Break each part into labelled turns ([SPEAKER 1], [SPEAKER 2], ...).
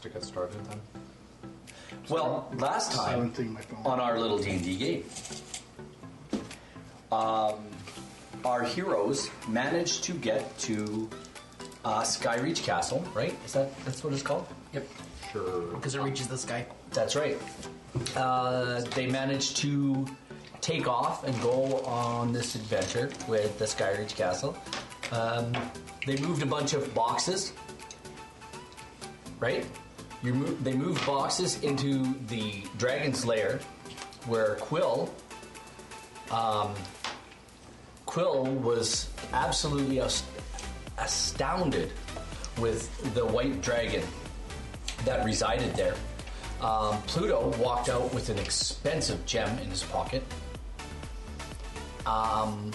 [SPEAKER 1] to get started then?
[SPEAKER 2] Well, last time
[SPEAKER 3] Silencing my phone.
[SPEAKER 2] on our little D&D game, um, our heroes managed to get to uh, Skyreach Castle, right? Is that that's what it's called?
[SPEAKER 4] Yep,
[SPEAKER 1] Sure.
[SPEAKER 4] because it reaches the sky.
[SPEAKER 2] That's right. Uh, they managed to take off and go on this adventure with the Skyreach Castle. Um, they moved a bunch of boxes, right? You mo- they moved boxes into the dragon's lair, where Quill, um, Quill was absolutely ast- astounded with the white dragon that resided there. Um, Pluto walked out with an expensive gem in his pocket. Um,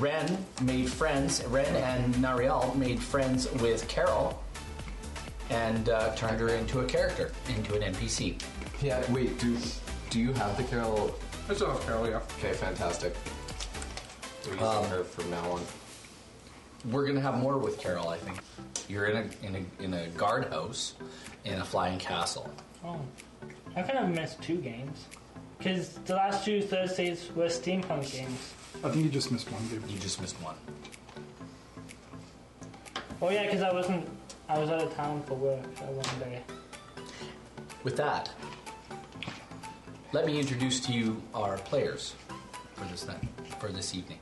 [SPEAKER 2] Ren made friends. Ren and Nariel made friends with Carol and uh, turned her into a character, into an NPC.
[SPEAKER 1] Yeah, wait, do do you have the Carol?
[SPEAKER 5] That's all, Carol, yeah.
[SPEAKER 1] Okay, fantastic. Um, We're using her from now on.
[SPEAKER 2] We're gonna have more with Carol, I think. You're in a in a in a guardhouse in a flying castle.
[SPEAKER 6] Oh, I kind of missed two games. Because the last two Thursdays were steampunk games.
[SPEAKER 3] I think you just missed one, dude.
[SPEAKER 2] You just missed one.
[SPEAKER 6] Oh yeah, because I wasn't. I was out of town for work that one day.
[SPEAKER 2] With that, let me introduce to you our players for this night, for this evening.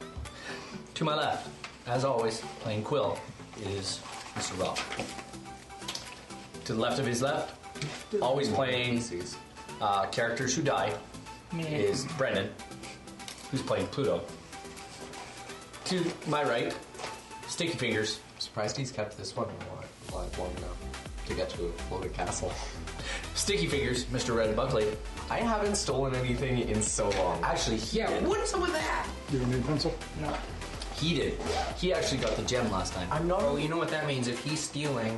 [SPEAKER 2] To my left, as always, playing Quill is Mr. Ralph. To the left of his left, always playing
[SPEAKER 1] Sees.
[SPEAKER 2] uh, characters who die,
[SPEAKER 6] Me.
[SPEAKER 2] is Brendan, who's playing Pluto. To my right, Sticky Fingers,
[SPEAKER 1] Surprised he's kept this one alive, alive long enough to get to a floated castle.
[SPEAKER 2] Sticky Fingers, Mr. Red Buckley.
[SPEAKER 1] I haven't stolen anything in so long.
[SPEAKER 2] Actually, he did.
[SPEAKER 4] what's up with that?
[SPEAKER 3] You don't need a pencil?
[SPEAKER 6] No.
[SPEAKER 2] He did. He actually got the gem last time.
[SPEAKER 4] I'm not. Oh, you know what that means. If he's stealing,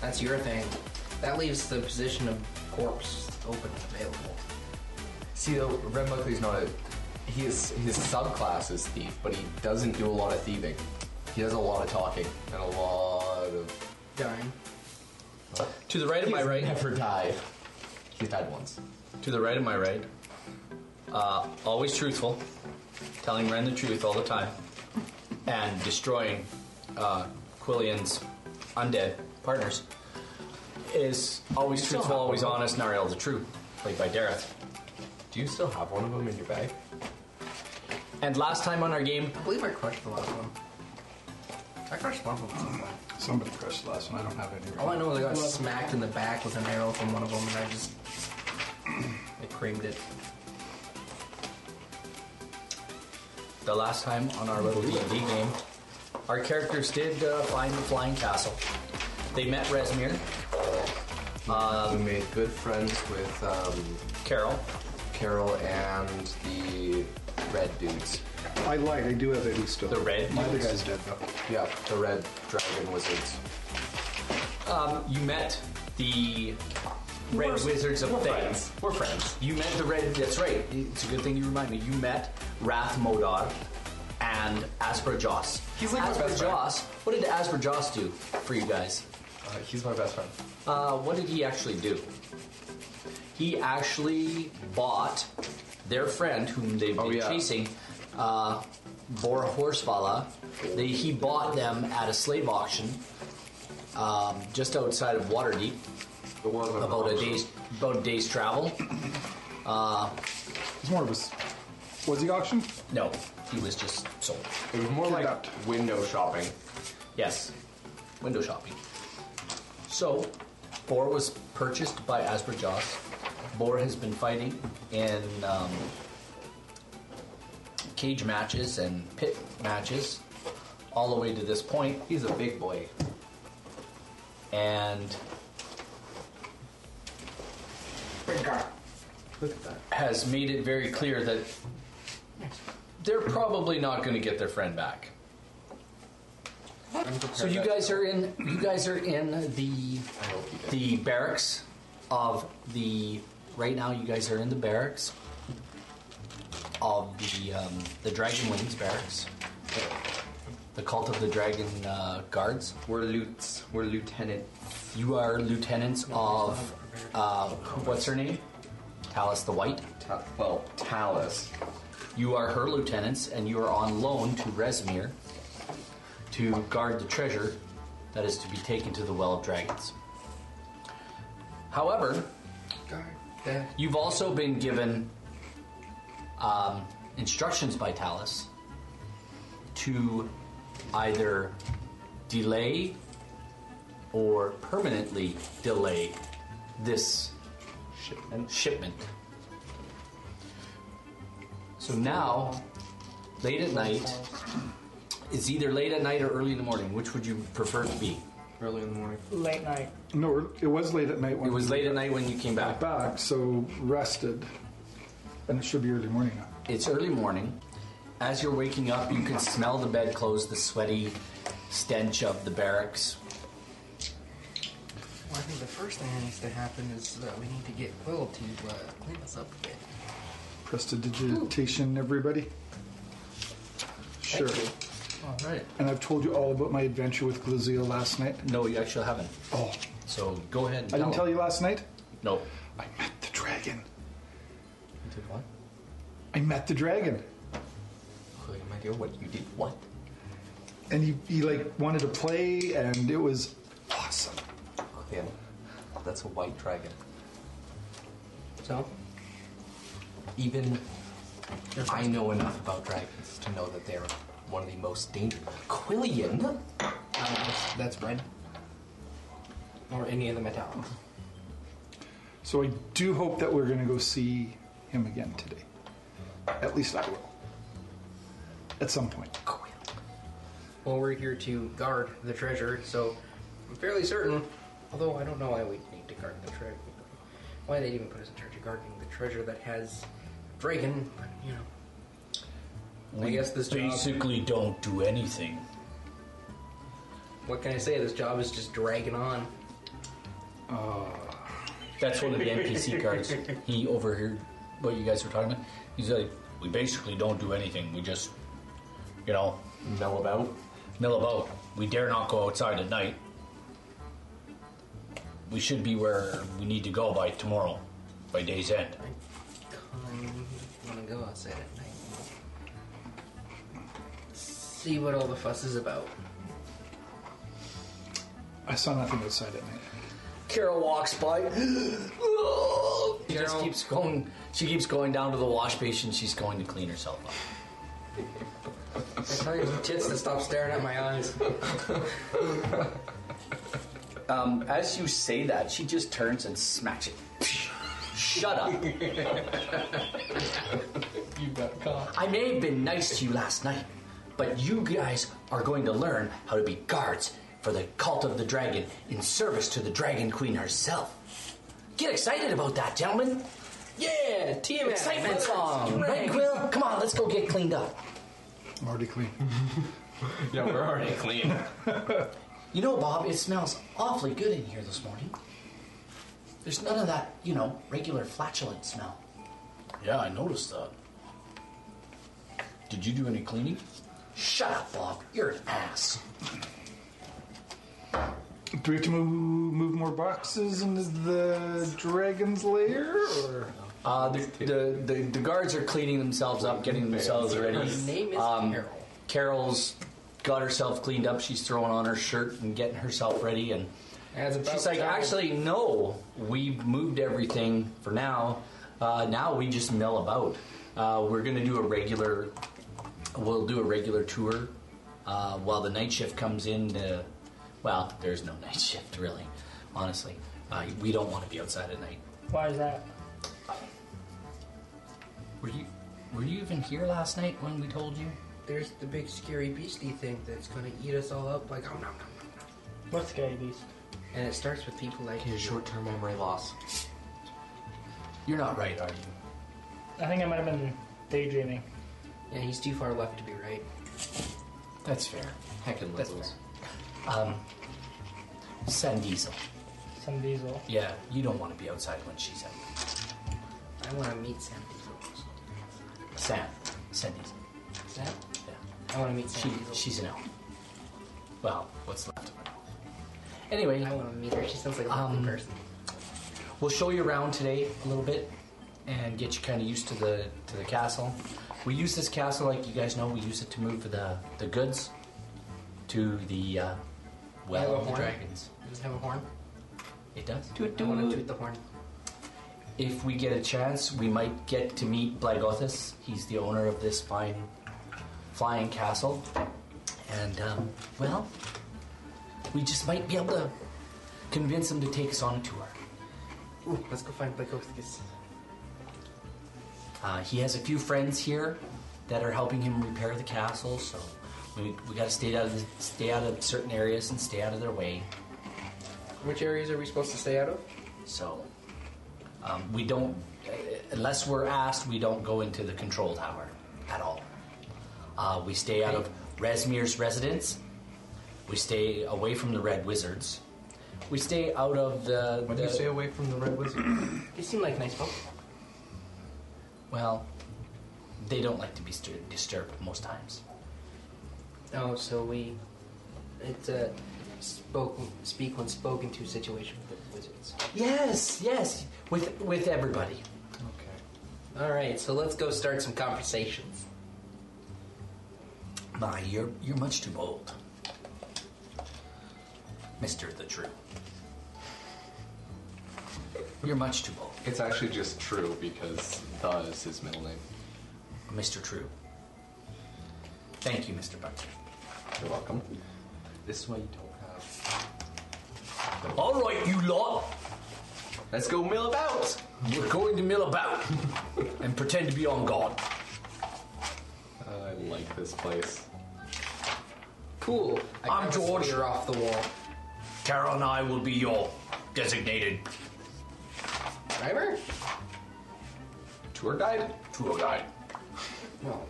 [SPEAKER 4] that's your thing. That leaves the position of corpse open and available.
[SPEAKER 1] See, though, Red Buckley's not a. He is, his subclass is thief, but he doesn't do a lot of thieving. He does a lot of talking and a lot of.
[SPEAKER 4] Dying.
[SPEAKER 2] To the right of my
[SPEAKER 1] He's
[SPEAKER 2] right,
[SPEAKER 1] Never died. He's died once.
[SPEAKER 2] To the right of my right. Uh, always truthful, telling Ren the truth all the time, and destroying uh, Quillian's undead partners. Is always truthful, always honest, Nariel the True, played by Dareth.
[SPEAKER 1] Do you still have one of them in your bag?
[SPEAKER 2] And last time on our game,
[SPEAKER 4] I believe I crushed the last one. I crushed one of them. at some point.
[SPEAKER 3] Somebody crushed the last one. I don't have any.
[SPEAKER 4] All
[SPEAKER 3] Right
[SPEAKER 4] I know is I got smacked in the back with an arrow from one of them, and I just I creamed it.
[SPEAKER 2] the last time on our little D&D game, our characters did uh, find the flying castle. They met Resmir,
[SPEAKER 1] Uh, we made good friends with um,
[SPEAKER 2] Carol,
[SPEAKER 1] Carol and the red dudes.
[SPEAKER 3] now. I lied. I do have Eddie still.
[SPEAKER 2] the red
[SPEAKER 3] The other guy's dead, though.
[SPEAKER 1] Yeah, the red dragon wizards.
[SPEAKER 2] you met the Red Wizards of Things.
[SPEAKER 1] We're friends.
[SPEAKER 2] You met the Red. That's right. It's a good thing you remind me. You met Wrath Modar and Asper Joss.
[SPEAKER 1] He's like my
[SPEAKER 2] Asper
[SPEAKER 1] best friend.
[SPEAKER 2] Joss. What did Asper Joss do for you guys?
[SPEAKER 1] Uh, he's my best friend.
[SPEAKER 2] Uh, what did he actually do? He actually bought their friend, whom they've
[SPEAKER 1] Oh,
[SPEAKER 2] been
[SPEAKER 1] yeah.
[SPEAKER 2] chasing, uh, Bor Horsevala. They, he bought them at a slave auction um, just outside of Waterdeep.
[SPEAKER 1] The one with
[SPEAKER 2] about a day's about a day's travel.
[SPEAKER 3] It's more of a. s- Was he auction?
[SPEAKER 2] No, he was just sold.
[SPEAKER 1] It was more like
[SPEAKER 3] Kidnapped.
[SPEAKER 1] window shopping.
[SPEAKER 2] Yes, window shopping. So, Boar was purchased by Asper Joss. Boar has been fighting in um, cage matches and pit matches all the way to this point,
[SPEAKER 1] He's a big boy.
[SPEAKER 2] and
[SPEAKER 1] Look at that.
[SPEAKER 2] has made it very clear that they're probably not going to get their friend back. So you guys are in you guys are in the
[SPEAKER 1] I hope you did.
[SPEAKER 2] the barracks of the right now you guys are in the barracks of the um, the Dragon Wings barracks. the Cult of the Dragon uh, Guards.
[SPEAKER 1] We're lutes. We're lieutenant.
[SPEAKER 2] You are lieutenants of uh, what's her name? Talis the White.
[SPEAKER 1] Ta- well, Talus.
[SPEAKER 2] You are her lieutenants, and you are on loan to Resmir to guard the treasure that is to be taken to the Well of Dragons. However, you've also been given um, instructions by Talus to either delay or permanently delay this shipment. So now, late at night, it's either late at night or early in the morning. Which would you prefer to be?
[SPEAKER 1] Early in the morning.
[SPEAKER 6] Late night.
[SPEAKER 3] No, it was late at night when
[SPEAKER 2] It was
[SPEAKER 3] we
[SPEAKER 2] late at night when you came
[SPEAKER 3] got
[SPEAKER 2] back.
[SPEAKER 3] back, so rested, and it should be early morning now.
[SPEAKER 2] It's early morning. As you're waking up, you can smell the bedclothes, the sweaty stench of the barracks.
[SPEAKER 4] Well, I think the first thing that needs to happen is that we need to get Quill to uh, clean us up a bit.
[SPEAKER 3] Prestidigitation, everybody. Sure.
[SPEAKER 4] All right.
[SPEAKER 3] And I've told you all about my adventure with Glazia last night.
[SPEAKER 2] No, you actually haven't.
[SPEAKER 3] Oh,
[SPEAKER 2] So go ahead. And
[SPEAKER 3] I didn't
[SPEAKER 2] tell
[SPEAKER 3] tell you last night.
[SPEAKER 2] No.
[SPEAKER 3] I met the dragon.
[SPEAKER 2] You did what?
[SPEAKER 3] I met the dragon,
[SPEAKER 1] Good idea. What you did? What?
[SPEAKER 3] and he, he like wanted to play, and it was awesome.
[SPEAKER 1] Okay. Oh, That's a white dragon.
[SPEAKER 4] So,
[SPEAKER 1] Even I know enough about dragons to know that they're one of the most dangerous. Quillian.
[SPEAKER 4] uh, that's, that's red. Or any of the metallics.
[SPEAKER 3] So I do hope that we're going to go see him again today. At least I will. At some point.
[SPEAKER 4] Well, we're here to guard the treasure, so I'm fairly certain. Although I don't know why we need to guard the treasure. Why they even put us in charge of guarding the treasure that has Draken, but you know. I guess this job-
[SPEAKER 2] basically don't do anything.
[SPEAKER 4] What can I say? This job is just dragging on.
[SPEAKER 2] That's one of the NPC guards. He overheard what you guys were talking about. He's like, we basically don't do anything. We just, you know,
[SPEAKER 1] Know about?
[SPEAKER 2] mill about. We dare not go outside at night. We should be where we need to go by tomorrow, by day's end.
[SPEAKER 4] I kind of want to go outside at night. See what all the fuss is about.
[SPEAKER 3] I saw nothing outside at night.
[SPEAKER 2] Carol walks by. she just
[SPEAKER 4] Carol-
[SPEAKER 2] keeps going. She keeps going down to the wash basin. She's going to clean herself up.
[SPEAKER 4] I tell you, tits to stop staring at my eyes.
[SPEAKER 2] Um, as you say that, she just turns and smacks it. Shut up. you got caught. I may have been nice to you last night, but you guys are going to learn how to be guards for the cult of the dragon in service to the dragon queen herself. Get excited about that, gentlemen. Yeah, team excitement song. Right, Quill? Come on, let's go get cleaned up.
[SPEAKER 3] I'm already clean.
[SPEAKER 1] Yeah, we're already clean.
[SPEAKER 2] You know, Bob, it smells awfully good in here this morning. There's none of that, you know, regular flatulent smell. Yeah, I noticed that. Did you do any cleaning? Shut up, Bob. You're an ass.
[SPEAKER 3] Do we have to move, move more boxes into the dragon's lair? Or?
[SPEAKER 2] Uh, the, the, the, the guards are cleaning themselves up, getting themselves ready.
[SPEAKER 4] Her name is
[SPEAKER 2] Um,
[SPEAKER 4] Carol.
[SPEAKER 2] Carol's got herself cleaned up. She's throwing on her shirt and getting herself ready. And
[SPEAKER 4] That's about
[SPEAKER 2] she's like,
[SPEAKER 4] time.
[SPEAKER 2] actually, no, we've moved everything for now. Uh, now we just mill about. Uh, we're going to do a regular, we'll do a regular tour uh, while the night shift comes in. To, well, there's no night shift, really, honestly. Uh, we don't want to be outside at night.
[SPEAKER 6] Why is that?
[SPEAKER 2] Were you were you even here last night when we told you?
[SPEAKER 4] There's the big scary beastie thing that's gonna eat us all up like oh no no no no.
[SPEAKER 6] What's scary beast?
[SPEAKER 4] And it starts with people like
[SPEAKER 1] Short-term memory loss.
[SPEAKER 2] You're not right, are you?
[SPEAKER 6] I think I might have been daydreaming.
[SPEAKER 4] Yeah, he's too far left to be right.
[SPEAKER 2] That's fair.
[SPEAKER 1] Heckin'
[SPEAKER 4] That's
[SPEAKER 1] lizards.
[SPEAKER 2] Um, San Diesel.
[SPEAKER 6] Some diesel.
[SPEAKER 2] Yeah, you don't want to be outside when she's out.
[SPEAKER 4] I wanna meet Sam Diesel.
[SPEAKER 2] San. San Diesel.
[SPEAKER 4] Sam?
[SPEAKER 2] Yeah.
[SPEAKER 4] I wanna meet
[SPEAKER 2] She,
[SPEAKER 4] Sam Diesel.
[SPEAKER 2] she's an elf. Well, what's left. Anyway,
[SPEAKER 4] I want to meet her. She sounds like a lovely
[SPEAKER 2] Um,
[SPEAKER 4] person.
[SPEAKER 2] We'll show you around today a little bit and get you kind of used to the to the castle. We use this castle, like you guys know, we use it to move the the goods to the uh,
[SPEAKER 4] Have
[SPEAKER 2] well
[SPEAKER 4] a
[SPEAKER 2] of the
[SPEAKER 4] horn?
[SPEAKER 2] dragons.
[SPEAKER 4] Does it have a horn?
[SPEAKER 2] It does.
[SPEAKER 4] I want to toot the horn.
[SPEAKER 2] If we get a chance, we might get to meet Blagothis. He's the owner of this fine flying castle, and um, well, we just might be able to convince him to take us on a tour.
[SPEAKER 4] Ooh, let's go find Blagothicus.
[SPEAKER 2] Uh, he has a few friends here that are helping him repair the castle, so we, we got to stay out of the, stay out of certain areas and stay out of their way.
[SPEAKER 4] Which areas are we supposed to stay out of?
[SPEAKER 2] So um, we don't, unless we're asked, we don't go into the control tower at all. Uh, we stay out of Resmir's residence. We stay away from the Red Wizards. We stay out of the.
[SPEAKER 1] When do you
[SPEAKER 2] the-
[SPEAKER 1] stay away from the red wizard?
[SPEAKER 4] They seem like nice folk.
[SPEAKER 2] Well, they don't like to be stir- disturbed most times.
[SPEAKER 4] Oh, so we. It's a spoke, speak when spoken to situation with the wizards.
[SPEAKER 2] Yes, yes, with with everybody.
[SPEAKER 1] Okay.
[SPEAKER 4] Alright, so let's go start some conversations.
[SPEAKER 2] My, you're you're much too old, Mister the True. You're much too old,
[SPEAKER 1] It's actually just true because the is his middle name.
[SPEAKER 2] Mister True. Thank you, Mister Buckley.
[SPEAKER 1] You're welcome. This is why you don't have.
[SPEAKER 2] All right, you lot,
[SPEAKER 1] Let's go mill about.
[SPEAKER 2] we're going to mill about and pretend to be on guard.
[SPEAKER 1] I like this place.
[SPEAKER 4] Cool. I
[SPEAKER 2] I'm
[SPEAKER 4] grab a
[SPEAKER 2] George.
[SPEAKER 4] spear off the wall.
[SPEAKER 2] Carol and I will be your designated
[SPEAKER 4] Driver?
[SPEAKER 1] Tour guide?
[SPEAKER 2] tour guide.
[SPEAKER 4] No.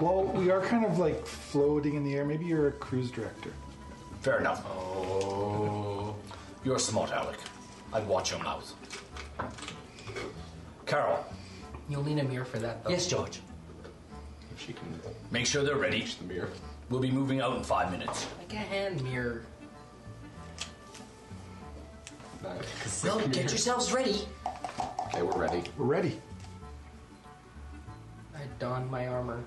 [SPEAKER 3] Well, we are kind of like floating in the air. Maybe you're a cruise director.
[SPEAKER 2] Fair enough.
[SPEAKER 1] Oh.
[SPEAKER 2] You're smart, Alec. I'd watch your mouth. Carol.
[SPEAKER 4] You'll need a mirror for that, though.
[SPEAKER 2] Yes, George.
[SPEAKER 1] If she can
[SPEAKER 2] Make sure they're ready.
[SPEAKER 1] reach the mirror.
[SPEAKER 2] We'll be moving out in five minutes.
[SPEAKER 4] Like a hand mirror.
[SPEAKER 1] Nine, six,
[SPEAKER 2] Well,
[SPEAKER 1] mirror.
[SPEAKER 2] get yourselves ready.
[SPEAKER 1] Okay, we're ready.
[SPEAKER 3] We're ready.
[SPEAKER 4] I don my armor.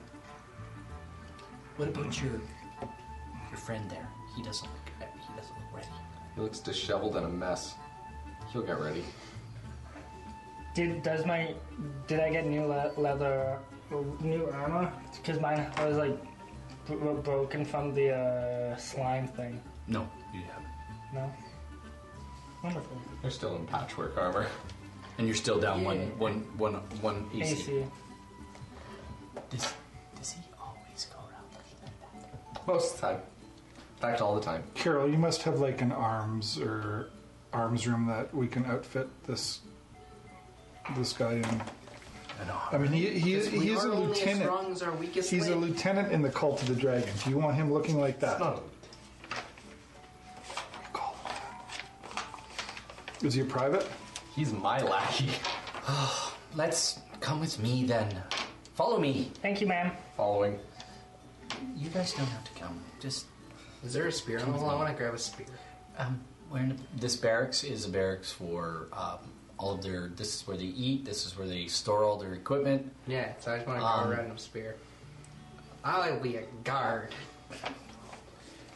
[SPEAKER 2] What about your your friend there? He doesn't look he doesn't look ready.
[SPEAKER 1] He looks disheveled and a mess. He'll get ready.
[SPEAKER 6] Did does my did I get new le- leather new armor? Because mine was like bro- broken from the uh, slime thing.
[SPEAKER 2] No, you haven't.
[SPEAKER 6] No. Wonderful.
[SPEAKER 1] They're still in patchwork armor.
[SPEAKER 2] And you're still down
[SPEAKER 4] Yeah.
[SPEAKER 2] one one one one AC.
[SPEAKER 6] AC.
[SPEAKER 2] Does, does he always go around looking like that?
[SPEAKER 1] Most of the time. In fact, all the time.
[SPEAKER 3] Carol, you must have like an arms or arms room that we can outfit this this guy in.
[SPEAKER 2] An arm.
[SPEAKER 3] I mean, he, he,
[SPEAKER 4] Because we
[SPEAKER 3] he's
[SPEAKER 4] are
[SPEAKER 3] a
[SPEAKER 4] only as
[SPEAKER 3] lieutenant.
[SPEAKER 4] strong as our weakest
[SPEAKER 3] He's a
[SPEAKER 4] link.
[SPEAKER 3] lieutenant in the Cult of the Dragon. Do you want him looking like that?
[SPEAKER 1] No.
[SPEAKER 4] Oh.
[SPEAKER 3] Is he a private?
[SPEAKER 1] He's my lackey.
[SPEAKER 2] Let's come with me then. Follow me.
[SPEAKER 6] Thank you, ma'am.
[SPEAKER 1] Following.
[SPEAKER 2] You guys don't have to come. Just
[SPEAKER 4] Is there a spear on the wall? I want to grab a spear.
[SPEAKER 2] Um, we're in this barracks is a barracks for um, all of their. This is where they eat. This is where they store all their equipment.
[SPEAKER 4] Yeah, so I just want to grab
[SPEAKER 2] Um,
[SPEAKER 4] a random spear. I'll be a guard.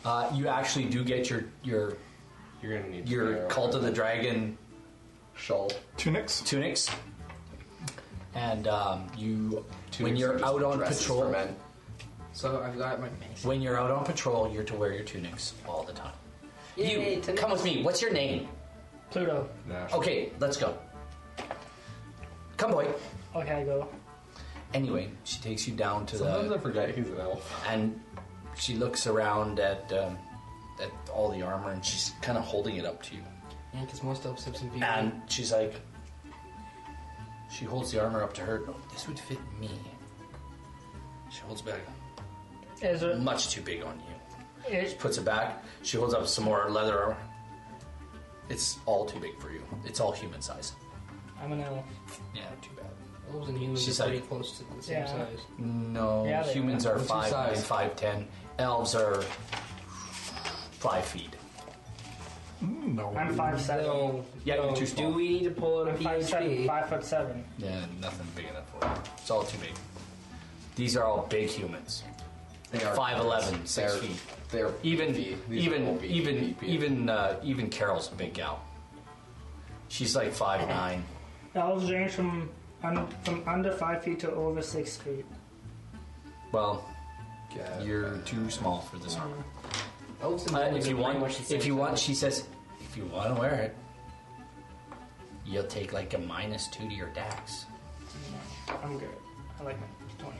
[SPEAKER 2] Uh, you actually do get your your
[SPEAKER 1] You're gonna need
[SPEAKER 2] your cult of the dragon
[SPEAKER 1] shawl.
[SPEAKER 3] Tunics?
[SPEAKER 2] tunics, and um, you when
[SPEAKER 1] Tunics are
[SPEAKER 2] you're
[SPEAKER 1] just
[SPEAKER 2] out on
[SPEAKER 1] dresses for
[SPEAKER 2] patrol.
[SPEAKER 1] men.
[SPEAKER 4] So I've got my mace.
[SPEAKER 2] When you're out on patrol, you're to wear your tunics all the time.
[SPEAKER 4] Yay,
[SPEAKER 2] you
[SPEAKER 4] tonight.
[SPEAKER 2] come with me. What's your name?
[SPEAKER 6] Pluto.
[SPEAKER 1] Nash.
[SPEAKER 2] Okay, let's go. Come, boy.
[SPEAKER 6] Okay, I go.
[SPEAKER 2] Anyway, she takes you down to the.
[SPEAKER 1] Sometimes I forget he's an elf.
[SPEAKER 2] and she looks around at um, at all the armor and she's kind of holding it up to you
[SPEAKER 4] Yeah, because most elves have some beauty.
[SPEAKER 2] and she's like she holds the armor up to her no, this would fit me she holds back
[SPEAKER 6] Is it?
[SPEAKER 2] much too big on you
[SPEAKER 6] Is,
[SPEAKER 2] puts it back she holds up some more leather armor it's all too big for you it's all human size
[SPEAKER 6] I'm an elf.
[SPEAKER 2] yeah too bad
[SPEAKER 4] elves and humans
[SPEAKER 2] She's
[SPEAKER 4] are pretty
[SPEAKER 2] like-
[SPEAKER 4] close to the same
[SPEAKER 6] Yeah.
[SPEAKER 4] size.
[SPEAKER 2] no
[SPEAKER 6] Yeah, they-
[SPEAKER 2] humans are
[SPEAKER 1] What's your
[SPEAKER 2] five nine
[SPEAKER 1] size?
[SPEAKER 2] five ten elves are five feet.
[SPEAKER 3] No.
[SPEAKER 6] I'm five seven.
[SPEAKER 4] No,
[SPEAKER 2] Yeah,
[SPEAKER 4] no.
[SPEAKER 2] you're too small.
[SPEAKER 4] Do we need to pull out a
[SPEAKER 6] I'm five seven.
[SPEAKER 4] PhD?
[SPEAKER 6] Five foot seven.
[SPEAKER 2] Yeah, nothing big enough for it. It's all too big. These are all big humans.
[SPEAKER 1] They are
[SPEAKER 2] 5'11",
[SPEAKER 1] they're,
[SPEAKER 2] six feet.
[SPEAKER 1] They're
[SPEAKER 2] Even
[SPEAKER 1] beefy. These are all
[SPEAKER 2] even
[SPEAKER 1] beefy
[SPEAKER 2] even
[SPEAKER 1] people.
[SPEAKER 2] even uh, even Carol's a big gal. She's like five nine.
[SPEAKER 6] Elves range from un, from under five feet to over six feet.
[SPEAKER 2] Well,
[SPEAKER 1] Yeah.
[SPEAKER 2] you're too small for this armor.
[SPEAKER 4] Elves and
[SPEAKER 2] Uh,
[SPEAKER 4] dwarves
[SPEAKER 2] if you
[SPEAKER 4] are pretty much
[SPEAKER 2] want,
[SPEAKER 4] the same
[SPEAKER 2] if you want,
[SPEAKER 4] size.
[SPEAKER 2] she says, if you want to wear it, you'll take like a minus two to your dex.
[SPEAKER 6] I'm good. I like my twenty.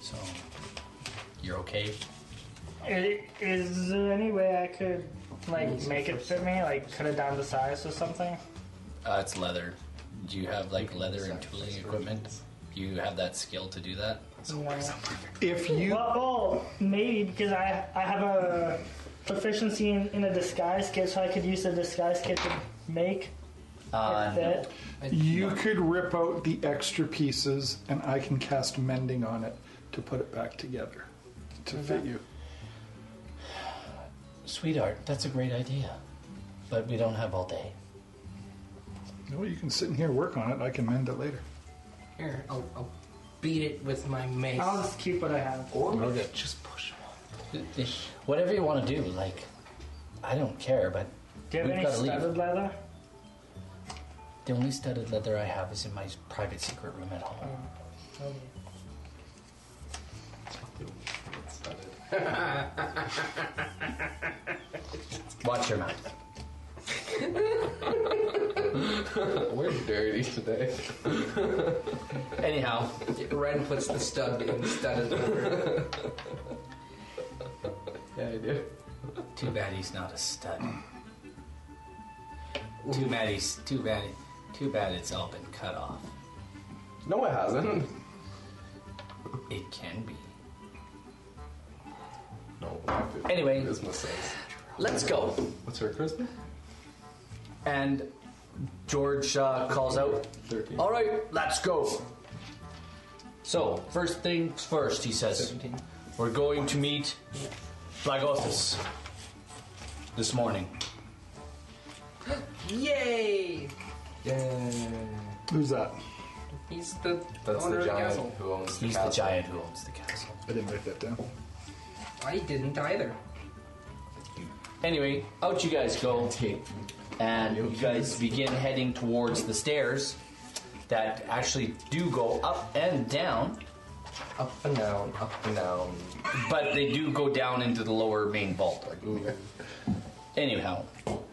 [SPEAKER 2] So you're okay.
[SPEAKER 6] I- Is there any way I could like make it fit me? Like cut it down to size or something?
[SPEAKER 2] Uh, it's leather. Do you have like leather and tooling equipment? Do you have that skill to do that?
[SPEAKER 6] No.
[SPEAKER 3] If you
[SPEAKER 6] Well, well, maybe because I I have a proficiency in, in a disguise kit, so I could use the disguise kit to make
[SPEAKER 2] Uh,
[SPEAKER 6] it
[SPEAKER 2] no.
[SPEAKER 6] fit.
[SPEAKER 3] you could rip out the extra pieces, and I can cast mending on it to put it back together to fit you.
[SPEAKER 2] Sweetheart, that's a great idea. But we don't have all day.
[SPEAKER 3] No, you can sit in here work on it. I can mend it later.
[SPEAKER 4] Here, I'll, I'll beat it with my mace.
[SPEAKER 6] I'll just keep what I have.
[SPEAKER 1] Or
[SPEAKER 2] Okay.
[SPEAKER 1] maybe just push them off.
[SPEAKER 2] Whatever you want to do, like, I don't care, but
[SPEAKER 6] Do you have
[SPEAKER 2] We've
[SPEAKER 6] any
[SPEAKER 2] gotta leave.
[SPEAKER 6] studded leather?
[SPEAKER 2] the only studded leather I have is in my private secret room at home.
[SPEAKER 6] Okay.
[SPEAKER 1] It's not it.
[SPEAKER 2] Watch your mouth.
[SPEAKER 1] We're dirty today.
[SPEAKER 2] Anyhow,
[SPEAKER 4] Ren puts the stud in the stud in the river.
[SPEAKER 1] Yeah, I do.
[SPEAKER 2] too bad he's not a stud. Too bad he's too bad. Too bad it's all been cut off.
[SPEAKER 1] No, it hasn't.
[SPEAKER 2] It can be.
[SPEAKER 1] No.
[SPEAKER 2] Anyway.
[SPEAKER 1] Christmas says.
[SPEAKER 2] Let's go.
[SPEAKER 1] What's her Christmas?
[SPEAKER 2] And George uh, calls out,
[SPEAKER 1] 13.
[SPEAKER 2] All right, let's go. So, first things first, he says, we're going to meet Blagothis this morning.
[SPEAKER 4] Yay!
[SPEAKER 3] Who's that?
[SPEAKER 4] He's the
[SPEAKER 1] That's
[SPEAKER 4] owner
[SPEAKER 1] the
[SPEAKER 4] of the
[SPEAKER 1] giant
[SPEAKER 4] castle.
[SPEAKER 1] who owns the
[SPEAKER 2] He's
[SPEAKER 1] castle.
[SPEAKER 2] the giant who owns the castle.
[SPEAKER 3] I didn't write that down.
[SPEAKER 4] I didn't either.
[SPEAKER 2] Anyway, out you guys go, and you guys begin heading towards the stairs that actually do go up and down,
[SPEAKER 1] Up and down, up and down.
[SPEAKER 2] but they do go down into the lower main vault. Anyhow,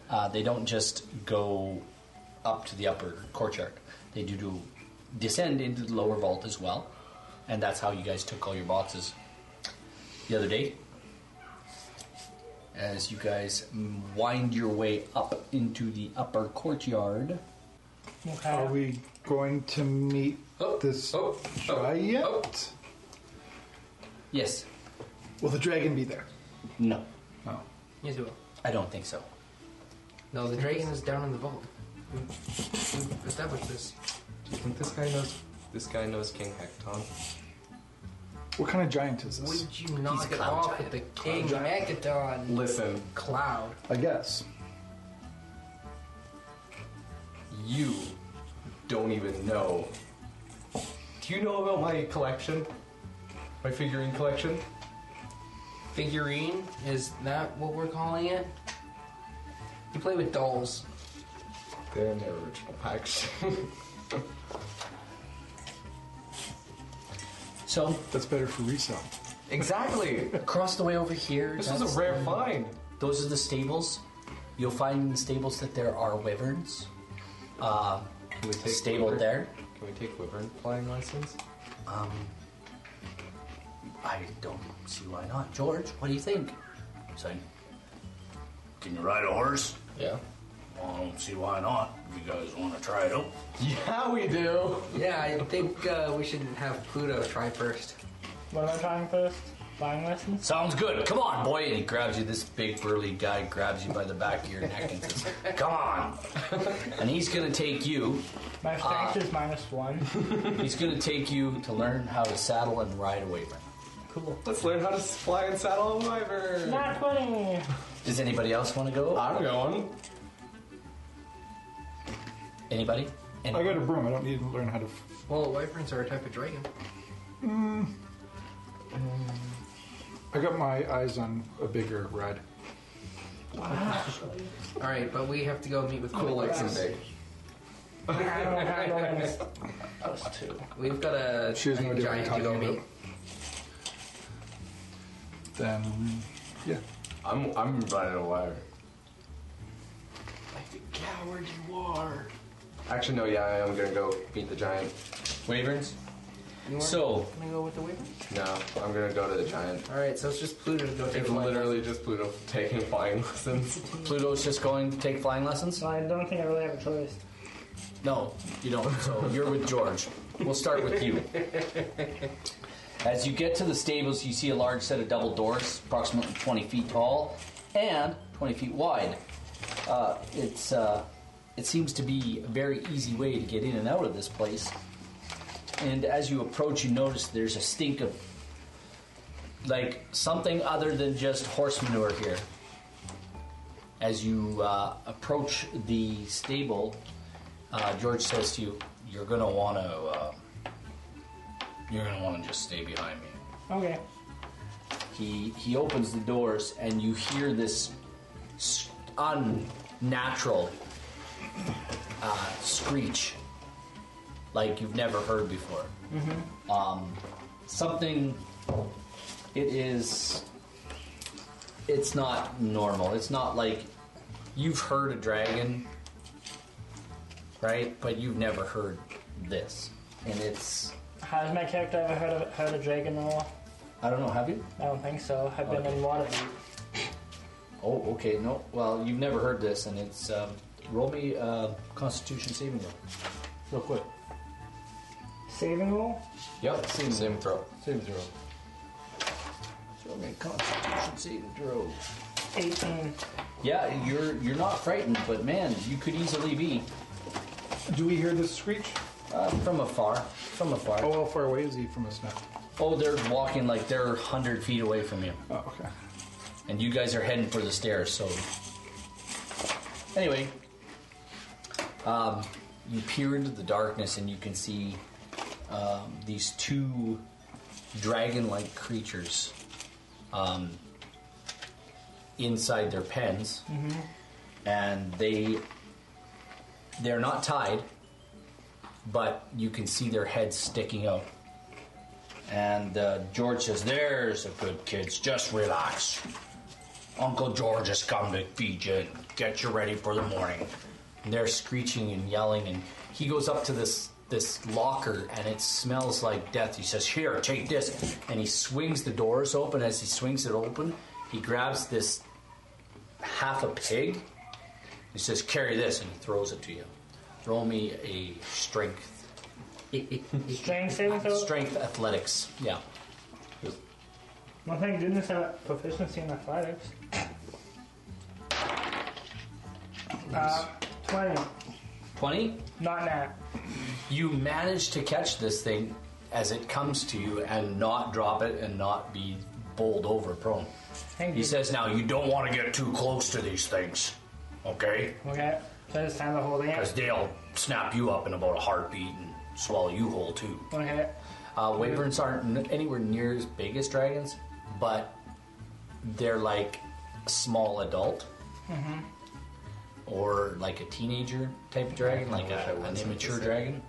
[SPEAKER 2] uh, they don't just go up to the upper courtyard. They do, do descend into the lower vault as well, and that's how you guys took all your boxes the other day. As you guys wind your way up into the upper courtyard,
[SPEAKER 3] Are we going to meet
[SPEAKER 4] Oh,
[SPEAKER 3] this
[SPEAKER 4] oh, oh,
[SPEAKER 3] giant?
[SPEAKER 4] oh.
[SPEAKER 2] yes,
[SPEAKER 3] Will the dragon be there?
[SPEAKER 2] no,
[SPEAKER 3] Oh.
[SPEAKER 4] Yes, you will.
[SPEAKER 2] I don't think so.
[SPEAKER 4] No, the dragon is down in the vault. We- we established this.
[SPEAKER 1] Do you think this guy knows? This guy knows King Hecton.
[SPEAKER 3] What kind of giant is this?
[SPEAKER 4] Would you knock it
[SPEAKER 2] cloud
[SPEAKER 4] off
[SPEAKER 2] giant.
[SPEAKER 4] with the king Megadon
[SPEAKER 1] Listen,
[SPEAKER 4] cloud?
[SPEAKER 3] I guess.
[SPEAKER 1] you don't even know. Do you know about my collection? My figurine collection?
[SPEAKER 4] Figurine? Is that what we're calling it? You play with dolls.
[SPEAKER 1] They're in their original package.
[SPEAKER 2] So
[SPEAKER 3] That's better for resale.
[SPEAKER 1] exactly.
[SPEAKER 2] across the way over here,
[SPEAKER 1] This was
[SPEAKER 2] that's-
[SPEAKER 1] a rare find.
[SPEAKER 2] Those are the stables. You'll find in the stables that there are wyverns uh,
[SPEAKER 1] Can we take
[SPEAKER 2] stabled
[SPEAKER 1] Wyvern-
[SPEAKER 2] there.
[SPEAKER 1] Can we take Wyvern flying license?
[SPEAKER 2] Um, I don't see why not. George, what do you think? He's like, can you ride a horse?
[SPEAKER 1] Yeah.
[SPEAKER 2] Well, I don't see why not. If you guys want to try it out.
[SPEAKER 1] Yeah, we do.
[SPEAKER 4] Yeah, I think uh, we should have Pluto try first.
[SPEAKER 6] What am I trying first? Flying lessons?
[SPEAKER 2] Sounds good. Come on, boy. And he grabs you. This big burly guy grabs you by the back of your neck and says, come on. And he's going to take you.
[SPEAKER 6] My strength is minus one.
[SPEAKER 2] He's going to take you to learn how to saddle and ride a wyvern. Cool.
[SPEAKER 1] Let's learn how to fly and saddle a wyvern.
[SPEAKER 6] Not 20!
[SPEAKER 2] Does anybody else want to go?
[SPEAKER 1] I'm going.
[SPEAKER 2] Anybody? Any-
[SPEAKER 3] I got a broom. I don't need to learn how to. f-
[SPEAKER 4] Well, wyverns are a type of dragon.
[SPEAKER 3] I got my eyes on a bigger ride.
[SPEAKER 4] All right, but we have to go meet with
[SPEAKER 1] Cool, like
[SPEAKER 4] Quillix.
[SPEAKER 1] someday.
[SPEAKER 6] I don't have no wings.
[SPEAKER 2] Plus two.
[SPEAKER 4] We've got a
[SPEAKER 3] She has no
[SPEAKER 4] a
[SPEAKER 3] idea what I'm
[SPEAKER 4] giant to go
[SPEAKER 3] talking
[SPEAKER 4] meet.
[SPEAKER 3] about. Then, yeah.
[SPEAKER 1] I'm I'm riding a wyvern.
[SPEAKER 4] Like the coward you are.
[SPEAKER 1] Actually, no. Yeah, I am gonna go meet the giant.
[SPEAKER 2] Waverns?
[SPEAKER 4] You are?
[SPEAKER 2] So-
[SPEAKER 4] can I go with the wyvern?
[SPEAKER 1] No, I'm gonna go to the giant.
[SPEAKER 4] All right, so it's just Pluto to go take
[SPEAKER 1] It's
[SPEAKER 4] a flight.
[SPEAKER 1] literally just Pluto taking flying lessons.
[SPEAKER 2] Pluto's just going to take flying lessons?
[SPEAKER 6] So I don't think I really have a choice.
[SPEAKER 2] No, you don't. So you're with George. We'll start with you. As you get to the stables, you see a large set of double doors, approximately 20 feet tall and 20 feet wide. Uh, it's uh, it seems to be a very easy way to get in and out of this place. And as you approach, you notice there's a stink of like something other than just horse manure here. As you uh, approach the stable, uh, George says to you, "You're gonna want to. Uh, you're gonna want to just stay behind me."
[SPEAKER 6] Okay.
[SPEAKER 2] He he opens the doors, and you hear this s- unnatural uh, screech, like you've never heard before. Um, something. It is. It's not normal. It's not like you've heard a dragon right? But you've never heard this, and it's
[SPEAKER 6] Has my character ever heard of heard of dragon before?
[SPEAKER 2] I don't know. Have you?
[SPEAKER 6] I don't think so. I've been
[SPEAKER 2] Okay.
[SPEAKER 6] in water.
[SPEAKER 2] Oh, okay. No. Well, you've never heard this, and it's um, roll me uh, Constitution saving throw, real quick.
[SPEAKER 6] Saving roll?
[SPEAKER 1] Yep, same, same throw.
[SPEAKER 2] Saving throw. Throw me a Constitution saving throw.
[SPEAKER 6] 18.
[SPEAKER 2] Yeah, you're you're not frightened, but man, you could easily be
[SPEAKER 3] Do we hear this screech?
[SPEAKER 2] uh, from afar. From afar.
[SPEAKER 3] Oh,
[SPEAKER 2] Oh.
[SPEAKER 3] how far away is he from us now?
[SPEAKER 2] they're walking like they're hundred feet away from you,
[SPEAKER 3] Oh, okay.
[SPEAKER 2] and you guys are heading for the stairs. So, anyway, um, you peer into the darkness and you can see um, these two dragon-like creatures um, inside their pens, and they they're not tied, but you can see their heads sticking out. And uh, George says, "There's the good kids. Just relax. Uncle George has come to feed you. and Get you ready for the morning." And they're screeching and yelling, and he goes up to this this locker, and it smells like death. He says, "Here, take this," and he swings the doors open. As he swings it open, he grabs this half a pig. He says, "Carry this," and he throws it to you. Throw me a strength,
[SPEAKER 6] Strength saving throw?
[SPEAKER 2] strength athletics. Yeah.
[SPEAKER 6] Well, thank goodness I have proficiency in athletics. Uh, 20.
[SPEAKER 2] 20
[SPEAKER 6] Not nat.
[SPEAKER 2] you manage to catch this thing as it comes to you and not drop it and not be bowled over prone
[SPEAKER 6] Thank
[SPEAKER 2] he
[SPEAKER 6] you.
[SPEAKER 2] says now you don't want to get too close to these things okay
[SPEAKER 6] Okay. So it's time to hold it.
[SPEAKER 2] because they'll snap you up in about a heartbeat and swallow you whole too
[SPEAKER 6] Okay.
[SPEAKER 2] uh, wyverns aren't n- anywhere near as big as dragons but they're like a small adult
[SPEAKER 1] Mm-hmm.
[SPEAKER 2] or like a teenager type of dragon like
[SPEAKER 1] wish I
[SPEAKER 2] a,
[SPEAKER 1] was
[SPEAKER 2] an
[SPEAKER 1] like
[SPEAKER 2] immature
[SPEAKER 1] this.
[SPEAKER 2] dragon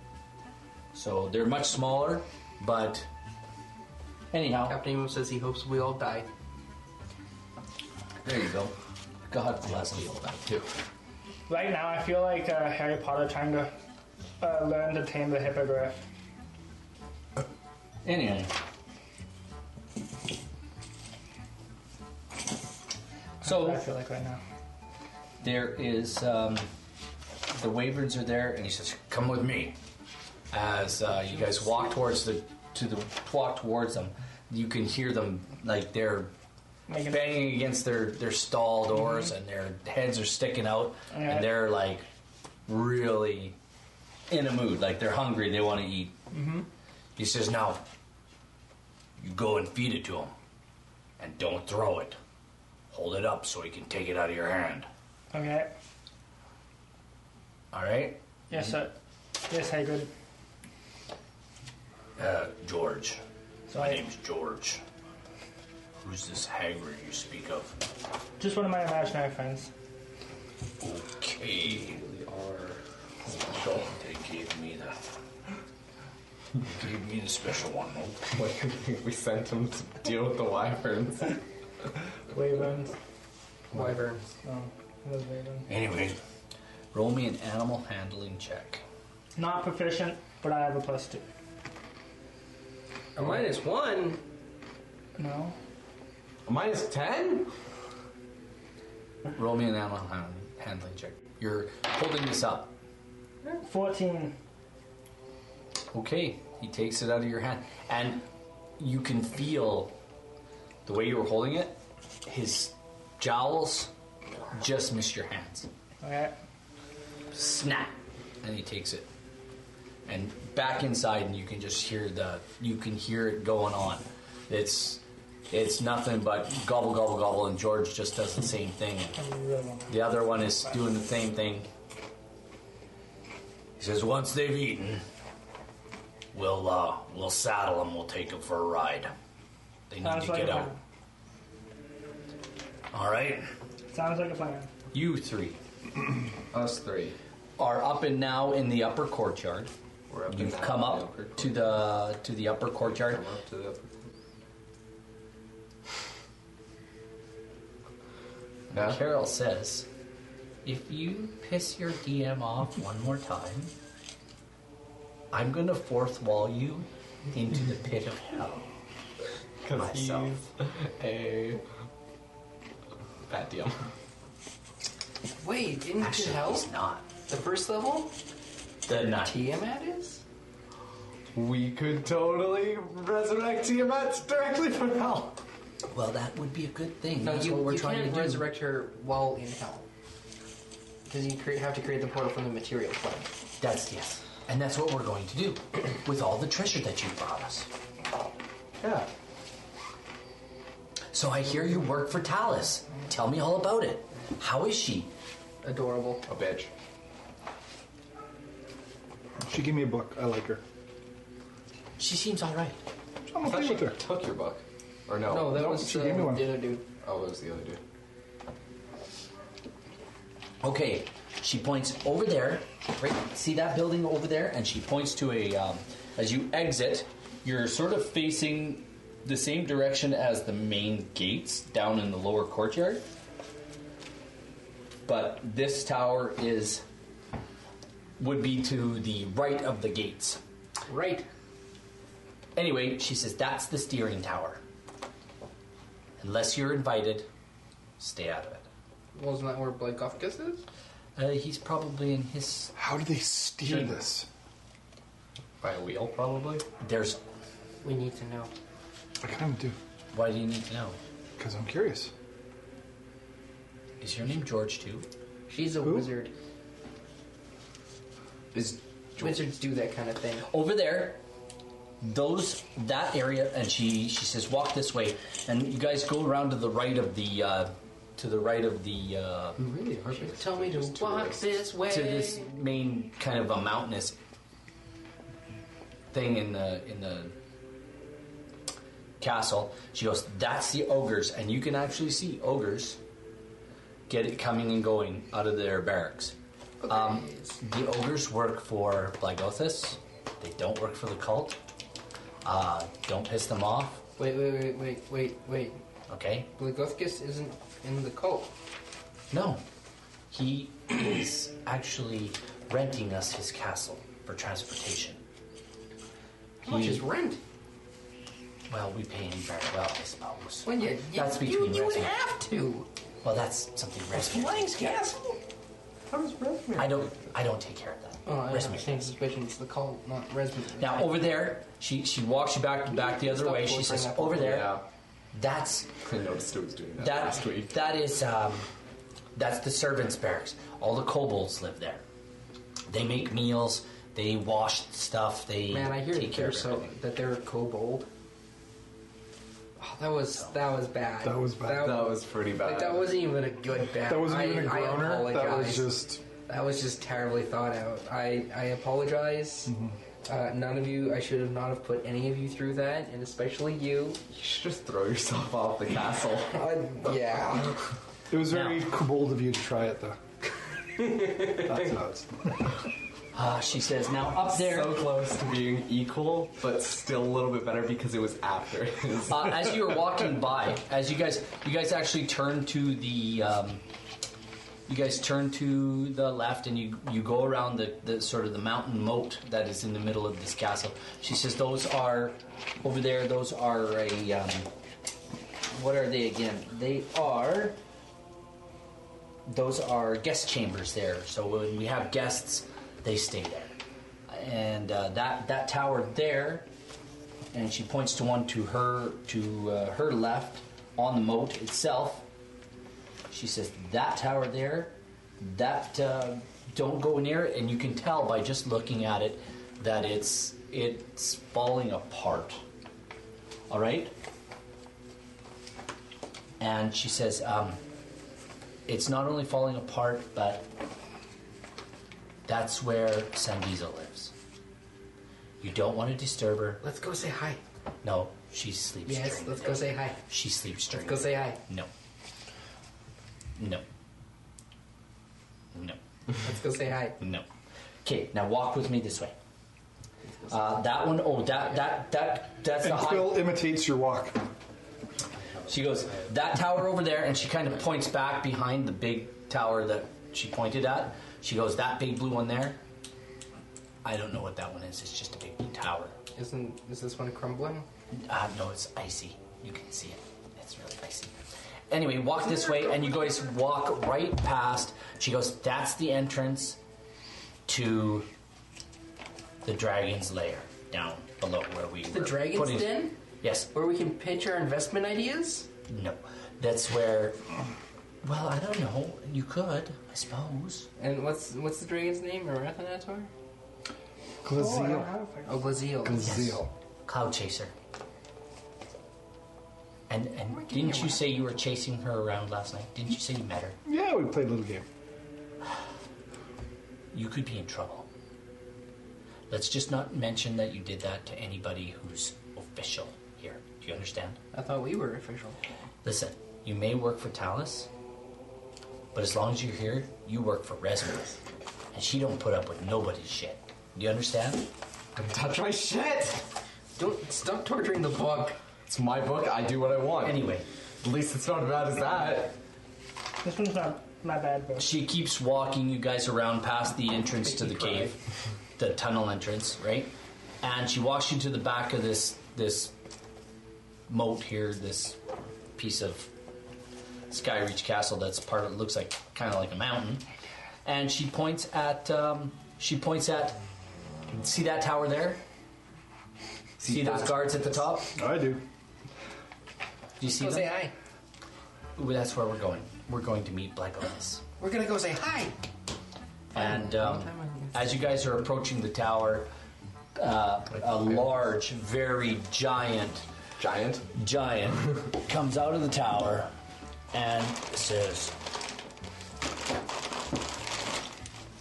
[SPEAKER 2] so they're much smaller but anyhow
[SPEAKER 4] Captain Nemo says he hopes we all die.
[SPEAKER 2] there you go god bless you all that too
[SPEAKER 6] Right now, I feel like uh, Harry Potter trying to uh, learn to tame the hippogriff.
[SPEAKER 2] Anyway.
[SPEAKER 6] That's what
[SPEAKER 2] So
[SPEAKER 6] I feel like right now.
[SPEAKER 2] there is um, the Waverns are there, and he says, "Come with me." As uh, you guys walk towards the to the walk towards them, you can hear them like they're
[SPEAKER 6] Making-
[SPEAKER 2] banging against their their stall doors, and their heads are sticking out,
[SPEAKER 6] Yeah.
[SPEAKER 2] and they're like really in a mood, like they're hungry, they want to eat. He says, "Now, You go and feed it to him. And don't throw it. Hold it up so he can take it out of your hand.
[SPEAKER 6] Okay.
[SPEAKER 2] All right?
[SPEAKER 6] Yes, sir.
[SPEAKER 2] Mm-hmm.
[SPEAKER 6] Yes, Hagrid.
[SPEAKER 2] Uh, George.
[SPEAKER 6] So
[SPEAKER 2] My
[SPEAKER 6] I
[SPEAKER 2] name's George. Who's this Hagrid you speak of?
[SPEAKER 6] just one of my imaginary friends.
[SPEAKER 2] Okay. They gave me the. they gave me the special one. Okay.
[SPEAKER 1] we sent him to deal with the wyverns.
[SPEAKER 6] Wyverns.
[SPEAKER 4] Wyverns.
[SPEAKER 6] No, it was Wyvern.
[SPEAKER 2] Anyways, roll me an animal handling check.
[SPEAKER 6] Not proficient, but I have a plus two.
[SPEAKER 4] A minus one?
[SPEAKER 6] No.
[SPEAKER 1] Minus ten?
[SPEAKER 2] Roll me an animal hand- handling check. You're holding this up.
[SPEAKER 6] Fourteen.
[SPEAKER 2] Okay, he takes it out of your hand, and you can feel the way you were holding it. His jowls just miss your hands.
[SPEAKER 6] Okay.
[SPEAKER 2] snap, and he takes it. And back inside, and you can just hear the you can hear it going on. It's it's nothing but gobble gobble gobble, and George just does the same thing.
[SPEAKER 6] I really want
[SPEAKER 2] The other one is doing the same thing. He says, "Once they've eaten, we'll uh, we'll saddle them. We'll take them for a ride. They need
[SPEAKER 6] Sounds
[SPEAKER 2] to
[SPEAKER 6] like a
[SPEAKER 2] get
[SPEAKER 6] plan.
[SPEAKER 2] out. All right,
[SPEAKER 6] Sounds like a plan.
[SPEAKER 2] you three
[SPEAKER 1] Us three.
[SPEAKER 2] are up and now in the upper courtyard."
[SPEAKER 1] We're up in
[SPEAKER 2] You've
[SPEAKER 1] that
[SPEAKER 2] come
[SPEAKER 1] upper
[SPEAKER 2] up to the to the upper courtyard.
[SPEAKER 1] Come up to the upper. Yeah.
[SPEAKER 2] Carol says, "If you piss your DM off one more time, I'm gonna fourth wall you into the pit of hell." myself.
[SPEAKER 1] a fat deal.
[SPEAKER 4] Wait, into
[SPEAKER 2] Actually,
[SPEAKER 4] hell?
[SPEAKER 2] he's not.
[SPEAKER 4] The first level?
[SPEAKER 2] The nut.
[SPEAKER 4] Tiamat is?
[SPEAKER 1] We could totally resurrect Tiamat directly from hell.
[SPEAKER 2] Well, that would be a good thing.
[SPEAKER 4] No,
[SPEAKER 2] That's
[SPEAKER 4] you,
[SPEAKER 2] what we're
[SPEAKER 4] you
[SPEAKER 2] trying to
[SPEAKER 4] can't
[SPEAKER 2] do.
[SPEAKER 4] resurrect her while in hell. Because you create, have to create the portal from the material plane.
[SPEAKER 2] That's yes, and that's what we're going to do with all the treasure that you brought us.
[SPEAKER 1] Yeah.
[SPEAKER 2] So I hear you work for Talus. Tell me all about it. How is she?
[SPEAKER 4] Adorable.
[SPEAKER 1] A Oh, bitch.
[SPEAKER 3] She gave me a book. I like her.
[SPEAKER 2] She seems all right.
[SPEAKER 3] I'm
[SPEAKER 1] I
[SPEAKER 3] okay
[SPEAKER 1] thought
[SPEAKER 3] with
[SPEAKER 1] she
[SPEAKER 3] her.
[SPEAKER 1] took your book. Or no.
[SPEAKER 4] No, that
[SPEAKER 3] no,
[SPEAKER 4] was
[SPEAKER 3] she
[SPEAKER 4] uh,
[SPEAKER 3] gave me one.
[SPEAKER 4] the other dude.
[SPEAKER 1] Oh, it was the other dude.
[SPEAKER 2] Okay, she points over there. Right, see that building over there? And she points to a. Um, as you exit, you're sort of facing the same direction as the main gates down in the lower courtyard. But this tower is. would be to the right of the gates.
[SPEAKER 4] Right.
[SPEAKER 2] Anyway, she says that's the steering tower. Unless you're invited, stay out of it.
[SPEAKER 4] Well, isn't that where Blake Kofkus is?
[SPEAKER 2] Uh, he's probably in his
[SPEAKER 3] How do they steer
[SPEAKER 2] Shouldn't.
[SPEAKER 3] this?
[SPEAKER 1] By a wheel, probably.
[SPEAKER 2] There's.
[SPEAKER 4] We need to know.
[SPEAKER 3] I kind of do.
[SPEAKER 2] Why do you need to know?
[SPEAKER 3] Because I'm curious.
[SPEAKER 2] Is your name George too?
[SPEAKER 4] She's a
[SPEAKER 3] Who?
[SPEAKER 4] wizard.
[SPEAKER 1] Is
[SPEAKER 4] Wizards do that kind of thing.
[SPEAKER 2] Over there, those that area, and she she says walk this way, and you guys go around to the right of the uh, to the right of the uh,
[SPEAKER 1] you really are basically
[SPEAKER 4] Tell me to
[SPEAKER 1] just
[SPEAKER 4] walk
[SPEAKER 1] tourists.
[SPEAKER 4] this way.
[SPEAKER 2] to this main kind of a mountainous thing in the in the castle. She goes, "That's the ogres," and you can actually see ogres get it coming and going out of their barracks. Um, the ogres work for Blagothus. They don't work for the cult. Uh, don't piss them off,
[SPEAKER 4] Wait, wait, wait, wait, wait, wait.
[SPEAKER 2] okay?
[SPEAKER 4] Blagothkus isn't in the cult.
[SPEAKER 2] No. He is actually renting us his castle for transportation.
[SPEAKER 4] How much
[SPEAKER 2] He-
[SPEAKER 4] is rent?
[SPEAKER 2] Well, we pay him very well, I suppose.
[SPEAKER 4] When you, you,
[SPEAKER 2] That's
[SPEAKER 4] you-
[SPEAKER 2] between
[SPEAKER 4] you would
[SPEAKER 2] residents.
[SPEAKER 4] have to.
[SPEAKER 2] Well, that's something Resmir.
[SPEAKER 4] Lang's castle. How does Resmir?
[SPEAKER 2] I don't. I don't take care of that.
[SPEAKER 4] Oh, I have the
[SPEAKER 2] Resmir.
[SPEAKER 4] same suspicion. It's the cult, not Resmir.
[SPEAKER 2] Now oh, over there, she she walks you back back the other
[SPEAKER 4] Stop
[SPEAKER 2] way. She
[SPEAKER 4] before
[SPEAKER 2] says,
[SPEAKER 4] that.
[SPEAKER 2] "Over there,
[SPEAKER 1] Yeah.
[SPEAKER 2] that's
[SPEAKER 1] I noticed it was doing that,
[SPEAKER 2] that
[SPEAKER 1] last week.
[SPEAKER 2] that is um, that's the servants' barracks. All the kobolds live there. They make meals. They wash stuff. They
[SPEAKER 4] Man, I hear
[SPEAKER 2] take
[SPEAKER 4] that
[SPEAKER 2] care
[SPEAKER 4] they're
[SPEAKER 2] of
[SPEAKER 4] so
[SPEAKER 2] everything.
[SPEAKER 4] that they're kobold. That was that was bad.
[SPEAKER 3] That was bad.
[SPEAKER 1] That was pretty bad.
[SPEAKER 4] like, that wasn't even a good bad.
[SPEAKER 3] That wasn't
[SPEAKER 4] I-
[SPEAKER 3] even a
[SPEAKER 4] I
[SPEAKER 3] groaner. That was
[SPEAKER 4] apologize.
[SPEAKER 3] just.
[SPEAKER 4] That was just terribly thought out. I, I apologize. Uh, none of you, I should have not have put any of you through that, and especially you.
[SPEAKER 1] You should just throw yourself off the castle.
[SPEAKER 4] Uh, yeah.
[SPEAKER 3] It was
[SPEAKER 2] Now.
[SPEAKER 3] very bold of you to try it, though. That's how it's.
[SPEAKER 2] Ah, she says, now up there.
[SPEAKER 1] So close to being equal, but still a little bit better because it was after. his.
[SPEAKER 2] uh, as you were walking by, as you guys, you guys actually turn to the, um, you guys turn to the left, and you you go around the, the sort of the mountain moat that is in the middle of this castle. She says, "Those are over there. Those are a, um, what are they again? They are." Those are guest chambers there. So when we have guests, they stay there. And uh, that that tower there and she points to one to her to uh, her left on the moat itself. She says that tower there, that uh, don't go near it, and you can tell by just looking at it that it's it's falling apart. All right. And she says, um, it's not only falling apart, but that's where Sandiza lives. You don't want to disturb her.
[SPEAKER 4] Let's go say hi.
[SPEAKER 2] No, she sleeps.
[SPEAKER 4] Yes,
[SPEAKER 2] during
[SPEAKER 4] let's
[SPEAKER 2] the
[SPEAKER 4] go
[SPEAKER 2] day.
[SPEAKER 4] say hi.
[SPEAKER 2] She sleeps during.
[SPEAKER 4] Let's go
[SPEAKER 2] the
[SPEAKER 4] say
[SPEAKER 2] day.
[SPEAKER 4] hi.
[SPEAKER 2] No. No. No.
[SPEAKER 4] Let's go say hi.
[SPEAKER 2] No. Okay, now walk with me this way. Uh, that one, oh, that that that that's the
[SPEAKER 3] And
[SPEAKER 2] high.
[SPEAKER 3] Quill imitates your walk.
[SPEAKER 2] She goes that tower over there, and she kind of points back behind the big tower that she pointed at. She goes that big blue one there. I don't know what that one is. It's just a big blue tower.
[SPEAKER 4] Isn't is this one crumbling?
[SPEAKER 2] Uh, no, it's icy. You can see it. It's really icy. Anyway, walk this way, and you guys walk right past. She goes, That's the entrance to the dragon's lair down below where we
[SPEAKER 4] The
[SPEAKER 2] were
[SPEAKER 4] dragon's
[SPEAKER 2] putting-
[SPEAKER 4] den,
[SPEAKER 2] Yes.
[SPEAKER 4] where we can pitch our investment ideas.
[SPEAKER 2] No. That's where. Well, I don't know. You could, I suppose.
[SPEAKER 4] And what's what's the dragon's name? Arathanator?
[SPEAKER 6] Oh, I don't
[SPEAKER 3] Glazeel.
[SPEAKER 6] have it.
[SPEAKER 4] Oh, Glaziel.
[SPEAKER 3] Glazeel.
[SPEAKER 2] Cloud Chaser. And, and didn't you say you were chasing her around last night? Didn't you say you met her?
[SPEAKER 3] Yeah, we played a little game.
[SPEAKER 2] you could be in trouble. Let's just not mention that you did that to anybody who's official here. Do you understand?
[SPEAKER 4] I thought we were official.
[SPEAKER 2] Listen, you may work for Talus, but as long as you're here, you work for Resmus. And she don't put up with nobody's shit. Do you understand?
[SPEAKER 1] Don't touch my shit!
[SPEAKER 4] Don't stop torturing the book.
[SPEAKER 1] It's my book, I do what I want.
[SPEAKER 2] Anyway,
[SPEAKER 1] At least it's not as bad as that.
[SPEAKER 6] This one's not my bad, but
[SPEAKER 2] she keeps walking you guys around past the entrance to the cave, the tunnel entrance, right? And she walks you to the back of this this moat here, this piece of Skyreach Castle that's part of looks like kind of like a mountain. And she points at um, she points at see that tower there? See, those
[SPEAKER 1] that's-
[SPEAKER 2] guards at the top?
[SPEAKER 3] I do.
[SPEAKER 2] Do you see
[SPEAKER 4] Go say
[SPEAKER 2] them?
[SPEAKER 4] hi.
[SPEAKER 2] Ooh, that's where we're going. We're going to meet Black Otis.
[SPEAKER 4] We're gonna go say hi.
[SPEAKER 2] And um,
[SPEAKER 4] Anytime I can-
[SPEAKER 2] as you guys are approaching the tower, uh, a large, very giant,
[SPEAKER 1] Giant.
[SPEAKER 2] giant comes out of the tower and says,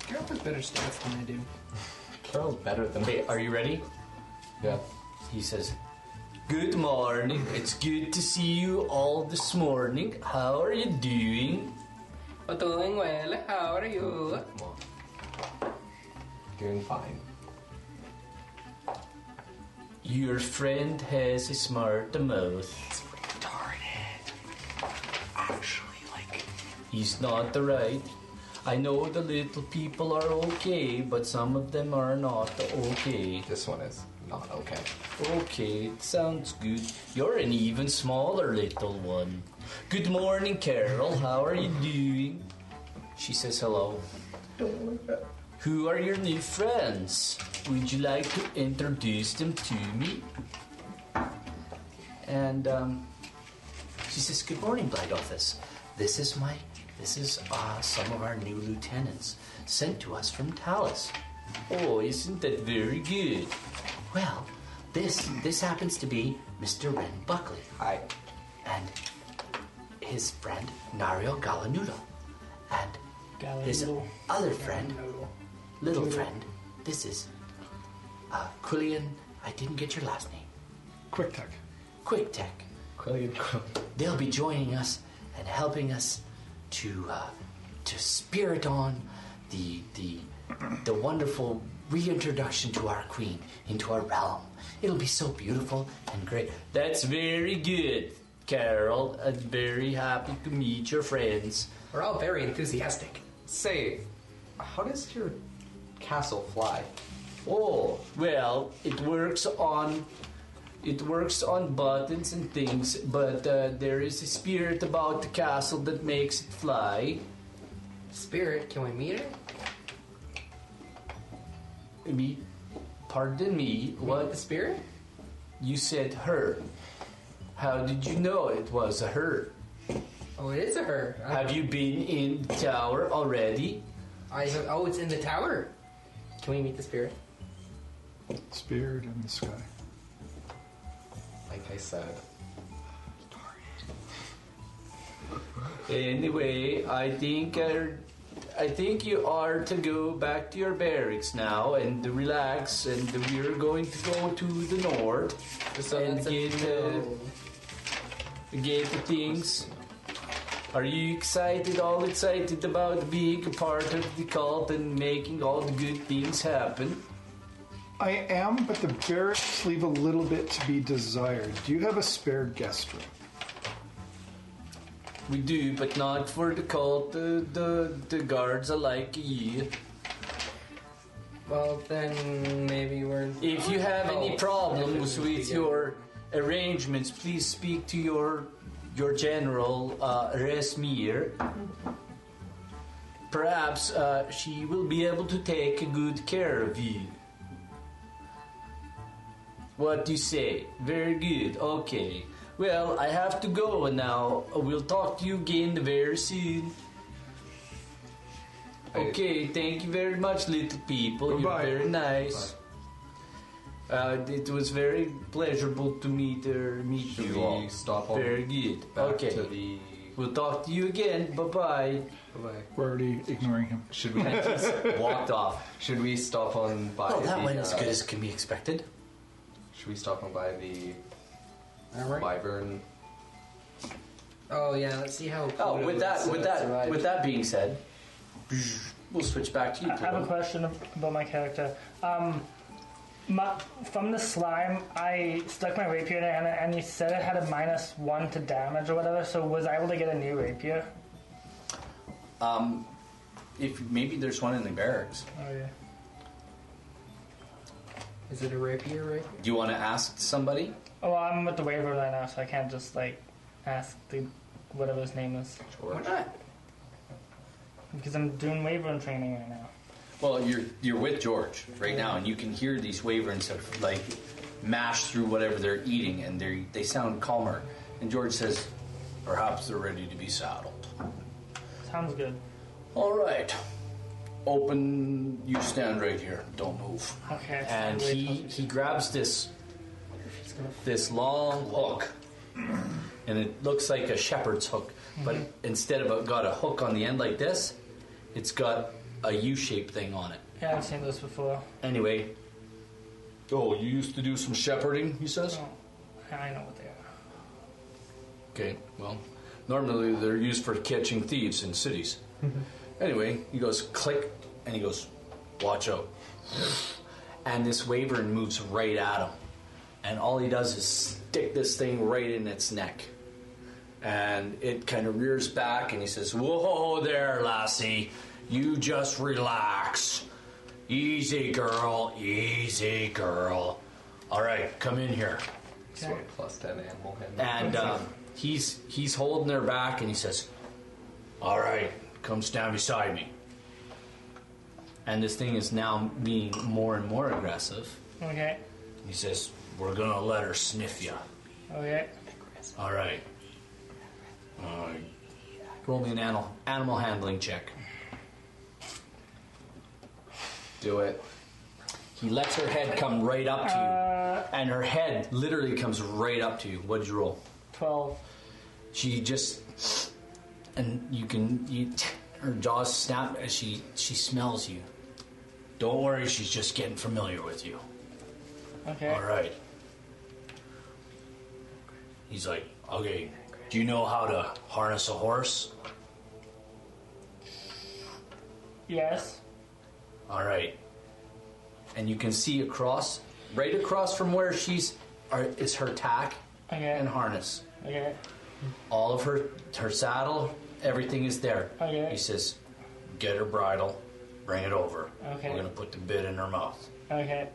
[SPEAKER 4] Carol has better stats than I do.
[SPEAKER 1] Carol's better than
[SPEAKER 2] "Hey, are you ready?"
[SPEAKER 1] Yeah.
[SPEAKER 2] He says, "Good morning. It's good to see you all this morning. How are you doing?"
[SPEAKER 4] But doing well. How are you?
[SPEAKER 1] Come on. Doing fine.
[SPEAKER 2] Your friend has a smart mouth.
[SPEAKER 1] Actually, like.
[SPEAKER 2] He's not the right. I know the little people are okay, but some of them are not okay.
[SPEAKER 1] This one is not okay.
[SPEAKER 2] Okay, it sounds good. You're an even smaller little one. Good morning, Carol. How are you doing? She says hello. Who are your new friends? Would you like to introduce them to me? And um, she says, "Good morning, Black Office. This is my, this is uh, some of our new lieutenants sent to us from Talus. Oh, isn't that very good? Well, this this happens to be Mr. Ren Buckley.
[SPEAKER 1] Hi.
[SPEAKER 2] and his friend Nario Galanoodle, and his
[SPEAKER 6] Galanoodle.
[SPEAKER 2] other friend,
[SPEAKER 6] Noodle.
[SPEAKER 2] little friend, this is uh, Quillian. I didn't get your last name.
[SPEAKER 3] Quick tuck.
[SPEAKER 2] Quick Tech.
[SPEAKER 1] Quillian Quill.
[SPEAKER 2] They'll be joining us and helping us to uh, to spirit on the the the wonderful reintroduction to our queen into our realm. It'll be so beautiful and great. That's very good, Carol. I'm very happy to meet your friends.
[SPEAKER 4] We're all very enthusiastic.
[SPEAKER 1] Say, how does your castle fly?
[SPEAKER 2] Oh, well, it works on it works on buttons and things, but uh, there is a spirit about the castle that makes it fly.
[SPEAKER 4] Spirit, can we meet her?
[SPEAKER 2] Me, pardon me.
[SPEAKER 4] The
[SPEAKER 2] What
[SPEAKER 4] spirit?
[SPEAKER 2] you said? Her? How did you know it was a her?
[SPEAKER 4] Oh, it is a her. I-
[SPEAKER 2] Have you been in the tower already?
[SPEAKER 4] I have, oh, it's in the tower. Can we meet the spirit?
[SPEAKER 3] Spirit in the sky.
[SPEAKER 1] Like I said.
[SPEAKER 2] Anyway, I think I, I think you are to go back to your barracks now and relax. And we're going to go to the north and
[SPEAKER 4] that's a-
[SPEAKER 2] get uh, get the things. Are you excited? All excited about being a part of the cult and making all the good things happen?
[SPEAKER 3] I am, but the barracks leave a little bit to be desired. Do you have a spare guest room?
[SPEAKER 2] We do, but not for the cult. The the, the guards are like you.
[SPEAKER 4] Well, then maybe we're.
[SPEAKER 2] If you have
[SPEAKER 4] Oh.
[SPEAKER 2] any problems with
[SPEAKER 4] Yeah.
[SPEAKER 2] your arrangements, please speak to your your general uh, Resmir. Perhaps uh, she will be able to take good care of you. What do you say? Very good. Okay. Well, I have to go now. We'll talk to you again very soon. Okay, thank you very much, little people.
[SPEAKER 3] Goodbye.
[SPEAKER 2] You're very nice. Uh, it was very pleasurable to meet er, meet
[SPEAKER 1] Should
[SPEAKER 2] you
[SPEAKER 1] we
[SPEAKER 2] all.
[SPEAKER 1] stop on
[SPEAKER 2] very good.
[SPEAKER 1] Back
[SPEAKER 2] okay,
[SPEAKER 1] to the.
[SPEAKER 2] we'll talk to you again. Bye bye.
[SPEAKER 4] Bye-bye.
[SPEAKER 3] We're already ignoring him.
[SPEAKER 1] Should we
[SPEAKER 2] Walked off.
[SPEAKER 1] should we stop on by?
[SPEAKER 2] Oh, that
[SPEAKER 1] the,
[SPEAKER 2] went as
[SPEAKER 1] uh,
[SPEAKER 2] good as can be expected.
[SPEAKER 1] Should we stop on by the
[SPEAKER 4] Alright.
[SPEAKER 1] wyvern?
[SPEAKER 4] Oh yeah, let's see how.
[SPEAKER 2] Oh, with that, with that,
[SPEAKER 4] survived.
[SPEAKER 2] with that being said, we'll switch back to you.
[SPEAKER 6] I have a
[SPEAKER 2] Pluto.
[SPEAKER 6] question about my character. Um, my, from the slime, I stuck my rapier in it, and, and you said it had a minus one to damage or whatever. So was I able to get a new rapier?
[SPEAKER 2] Um, if maybe there's one in the barracks.
[SPEAKER 6] Oh yeah.
[SPEAKER 4] Is it a rapier right here?
[SPEAKER 2] Do you want to ask somebody?
[SPEAKER 6] Oh, I'm with the waiver right now, so I can't just like ask the whatever his name is
[SPEAKER 1] Or
[SPEAKER 4] Why not?
[SPEAKER 6] because I'm doing waiver training right now.
[SPEAKER 2] Well, you're you're with George right now, and you can hear these wyverns have like mash through whatever they're eating, and they they sound calmer. And George says, "Perhaps they're ready to be saddled."
[SPEAKER 6] Sounds good.
[SPEAKER 2] All right, open. You stand right here. Don't move.
[SPEAKER 6] Okay.
[SPEAKER 2] And
[SPEAKER 6] so wait
[SPEAKER 2] he
[SPEAKER 6] till-
[SPEAKER 2] he grabs this this long hook, and it looks like a shepherd's hook, but instead of it got a hook on the end like this, it's got a U-shaped thing on it.
[SPEAKER 6] Yeah, I've seen this before.
[SPEAKER 2] Anyway. Oh, you used to do some shepherding, he says?
[SPEAKER 6] Oh, I know what they are.
[SPEAKER 2] Okay, well, normally they're used for catching thieves in cities. anyway, he goes click, and he goes, watch out. and this wyvern moves right at him. And all he does is stick this thing right in its neck. And it kind of rears back, and he says, Whoa there, lassie. You just relax. Easy, girl. Easy, girl. All right, come in here
[SPEAKER 1] this one plus ten animal handling.
[SPEAKER 2] and um, he's he's holding her back, and he says, "All right, come stand beside me." And this thing is now being more and more aggressive.
[SPEAKER 6] Okay.
[SPEAKER 2] He says, "We're gonna let her sniff you."
[SPEAKER 6] Okay.
[SPEAKER 2] All right. All right. Roll me an animal animal handling check.
[SPEAKER 1] Do it.
[SPEAKER 2] He lets her head come right up to you,
[SPEAKER 6] Uh,
[SPEAKER 2] and her head literally comes right up to you. What'd you roll?
[SPEAKER 6] twelve.
[SPEAKER 2] She just and you can you, her jaws snap as she she smells you. Don't worry, she's just getting familiar with you.
[SPEAKER 6] Okay.
[SPEAKER 2] All right. He's like, okay, do you know how to harness a horse?
[SPEAKER 6] Yes.
[SPEAKER 2] All right. And you can see across, right across from where she's, are, is her tack
[SPEAKER 6] Okay.
[SPEAKER 2] and harness.
[SPEAKER 6] Okay.
[SPEAKER 2] All of her, her saddle, everything is there.
[SPEAKER 6] Okay.
[SPEAKER 2] He says, get her bridle, bring it over.
[SPEAKER 6] Okay.
[SPEAKER 2] We're gonna put the bit in her mouth.
[SPEAKER 6] Okay.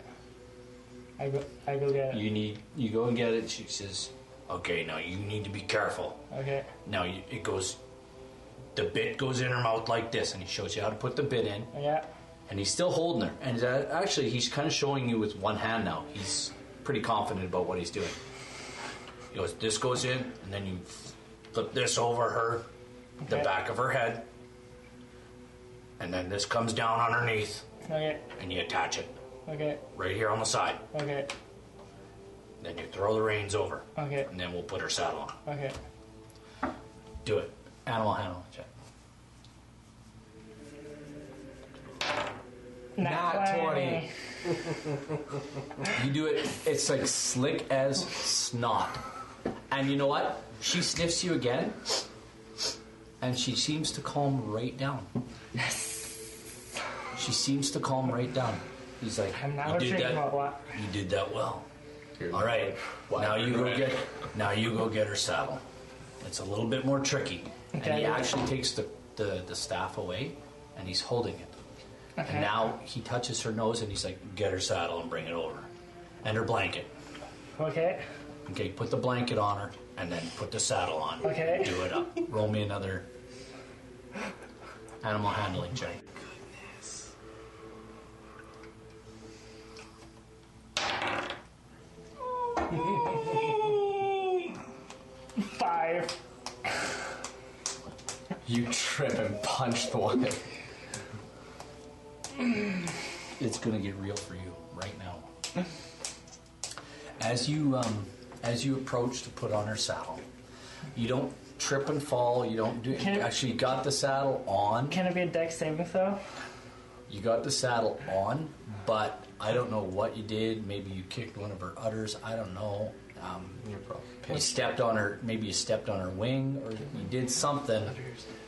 [SPEAKER 6] I go. I go get it.
[SPEAKER 2] You need, you go and get it. She says, okay, now you need to be careful.
[SPEAKER 6] Okay.
[SPEAKER 2] Now you- it goes, the bit goes in her mouth like this, and he shows you how to put the bit in,
[SPEAKER 6] Yeah.
[SPEAKER 2] and he's still holding her. And uh, actually, he's kind of showing you with one hand now. He's pretty confident about what he's doing. He goes, this goes in, and then you flip this over her, the
[SPEAKER 6] Okay.
[SPEAKER 2] back of her head, and then this comes down underneath,
[SPEAKER 6] Okay.
[SPEAKER 2] and you attach it
[SPEAKER 6] Okay.
[SPEAKER 2] right here on the side.
[SPEAKER 6] Okay.
[SPEAKER 2] Then you throw the reins over,
[SPEAKER 6] Okay.
[SPEAKER 2] and then we'll put her saddle on.
[SPEAKER 6] Okay.
[SPEAKER 2] Do it. Animal handle check. Not 20. You do it. It's like slick as snot. And you know what? She sniffs you again, and she seems to calm right down. She seems to calm right down. He's like,
[SPEAKER 6] I'm not a
[SPEAKER 2] you did
[SPEAKER 6] drink
[SPEAKER 2] that.
[SPEAKER 6] about what.
[SPEAKER 2] You did that well.
[SPEAKER 1] Here,
[SPEAKER 2] All right. Now you go get. Now you go get her saddle. It's a little bit more tricky. And
[SPEAKER 6] Okay.
[SPEAKER 2] he actually takes the, the, the staff away, and he's holding it.
[SPEAKER 6] Okay.
[SPEAKER 2] And now he touches her nose, and he's like, "Get her saddle and bring it over, and her blanket."
[SPEAKER 6] Okay.
[SPEAKER 2] Okay, put the blanket on her, and then put the saddle on.
[SPEAKER 6] Okay.
[SPEAKER 2] Do it up. Roll me another animal handling check.
[SPEAKER 6] Five.
[SPEAKER 1] You trip and punch the one.
[SPEAKER 2] It's gonna get real for you right now. As you um, as you approach to put on her saddle, you don't trip and fall. You don't do.
[SPEAKER 6] Can-
[SPEAKER 2] actually, you got the saddle on.
[SPEAKER 6] Can it be a deck saving throw?
[SPEAKER 2] You got the saddle on, but I don't know what you did. Maybe you kicked one of her udders. I don't know. Um,
[SPEAKER 1] You're probably
[SPEAKER 2] you
[SPEAKER 1] pinched.
[SPEAKER 2] stepped on her. Maybe you stepped on her wing, or you did something.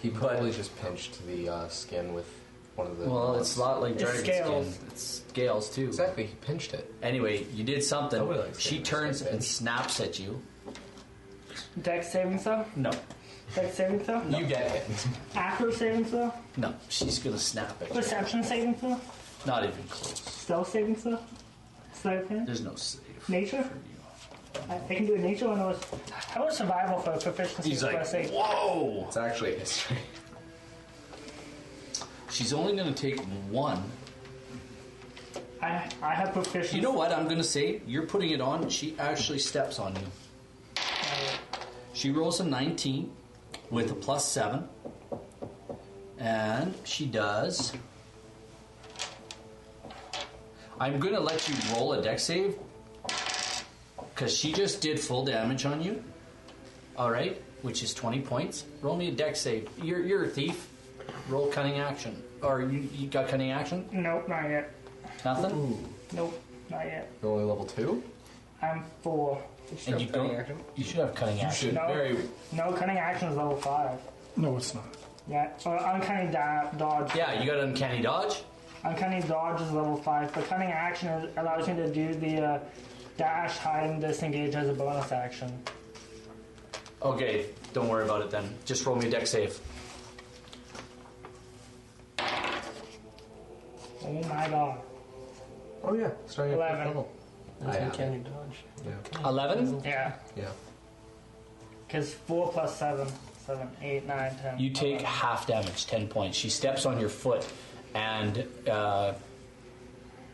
[SPEAKER 1] He probably just pinched the uh, skin with one of the.
[SPEAKER 2] Well, it's a lot like
[SPEAKER 6] It's
[SPEAKER 2] dragon
[SPEAKER 6] scales.
[SPEAKER 2] skin. It's scales too.
[SPEAKER 1] Exactly, he pinched it.
[SPEAKER 2] Anyway, you did something.
[SPEAKER 1] I would like to
[SPEAKER 2] she
[SPEAKER 1] say
[SPEAKER 2] turns
[SPEAKER 1] myself,
[SPEAKER 2] and
[SPEAKER 1] bitch.
[SPEAKER 2] snaps at you.
[SPEAKER 6] Deck saving throw?
[SPEAKER 2] No,
[SPEAKER 6] Deck saving throw?
[SPEAKER 1] You get it.
[SPEAKER 6] Acro saving throw?
[SPEAKER 2] no, she's gonna snap at you.
[SPEAKER 6] Perception saving throw?
[SPEAKER 2] Not even close.
[SPEAKER 6] Stealth saving throw? Sleight of hand?
[SPEAKER 2] There's no save.
[SPEAKER 6] Nature?
[SPEAKER 2] for you.
[SPEAKER 6] I, I can do a nature one. I was, I was survival for a proficiency
[SPEAKER 2] He's like,
[SPEAKER 6] plus eight.
[SPEAKER 2] whoa!
[SPEAKER 1] It's actually history.
[SPEAKER 2] She's only gonna take one.
[SPEAKER 6] I, I have proficiency.
[SPEAKER 2] You know what I'm gonna say? You're putting it on. She actually steps on you. She rolls a 19 with a plus 7. And she does. I'm going to let you roll a deck save. Because she just did full damage on you. Alright, which is 20 points. Roll me a deck save. You're, you're a thief. Roll cunning action. Or you, you got cunning action?
[SPEAKER 6] Nope, not yet.
[SPEAKER 2] Nothing?
[SPEAKER 6] Nope, not yet.
[SPEAKER 1] You're only level two?
[SPEAKER 6] I'm four.
[SPEAKER 2] And you don't. You should have cunning action.
[SPEAKER 1] Should
[SPEAKER 6] No.
[SPEAKER 1] very.
[SPEAKER 6] No, cunning action is level five.
[SPEAKER 3] No, it's not.
[SPEAKER 6] Yeah, or uncanny da- dodge.
[SPEAKER 2] Yeah, you got uncanny dodge.
[SPEAKER 6] Uncanny dodge is level five, but cunning action is- allows me to do the uh, dash, hide, and disengage as a bonus action.
[SPEAKER 2] Okay, don't worry about it then. Just roll me a deck save.
[SPEAKER 6] Oh my god.
[SPEAKER 1] Oh, yeah, starting at fifth
[SPEAKER 6] Eleven.
[SPEAKER 1] level. I have it.
[SPEAKER 4] uncanny dodge.
[SPEAKER 1] Yeah.
[SPEAKER 2] 11?
[SPEAKER 6] Yeah,
[SPEAKER 1] yeah.
[SPEAKER 6] because four plus seven, seven, eight, nine, ten.
[SPEAKER 2] You take
[SPEAKER 6] 11.
[SPEAKER 2] half damage, 10 points. She steps on your foot, and uh,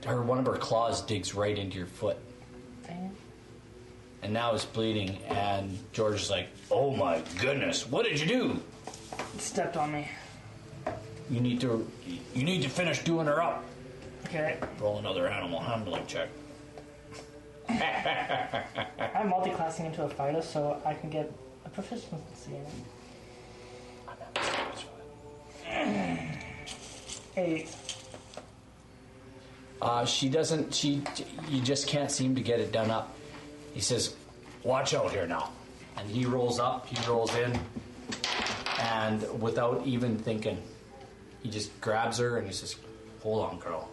[SPEAKER 2] her one of her claws digs right into your foot.
[SPEAKER 6] Dang it.
[SPEAKER 2] And now it's bleeding, and George is like, Oh my goodness, what did you do?
[SPEAKER 6] It Stepped on me.
[SPEAKER 2] You need to you need to finish doing her up.
[SPEAKER 6] Okay,
[SPEAKER 2] Roll another animal handling check.
[SPEAKER 6] I'm multi-classing into a fighter, so I can get a proficiency in it. Eight.
[SPEAKER 2] Uh, she doesn't. She. You just can't seem to get it done up. He says, "Watch out here now," and he rolls up. He rolls in, and without even thinking, he just grabs her and he says, "Hold on, girl,"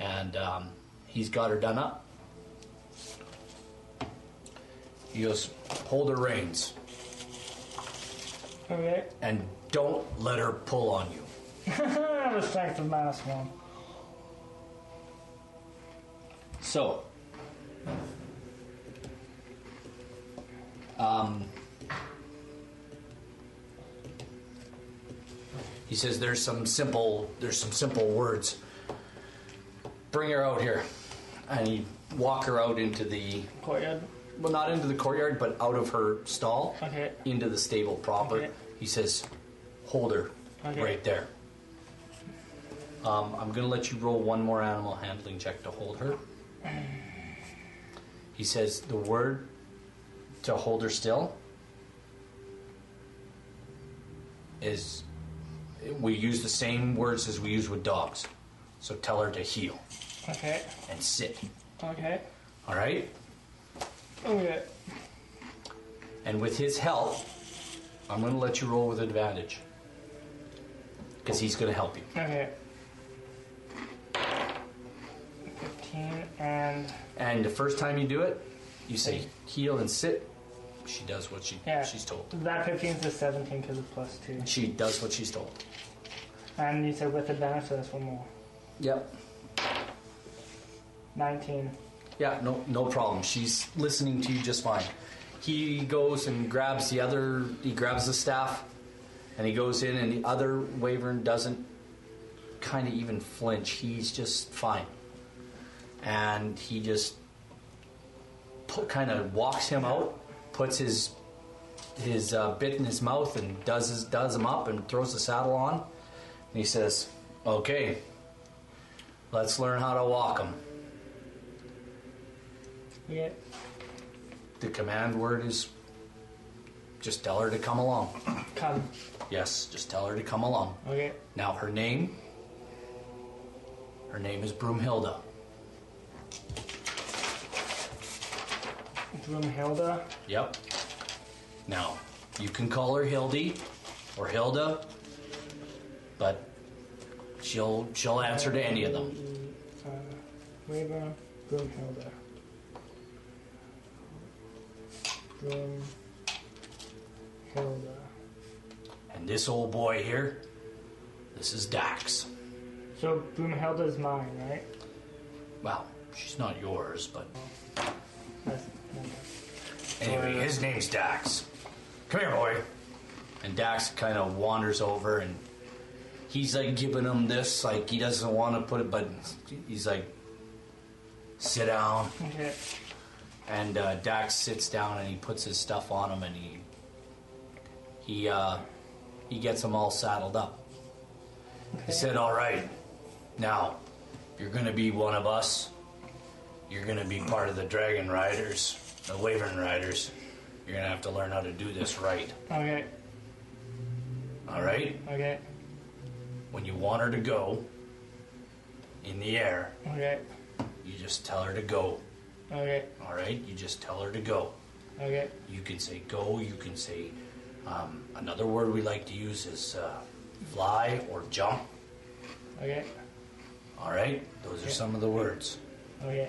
[SPEAKER 2] and um, he's got her done up. He goes, "Hold her reins
[SPEAKER 6] All right.
[SPEAKER 2] and don't let her pull on you."
[SPEAKER 6] Respect Ah, of minus one.
[SPEAKER 2] So, um, he says there's some simple there's some simple words. Bring her out here, and he walk her out into the
[SPEAKER 6] Courtyard.
[SPEAKER 2] well, not into the courtyard, but out of her stall
[SPEAKER 6] Okay.
[SPEAKER 2] into the stable proper.
[SPEAKER 6] Okay.
[SPEAKER 2] He says, "Hold her
[SPEAKER 6] Okay.
[SPEAKER 2] right there." Um, I'm gonna let you roll one more animal handling check to hold her. He says the word to hold her still is we use the same words as we use with dogs. So tell her to heel
[SPEAKER 6] Okay.
[SPEAKER 2] and sit.
[SPEAKER 6] Okay.
[SPEAKER 2] All right.
[SPEAKER 6] Okay.
[SPEAKER 2] And with his help, I'm going to let you roll with advantage. Because he's going to help you.
[SPEAKER 6] Okay. Fifteen and
[SPEAKER 2] And the first time you do it, you say heel and sit. She does what she
[SPEAKER 6] Yeah.
[SPEAKER 2] she's told.
[SPEAKER 6] that fifteen is a seventeen because of plus two.
[SPEAKER 2] She does what she's told.
[SPEAKER 6] And you said with advantage, so that's one more.
[SPEAKER 2] Yep.
[SPEAKER 6] Nineteen.
[SPEAKER 2] Yeah, no no problem. She's listening to you just fine. He goes and grabs the other he grabs the staff and he goes in and the other Wavern doesn't kind of even flinch. He's just fine. And he just put, kind of walks him out, puts his his uh, bit in his mouth and does his, does him up and throws the saddle on. And he says, "Okay, let's learn how to walk him."
[SPEAKER 6] Yeah.
[SPEAKER 2] The command word is just tell her to come along.
[SPEAKER 6] Come.
[SPEAKER 2] Yes, just tell her to come along.
[SPEAKER 6] Okay.
[SPEAKER 2] Now her name her name is Broomhilda.
[SPEAKER 6] Brumhilda.
[SPEAKER 2] Yep. Now, you can call her Hildy or Hilda, but she'll she'll answer to any of them.
[SPEAKER 6] Uh, Weber. Brumhilda. Brumhilda.
[SPEAKER 2] And this old boy here, this is Dax.
[SPEAKER 6] So Brumhilda's mine, right?
[SPEAKER 2] Well, she's not yours, but
[SPEAKER 6] That's,
[SPEAKER 2] Anyway,
[SPEAKER 6] Or-
[SPEAKER 2] his name's Dax. Come here, boy. And Dax kind of wanders over and he's like giving him this, like he doesn't want to put it, but he's like, sit down.
[SPEAKER 6] okay.
[SPEAKER 2] And uh, Dax sits down and he puts his stuff on him and he he uh, he gets them all saddled up. He said, "All right, now you're gonna be one of us. You're gonna be part of the Dragon Riders, the Wavern Riders. You're gonna have to learn how to do this right.
[SPEAKER 6] Okay.
[SPEAKER 2] All right.
[SPEAKER 6] Okay.
[SPEAKER 2] When you want her to go in the air,
[SPEAKER 6] Okay.
[SPEAKER 2] you just tell her to go.
[SPEAKER 6] Okay.
[SPEAKER 2] All right. You just tell her to go.
[SPEAKER 6] Okay.
[SPEAKER 2] You can say go. You can say um, another word we like to use is uh, fly or jump.
[SPEAKER 6] Okay.
[SPEAKER 2] All right. Those are some of the words.
[SPEAKER 6] Okay.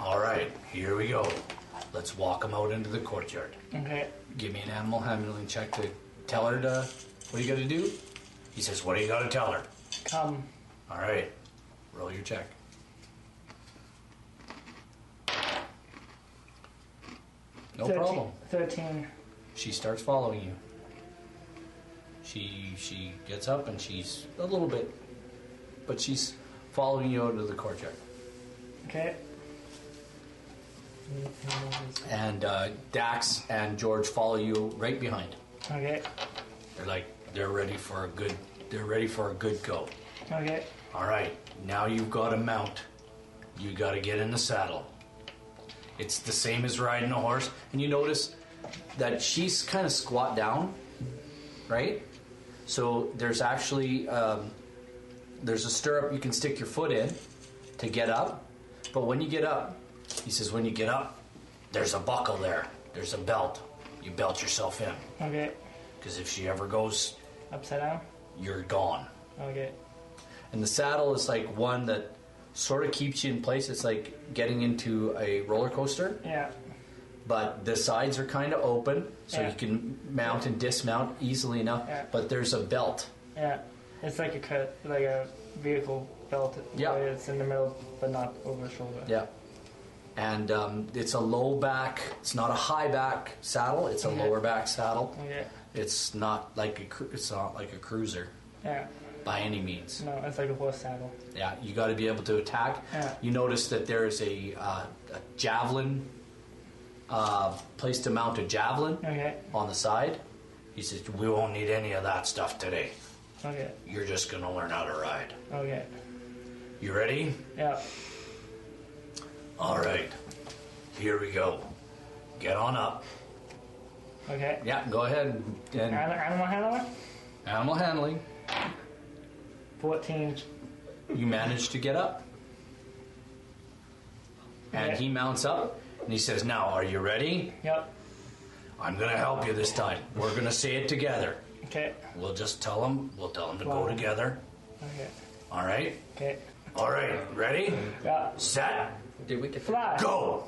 [SPEAKER 2] All right. Here we go. Let's walk them out into the courtyard.
[SPEAKER 6] Okay.
[SPEAKER 2] Give me an animal handling check to tell her to. What do you got to do? He says, "What do you got to tell her?"
[SPEAKER 6] Come.
[SPEAKER 2] All right. Roll your check. No
[SPEAKER 6] 13
[SPEAKER 2] problem.
[SPEAKER 6] Thirteen.
[SPEAKER 2] She starts following you. She she gets up and she's a little bit, but she's following you out into the courtyard.
[SPEAKER 6] Okay.
[SPEAKER 2] And uh, Dax and George follow you right behind.
[SPEAKER 6] Okay.
[SPEAKER 2] They're like they're ready for a good they're ready for a good go.
[SPEAKER 6] Okay.
[SPEAKER 2] All right, now you've got to mount. You got to get in the saddle. It's the same as riding a horse. And you notice that she's kind of squat down, right? So there's actually um, there's a stirrup you can stick your foot in to get up. But when you get up, he says, when you get up, there's a buckle there. There's a belt. You belt yourself in.
[SPEAKER 6] Okay.
[SPEAKER 2] Because if she ever goes,
[SPEAKER 6] Upside down.
[SPEAKER 2] you're gone.
[SPEAKER 6] Okay.
[SPEAKER 2] And the saddle is like one that sort of keeps you in place. It's like getting into a roller coaster,
[SPEAKER 6] Yeah.
[SPEAKER 2] but the sides are kind of open, so
[SPEAKER 6] Yeah.
[SPEAKER 2] you can mount and dismount easily enough.
[SPEAKER 6] Yeah.
[SPEAKER 2] But there's a belt.
[SPEAKER 6] Yeah. It's like a cut, like a vehicle belt.
[SPEAKER 2] Yeah.
[SPEAKER 6] where It's in the middle, but not over the shoulder.
[SPEAKER 2] Yeah. And um, it's a low back, it's not a high back saddle, it's a
[SPEAKER 6] Okay.
[SPEAKER 2] lower back saddle.
[SPEAKER 6] Okay.
[SPEAKER 2] It's not like a cru- it's not like a cruiser
[SPEAKER 6] Yeah.
[SPEAKER 2] by any means.
[SPEAKER 6] No, it's like a horse saddle.
[SPEAKER 2] Yeah, you got to be able to attack.
[SPEAKER 6] Yeah.
[SPEAKER 2] You notice that there is a, uh, a javelin uh, place to mount a javelin
[SPEAKER 6] Okay.
[SPEAKER 2] on the side. He says, "We won't need any of that stuff today.
[SPEAKER 6] Okay.
[SPEAKER 2] You're just gonna learn how to ride.
[SPEAKER 6] Okay.
[SPEAKER 2] You ready?
[SPEAKER 6] Yeah.
[SPEAKER 2] All right. Here we go. Get on up.
[SPEAKER 6] Okay.
[SPEAKER 2] Yeah, go ahead and
[SPEAKER 6] Ani- Animal handler.
[SPEAKER 2] animal handling.
[SPEAKER 6] Fourteen.
[SPEAKER 2] You manage to get up, and
[SPEAKER 6] Okay.
[SPEAKER 2] he mounts up, and he says, "Now, are you ready?
[SPEAKER 6] Yep.
[SPEAKER 2] I'm gonna help you this time. We're gonna say it together.
[SPEAKER 6] Okay.
[SPEAKER 2] We'll just tell him. We'll tell him to go
[SPEAKER 6] Wow.
[SPEAKER 2] together.
[SPEAKER 6] Okay.
[SPEAKER 2] All right.
[SPEAKER 6] Okay.
[SPEAKER 2] All right. Ready?
[SPEAKER 6] Yeah.
[SPEAKER 2] Set."
[SPEAKER 4] Did we get
[SPEAKER 6] Fly.
[SPEAKER 4] that?
[SPEAKER 2] Go!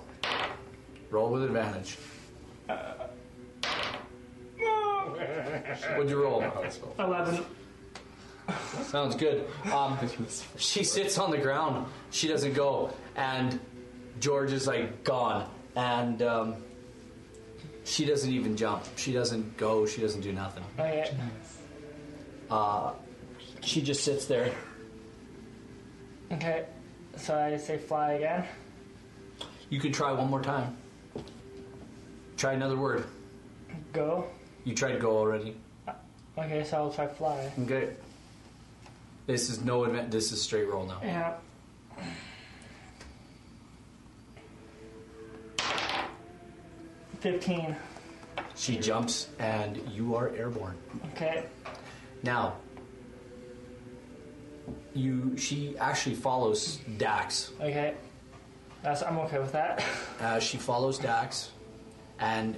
[SPEAKER 2] Roll with advantage. What'd you roll?
[SPEAKER 6] Eleven.
[SPEAKER 2] Sounds good. Um, she sits on the ground. She doesn't go. And George is like gone. And um, she doesn't even jump. She doesn't go. She doesn't do nothing.
[SPEAKER 6] Okay.
[SPEAKER 2] She just sits there.
[SPEAKER 6] Okay. So I say fly again.
[SPEAKER 2] You can try one more time. Try another word.
[SPEAKER 6] Go.
[SPEAKER 2] You tried go already.
[SPEAKER 6] Okay. So I'll try fly.
[SPEAKER 2] Okay. This is no advent. This is straight roll now.
[SPEAKER 6] Yeah. Fifteen.
[SPEAKER 2] She jumps, and you are airborne.
[SPEAKER 6] Okay.
[SPEAKER 2] Now, you she actually follows Dax.
[SPEAKER 6] Okay. That's I'm okay with that.
[SPEAKER 2] Uh, she follows Dax, and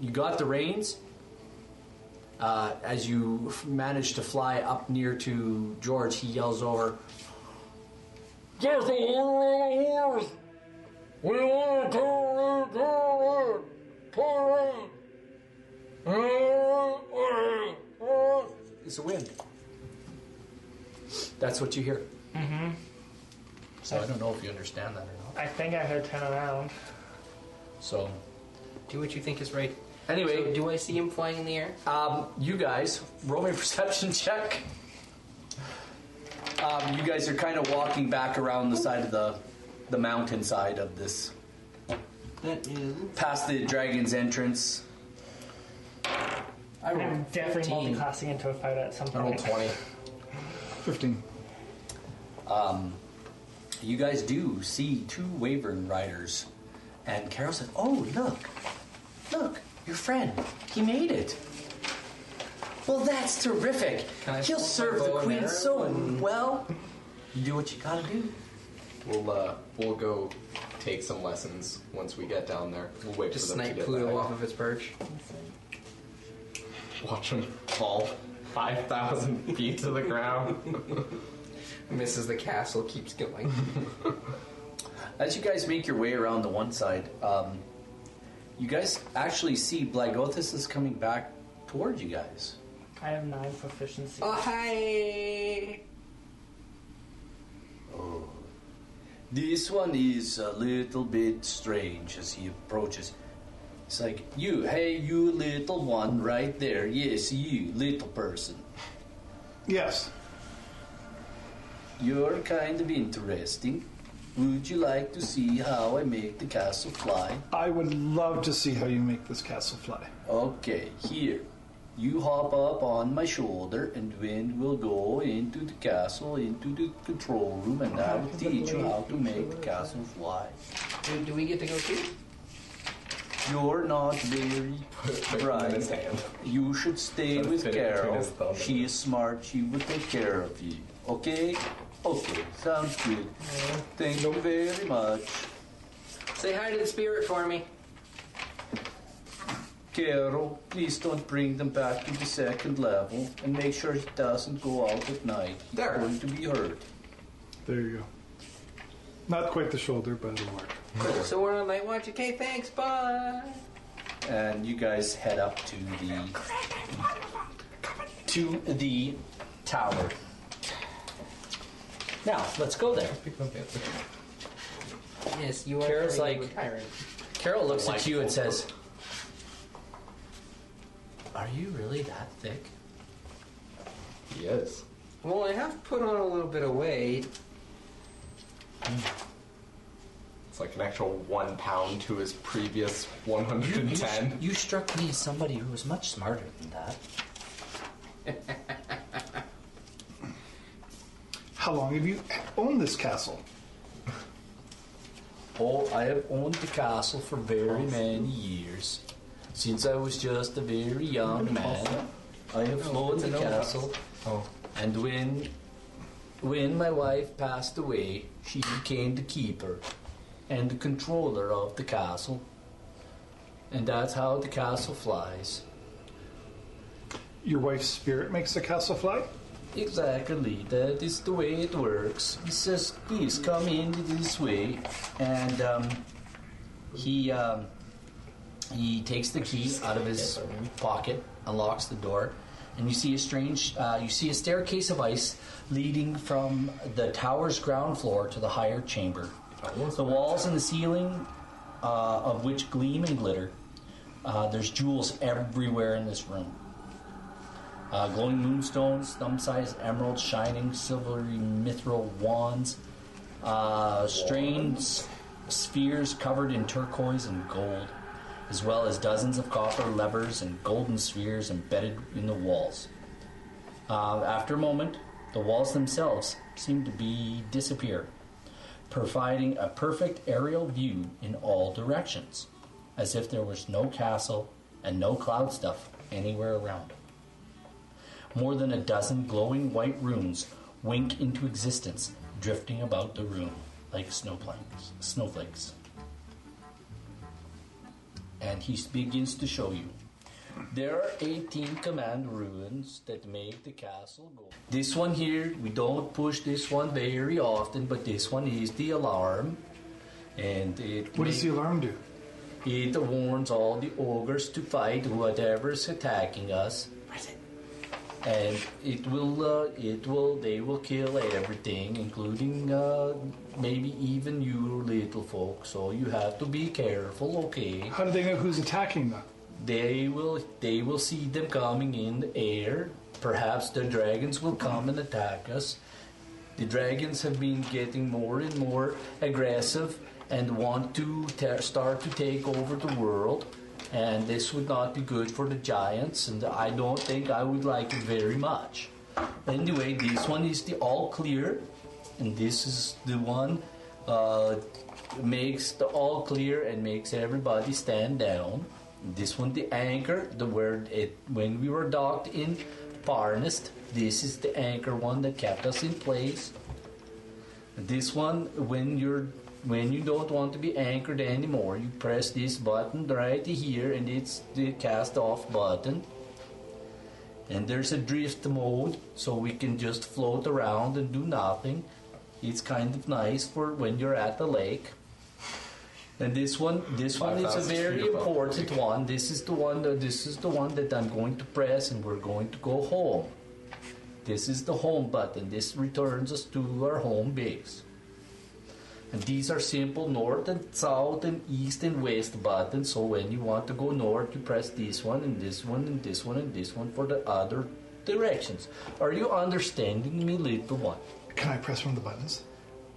[SPEAKER 2] you got the reins. Uh, as you f- manage to fly up near to George, he yells over, "There's a yellow horse. We want to turn it, turn it, turn it." It's a wind. That's what you hear. Mm-hmm. So I don't know if you understand that or not.
[SPEAKER 6] I think I heard turn around.
[SPEAKER 2] So
[SPEAKER 4] Do what you think is right.
[SPEAKER 2] anyway,
[SPEAKER 4] So do I see him flying in the air?
[SPEAKER 2] Um, you guys, roll me a perception check. Um, you guys are kind of walking back around the side of the the mountainside of this,
[SPEAKER 4] That is.
[SPEAKER 2] past the dragon's entrance.
[SPEAKER 4] I
[SPEAKER 6] I'm
[SPEAKER 4] rolled
[SPEAKER 6] definitely
[SPEAKER 4] 15.
[SPEAKER 6] multi-classing into a fight at some
[SPEAKER 1] I rolled
[SPEAKER 6] point.
[SPEAKER 1] 20.
[SPEAKER 3] 15.
[SPEAKER 2] You guys do see two Wavern riders, and Carol said, "Oh, look, look, your friend, he made it." Well, that's terrific.
[SPEAKER 4] Can I
[SPEAKER 2] He'll
[SPEAKER 4] pull my
[SPEAKER 2] serve the
[SPEAKER 4] bow and
[SPEAKER 2] queen
[SPEAKER 4] arrow
[SPEAKER 2] so
[SPEAKER 4] and-
[SPEAKER 2] well. You do what you gotta do.
[SPEAKER 1] We'll, uh, we'll go take some lessons once we get down there. We'll wait
[SPEAKER 4] Just
[SPEAKER 1] for them to
[SPEAKER 4] snipe
[SPEAKER 1] get
[SPEAKER 4] Pluto
[SPEAKER 1] back.
[SPEAKER 4] off of its perch.
[SPEAKER 1] Watch him fall 5,000 feet to the ground.
[SPEAKER 4] Misses the castle, keeps going.
[SPEAKER 2] As you guys make your way around the one side, um, you guys actually see Blagothis is coming back toward you guys.
[SPEAKER 6] I have nine proficiency.
[SPEAKER 4] oh, hi!
[SPEAKER 2] This one is a little bit strange as he approaches. It's like, you, hey, you little one right there. Yes, you, little person.
[SPEAKER 3] Yes.
[SPEAKER 2] You're kind of interesting. Would you like to see how I make the castle fly?
[SPEAKER 3] I would love to see how you make this castle fly.
[SPEAKER 2] Okay, here. You hop up on my shoulder, and Wind will go into the castle, into the control room, and I will teach you how to make the castle fly.
[SPEAKER 4] Do, do we get to go too?
[SPEAKER 5] You're not very
[SPEAKER 1] in his
[SPEAKER 5] bright.
[SPEAKER 1] hand.
[SPEAKER 5] You should stay
[SPEAKER 1] Trying to
[SPEAKER 5] with
[SPEAKER 1] fit it between
[SPEAKER 5] Carol.
[SPEAKER 1] his thumb and-
[SPEAKER 5] She is smart. She will take care of you. Okay? Okay. Sounds good. Thank you very much.
[SPEAKER 4] Say hi to the spirit for me.
[SPEAKER 5] Carol, please don't bring them back to the second level and make sure he doesn't go out at night. He's
[SPEAKER 1] There.
[SPEAKER 5] going to be hurt.
[SPEAKER 3] There you go. Not quite the shoulder, but a large.
[SPEAKER 4] So we're on night watch. Okay, thanks. Bye.
[SPEAKER 5] And you guys head up to the
[SPEAKER 2] to the tower. Now, let's go there.
[SPEAKER 4] Yes, you are.
[SPEAKER 2] Kara's
[SPEAKER 4] turning
[SPEAKER 2] like-
[SPEAKER 4] into a tyrant.
[SPEAKER 2] Carol looks at you and says, Are you really that thick?
[SPEAKER 1] Yes.
[SPEAKER 4] Well, I have put on a little bit of weight.
[SPEAKER 1] It's like an actual one pound to his previous
[SPEAKER 2] You, you,
[SPEAKER 1] 110.
[SPEAKER 2] you struck me as somebody who was much smarter than that.
[SPEAKER 3] How long have you owned this castle?
[SPEAKER 2] Oh, I have owned the castle for very many years. Since I was just a very young man, I have owned the castle. And when, when my wife passed away, she became the keeper and the controller of the castle. And that's how the castle flies.
[SPEAKER 3] Your wife's spirit makes the castle fly?
[SPEAKER 2] Exactly, that is the way it works. He says, please come in this way. And um, he um, he takes the key out of his pocket, unlocks the door, and you see a strange, uh, you see a staircase of ice leading from the tower's ground floor to the higher chamber. The walls and the ceiling, uh, of which gleam and glitter, uh, there's jewels everywhere in this room. Uh, glowing moonstones, thumb-sized emeralds, shining silvery mithril wands, uh, strange s- spheres covered in turquoise and gold, as well as dozens of copper levers and golden spheres embedded in the walls. Uh, after a moment, the walls themselves seem to be disappear, providing a perfect aerial view in all directions, as if there was no castle and no cloud stuff anywhere around. More than a dozen glowing white runes wink into existence, drifting about the room like snowflakes. Snowflakes. And he begins to show you. There are 18 command runes that make the castle go. This one here, we don't push this one very often, but this one is the alarm. And it
[SPEAKER 3] What does
[SPEAKER 2] make-
[SPEAKER 3] the alarm do?
[SPEAKER 2] it warns all the ogres to fight whatever's attacking us. And it will, uh, it will, they will kill everything, including uh, maybe even you little folk. So you have to be careful, okay?
[SPEAKER 3] How do they know who's attacking them?
[SPEAKER 2] They will, they will see them coming in the air. Perhaps the dragons will come and attack us. The dragons have been getting more and more aggressive and want to ta start to take over the world. And this would not be good for the giants, and I don't think I would like it very much. Anyway, this one is the all clear, and this is the one uh, makes the all clear and makes everybody stand down. This one, the anchor, the word it when we were docked in Barnest. This is the anchor one that kept us in place. This one, when you're when you don't want to be anchored anymore, you press this button right here, and it's the cast off button. And there's a drift mode, so we can just float around and do nothing. It's kind of nice for when you're at the lake. And this one, this one is a
[SPEAKER 1] 5,000 feet
[SPEAKER 2] very
[SPEAKER 1] above the
[SPEAKER 2] important
[SPEAKER 1] lake.
[SPEAKER 2] one. This is the one. That, this is the one that I'm going to press, and we're going to go home. This is the home button. This returns us to our home base. And these are simple north and south and east and west buttons. So when you want to go north, you press this one and this one and this one and this one for the other directions. Are you understanding me, little one?
[SPEAKER 3] Can I press one of the buttons?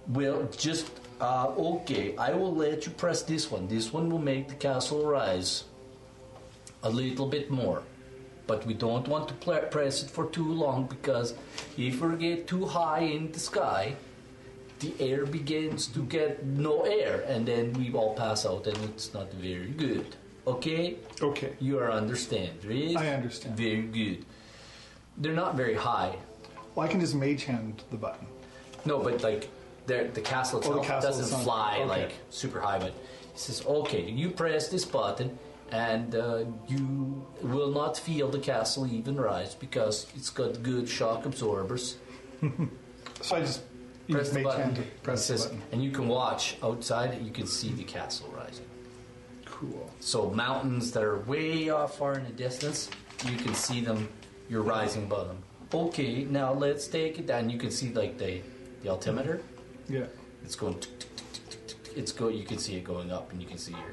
[SPEAKER 2] Well, just uh, okay. I will let you press this one. This one will make the castle rise a little bit more, but we don't want to pl- press it for too long because if we get too high in the sky, the air begins to get no air, and then we all pass out, and it's not very good. Okay,
[SPEAKER 3] Okay.
[SPEAKER 2] you are understand, right?
[SPEAKER 3] I understand.
[SPEAKER 2] Very good. They're not very high.
[SPEAKER 3] Well, I can just mage hand the button.
[SPEAKER 2] No, but like they're- the castle
[SPEAKER 3] Oh, the
[SPEAKER 2] itself
[SPEAKER 3] castle
[SPEAKER 2] doesn't
[SPEAKER 3] itself.
[SPEAKER 2] fly
[SPEAKER 3] Okay.
[SPEAKER 2] like super high. But he says, okay, you press this button, and uh, you will not feel the castle even rise because it's got good shock absorbers.
[SPEAKER 3] So I just you
[SPEAKER 2] Press
[SPEAKER 3] just
[SPEAKER 2] the
[SPEAKER 3] mage
[SPEAKER 2] button.
[SPEAKER 3] hand. Press
[SPEAKER 2] It
[SPEAKER 3] the
[SPEAKER 2] says-
[SPEAKER 3] button.
[SPEAKER 2] and you can watch outside. You can see the castle rising.
[SPEAKER 3] Cool.
[SPEAKER 2] So mountains that are way off far in the distance, you can see them. You're rising above them. Okay, now let's take it down. You can see like the the altimeter.
[SPEAKER 3] Yeah.
[SPEAKER 2] It's going. tick, tick, tick, tick, tick, tick, tick. It's go. You can see it going up, and you can see your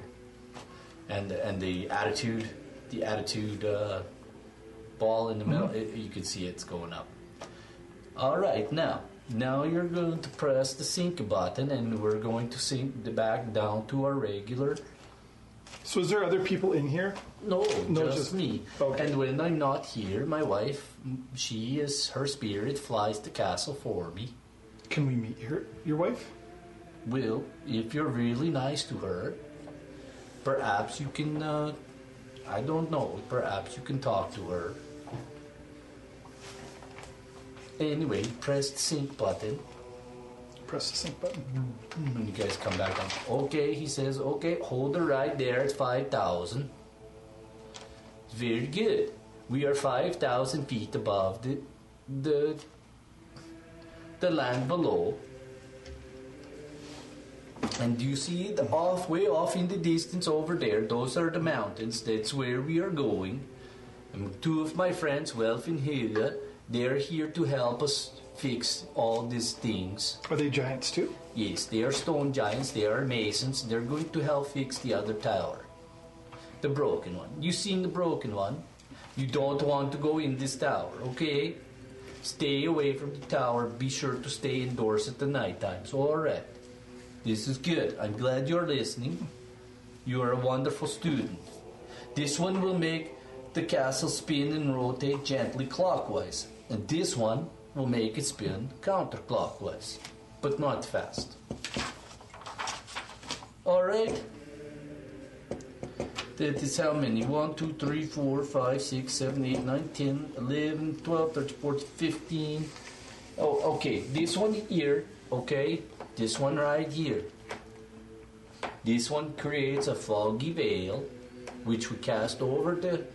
[SPEAKER 2] and and the attitude, the attitude uh, ball in the
[SPEAKER 3] Mm-hmm.
[SPEAKER 2] middle. It, you can see it's going up. All right, now now you're going to press the sink button, and we're going to sink the back down to our regular
[SPEAKER 3] So is there other people in here?
[SPEAKER 2] no,
[SPEAKER 3] No,
[SPEAKER 2] just,
[SPEAKER 3] just-
[SPEAKER 2] me.
[SPEAKER 3] okay.
[SPEAKER 2] And when I'm not here, my wife, m- she is her spirit flies the castle for me.
[SPEAKER 3] Can we meet your your wife?
[SPEAKER 2] Will, if you're really nice to her, perhaps you can. Uh, I don't know. Perhaps you can talk to her. Anyway, press the sync button
[SPEAKER 3] Press the sync button.
[SPEAKER 2] when you guys come back. On. Okay, he says. Okay, hold her right there at five thousand. Very good. We are five thousand feet above the the the land below. And you see it off way off in the distance over there. Those are the mountains. That's where we are going. And two of my friends, Welf and Hilda, they're here to help us fix all these things.
[SPEAKER 3] Are they giants too?
[SPEAKER 2] Yes, they are stone giants, they are masons, they're going to help fix the other tower. The broken one. You seen the broken one? You don't want to go in this tower, okay? Stay away from the tower, be sure to stay indoors at the night times. Alright. This is good. I'm glad you're listening. You are a wonderful student. This one will make the castle spin and rotate gently clockwise, and this one will make it spin counterclockwise, but not fast. All right. That is how many? 1, 2, 3, 4, 5, 6, 7, 8, 9, 10, 11, 12, 13, 14, 15. Oh, okay. This one here, okay? This one right here. This one creates a foggy veil, which we cast over the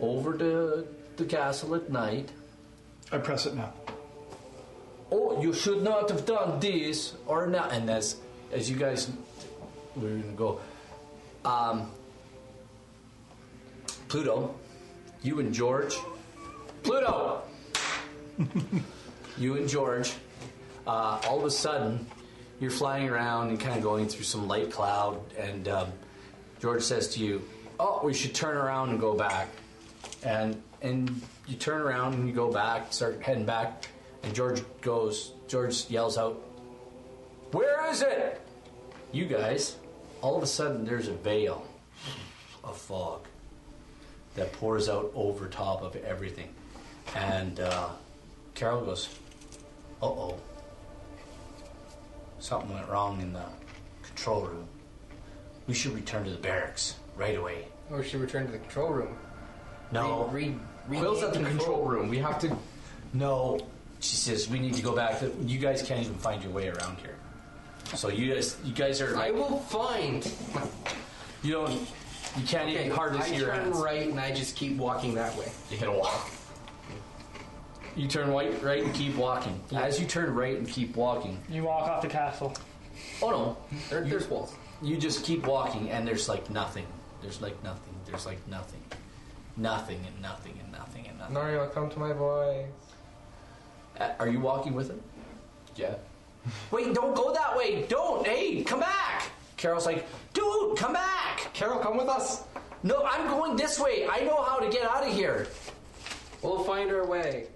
[SPEAKER 2] over the the castle at night.
[SPEAKER 3] I press it now.
[SPEAKER 2] Oh, you should not have done this or not. And as as you guys, we're gonna go. Um, Pluto, you and George, Pluto, you and George. Uh, all of a sudden, you're flying around and kind of going through some light cloud, and um, George says to you, "Oh, we should turn around and go back." And and you turn around and you go back, start heading back, and George goes, George yells out, "Where is it?" You guys, all of a sudden, there's a veil of fog that pours out over top of everything, and uh, Carol goes, "Uh oh." Something went wrong in the control room. We should return to the barracks right away.
[SPEAKER 4] Or should we return to the control room?
[SPEAKER 2] No.
[SPEAKER 4] Read, read,
[SPEAKER 1] Quill's at the
[SPEAKER 4] read-
[SPEAKER 1] control room. We have to.
[SPEAKER 2] No. She says, we need to go back. To, you guys can't even find your way around here. So you guys, you guys are
[SPEAKER 4] I
[SPEAKER 2] like,
[SPEAKER 4] will find.
[SPEAKER 2] you don't, you can't
[SPEAKER 4] Okay,
[SPEAKER 2] even hardly
[SPEAKER 4] I
[SPEAKER 2] see your
[SPEAKER 4] turn
[SPEAKER 2] hands.
[SPEAKER 4] right and I just keep walking that way.
[SPEAKER 2] You hit a wall. You turn right, right, and keep walking. As you turn right and keep walking,
[SPEAKER 6] You walk off the castle.
[SPEAKER 2] oh no,
[SPEAKER 4] There, there's walls.
[SPEAKER 2] you just keep walking, and there's like nothing. There's like nothing. There's like nothing, nothing, and nothing, and nothing, and nothing.
[SPEAKER 4] Nario, come to my voice.
[SPEAKER 2] Uh, Are you walking with him?
[SPEAKER 1] Yeah.
[SPEAKER 2] Wait, don't go that way. Don't. Hey, come back. Carol's like, dude, come back.
[SPEAKER 1] Carol, come with us.
[SPEAKER 2] No, I'm going this way. I know how to get out of here.
[SPEAKER 4] We'll find our way.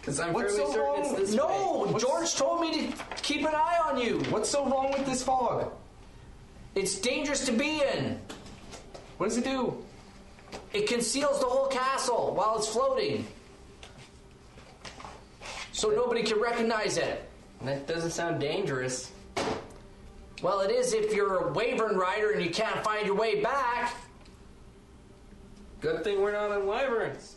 [SPEAKER 4] Because I'm
[SPEAKER 1] What's
[SPEAKER 4] fairly
[SPEAKER 1] so
[SPEAKER 4] certain
[SPEAKER 1] wrong?
[SPEAKER 4] it's this
[SPEAKER 2] no,
[SPEAKER 4] way.
[SPEAKER 2] George told me to keep an eye on you.
[SPEAKER 1] What's so wrong with this fog?
[SPEAKER 2] It's dangerous to be in.
[SPEAKER 1] What does it do?
[SPEAKER 2] It conceals the whole castle while it's floating. So nobody can recognize it.
[SPEAKER 4] That doesn't sound dangerous.
[SPEAKER 2] Well, it is if you're a wavern rider and you can't find your way back.
[SPEAKER 4] Good thing we're not on wyverns.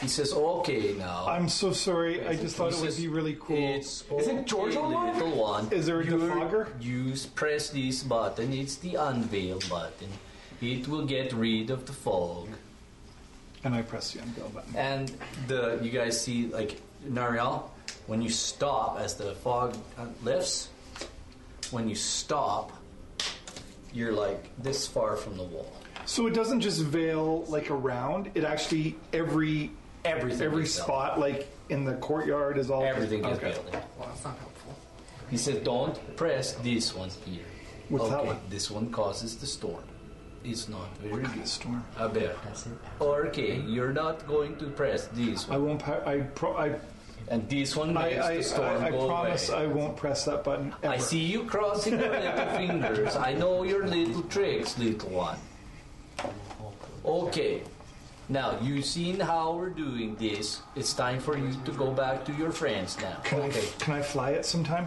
[SPEAKER 2] He says, okay, now.
[SPEAKER 3] I'm so sorry. I just thought it would be really cool.
[SPEAKER 2] It's Isn't George on little one?
[SPEAKER 3] Is there a
[SPEAKER 2] You
[SPEAKER 3] defogger?
[SPEAKER 2] Use press this button. It's the unveil button. It will get rid of the fog.
[SPEAKER 3] And I press the unveil button.
[SPEAKER 2] And the you guys see like Nariel, when you stop as the fog uh, lifts, when you stop, you're like this far from the wall.
[SPEAKER 3] So it doesn't just veil like around. It actually every
[SPEAKER 2] Everything
[SPEAKER 3] every
[SPEAKER 2] is veiled.
[SPEAKER 3] spot like in the courtyard is all
[SPEAKER 2] Everything gets
[SPEAKER 3] okay.
[SPEAKER 2] veiled. in.
[SPEAKER 4] Well, that's not helpful.
[SPEAKER 2] He said, "Don't press this one here."
[SPEAKER 3] What's
[SPEAKER 2] okay,
[SPEAKER 3] that one?
[SPEAKER 2] this one causes the storm. It's not very
[SPEAKER 3] Kind of storm.
[SPEAKER 2] A bear. Okay, you're not going to press this
[SPEAKER 3] I
[SPEAKER 2] one.
[SPEAKER 3] won't. Pa- I pro- I
[SPEAKER 2] And this one
[SPEAKER 3] I,
[SPEAKER 2] makes
[SPEAKER 3] I,
[SPEAKER 2] the storm
[SPEAKER 3] I, I
[SPEAKER 2] go
[SPEAKER 3] promise
[SPEAKER 2] away.
[SPEAKER 3] I won't press that button. Ever.
[SPEAKER 2] I see you crossing your little fingers. I know your little tricks, little one. Okay. Now, you've seen how we're doing this. It's time for you to go back to your friends now.
[SPEAKER 3] Can, I, can I fly it sometime?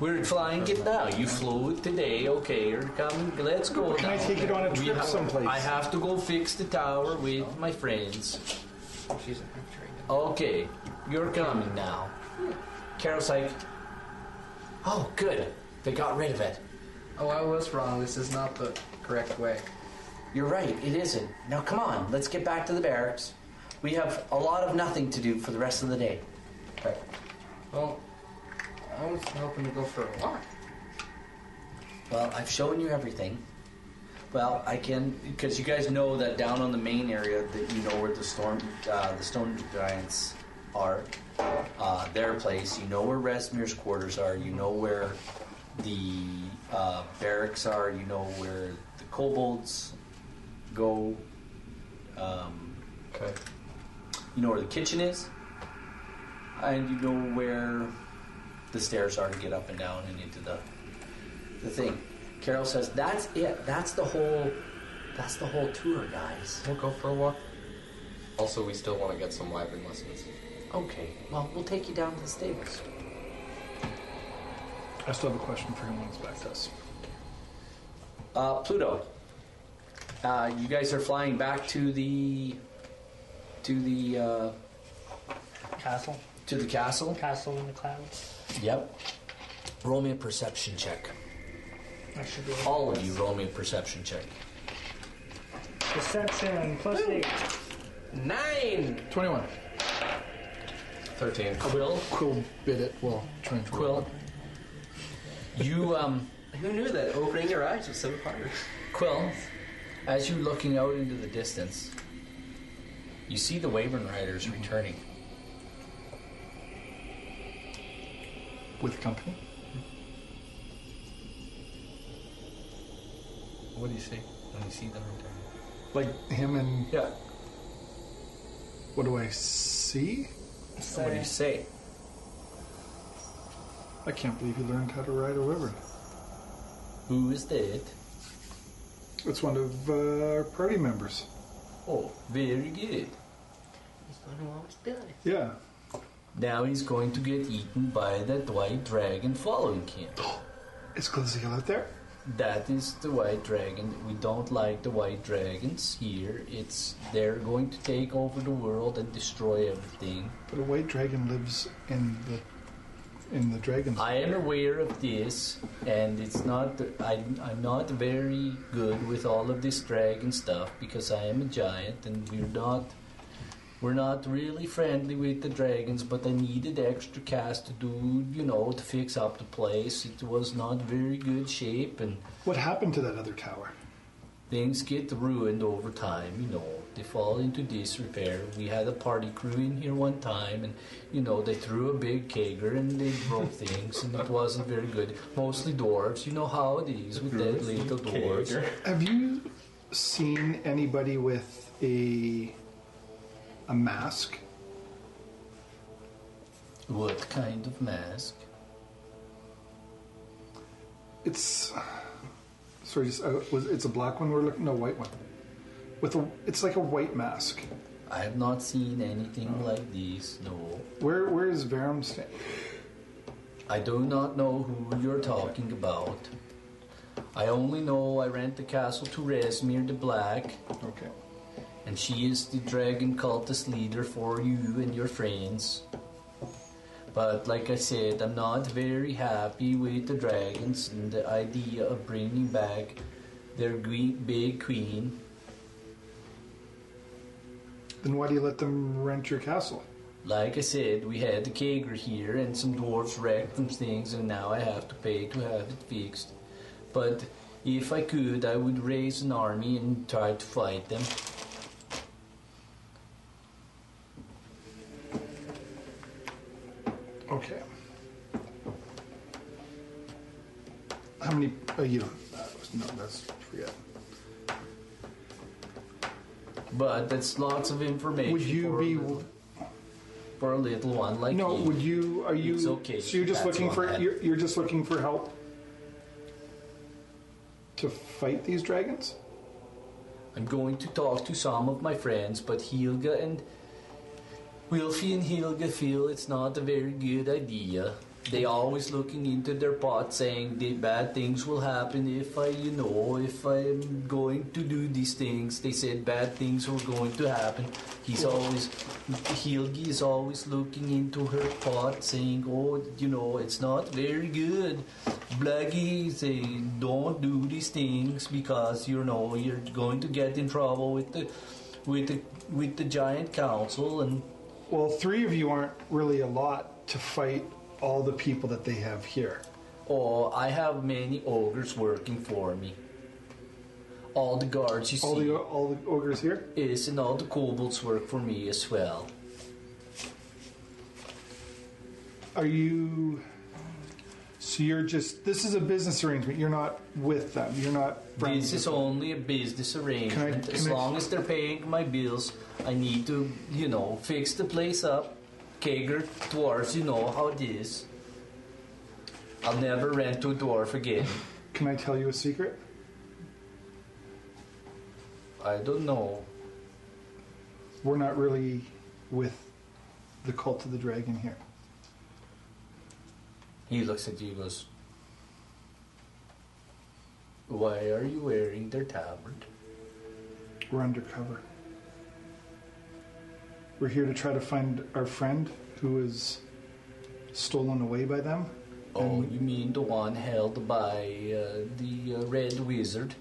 [SPEAKER 2] We're flying it now. You flew it today. Okay, you're coming. Let's go
[SPEAKER 3] Can I
[SPEAKER 2] now.
[SPEAKER 3] take it on a
[SPEAKER 2] We
[SPEAKER 3] trip
[SPEAKER 2] have-
[SPEAKER 3] someplace?
[SPEAKER 2] I have to go fix the tower with my friends.
[SPEAKER 4] She's a half trained.
[SPEAKER 2] Okay, you're coming now. Carol's like, oh, good. They got rid of it.
[SPEAKER 4] Oh, I was wrong. This is not the correct way.
[SPEAKER 7] You're right, it isn't. Now come on, let's get back to the barracks. We have a lot of nothing to do for the rest of the day.
[SPEAKER 4] Well, I was hoping to go for a walk.
[SPEAKER 7] Well, I've shown you everything. Well, I can because you guys know that down on the main area that you know where the storm, uh, the stone giants are, uh, their place. You know where Resmir's quarters are. You know where the uh, barracks are. You know where the kobolds go. Um,
[SPEAKER 2] Okay.
[SPEAKER 7] You know where the kitchen is, and you know where the stairs are to get up and down and into the the thing. Carol says, "That's it. That's the whole. That's the whole tour, guys."
[SPEAKER 4] We'll go for a walk.
[SPEAKER 1] Also, we still want to get some wyvern lessons.
[SPEAKER 7] Okay. Well, we'll take you down to the stables.
[SPEAKER 3] I still have a question for him when he's back to us.
[SPEAKER 7] Uh, Pluto. Uh, you guys are flying back to the to the uh,
[SPEAKER 6] Castle.
[SPEAKER 7] to the castle.
[SPEAKER 6] Castle in the clouds.
[SPEAKER 2] Yep. Roll me a perception check.
[SPEAKER 6] That should be
[SPEAKER 2] All of you, roll me a perception check.
[SPEAKER 6] Deception plus eight.
[SPEAKER 4] Nine!
[SPEAKER 3] 21.
[SPEAKER 1] 13.
[SPEAKER 2] Quill,
[SPEAKER 3] Quill bit it. Well, try and
[SPEAKER 2] Quill. You, um,
[SPEAKER 4] Who knew that opening your eyes was so hard?
[SPEAKER 2] Quill, as you're looking out into the distance, you see the Wavern Riders
[SPEAKER 3] Mm-hmm.
[SPEAKER 2] returning.
[SPEAKER 3] With company.
[SPEAKER 2] What do you see when you see them returning?
[SPEAKER 3] Like him and
[SPEAKER 2] Yeah.
[SPEAKER 3] what do I see?
[SPEAKER 2] What do you say?
[SPEAKER 3] I can't believe you learned how to ride a river.
[SPEAKER 2] Who is that?
[SPEAKER 3] It's one of uh, our party members.
[SPEAKER 2] Oh, very good.
[SPEAKER 4] He's the one who always does it.
[SPEAKER 3] Yeah.
[SPEAKER 2] Now he's going to get eaten by that white dragon following him.
[SPEAKER 3] Is Glaziel out there?
[SPEAKER 2] That is the white dragon. We don't like the white dragons here. It's they're going to take over the world and destroy everything.
[SPEAKER 3] But a white dragon lives in the in the dragon's
[SPEAKER 2] I am aware of this, and it's not. I, I'm not very good with all of this dragon stuff because I am a giant, and we're not. We're not really friendly with the dragons, but I needed extra cast to do, you know, to fix up the place. It was not very good shape, and
[SPEAKER 3] What happened to that other tower?
[SPEAKER 2] things get ruined over time, you know. They fall into disrepair. We had a party crew in here one time, and you know they threw a big kegger and they broke things, and it wasn't very good. Mostly dwarves. You know how it is with that little dwarves.
[SPEAKER 3] Have you seen anybody with a a mask?
[SPEAKER 2] What kind of mask?
[SPEAKER 3] It's sorry, just, uh, was, it's a black one. We're looking no white one. With a, it's like a white mask.
[SPEAKER 2] I have not seen anything like this. No,
[SPEAKER 3] Where where is Verum standing?
[SPEAKER 2] I do not know who you're talking about. I only know I rent the castle to Resmir the Black,
[SPEAKER 3] Okay.
[SPEAKER 2] and she is the dragon cultist leader for you and your friends. But like I said, I'm not very happy with the dragons and the idea of bringing back their gre- big queen.
[SPEAKER 3] Then why do you let them rent your castle?
[SPEAKER 2] Like I said, we had the kegger here, and some dwarfs wrecked some things, and now I have to pay to have it fixed. But if I could, I would raise an army and try to fight them.
[SPEAKER 3] Okay. How many? Oh, you don't. That was, no, that's forget.
[SPEAKER 2] But that's lots of information.
[SPEAKER 3] Would you
[SPEAKER 2] for a
[SPEAKER 3] be?
[SPEAKER 2] little, for a little one like
[SPEAKER 3] No.
[SPEAKER 2] you?
[SPEAKER 3] Would you? Are you?
[SPEAKER 2] It's okay,
[SPEAKER 3] So you're just
[SPEAKER 2] that's
[SPEAKER 3] looking
[SPEAKER 2] all
[SPEAKER 3] for
[SPEAKER 2] I-
[SPEAKER 3] you're, you're just looking for help to fight these dragons.
[SPEAKER 2] I'm going to talk to some of my friends, but Helga and Wilfie and Helga feel it's not a very good idea. They always looking into their pot, saying the bad things will happen if I, you know, if I'm going to do these things. They said bad things were going to happen. He's always, Helgi is always looking into her pot, saying, oh, you know, it's not very good. Blackie say, don't do these things because you know you're going to get in trouble with the, with the, with the giant council and.
[SPEAKER 3] Well, three of you aren't really a lot to fight all the people that they have here.
[SPEAKER 2] Oh, I have many ogres working for me. All the guards you
[SPEAKER 3] All
[SPEAKER 2] see
[SPEAKER 3] the all the ogres here.
[SPEAKER 2] is and all the kobolds work for me as well.
[SPEAKER 3] Are you? So you're just. This is a business arrangement. You're not with them. You're not. friends
[SPEAKER 2] This is
[SPEAKER 3] with them.
[SPEAKER 2] only a business arrangement.
[SPEAKER 3] can
[SPEAKER 2] as
[SPEAKER 3] I-
[SPEAKER 2] long as they're paying my bills, I need to, you know, fix the place up. Kager, dwarves, you know how it is. I'll never rent to a dwarf again.
[SPEAKER 3] Can I tell you a secret?
[SPEAKER 2] I don't know.
[SPEAKER 3] We're not really with the cult of the dragon here.
[SPEAKER 2] He looks at you and goes, Why are you wearing their tabard?
[SPEAKER 3] We're undercover. We're here to try to find our friend who was stolen away by them.
[SPEAKER 2] Oh,
[SPEAKER 3] And-
[SPEAKER 2] you mean the one held by uh, the uh, Red Wizard?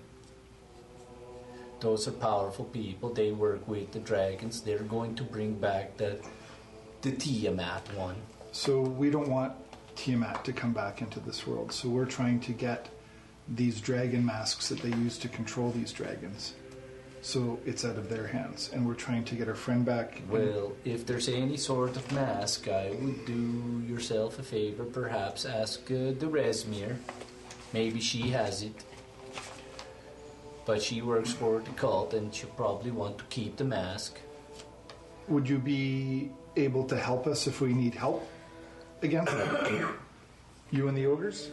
[SPEAKER 2] Those are powerful people. They work with the dragons. They're going to bring back the the Tiamat one.
[SPEAKER 3] So we don't want Tiamat to come back into this world. So we're trying to get these dragon masks that they use to control these dragons. So it's out of their hands, and we're trying to get our friend back. and-
[SPEAKER 2] Well, if there's any sort of mask, I would do yourself a favor. Perhaps ask uh, the Resmir. Maybe she has it. But she works for the cult, and she'll probably want to keep the mask.
[SPEAKER 3] Would you be able to help us if we need help again? you and the ogres?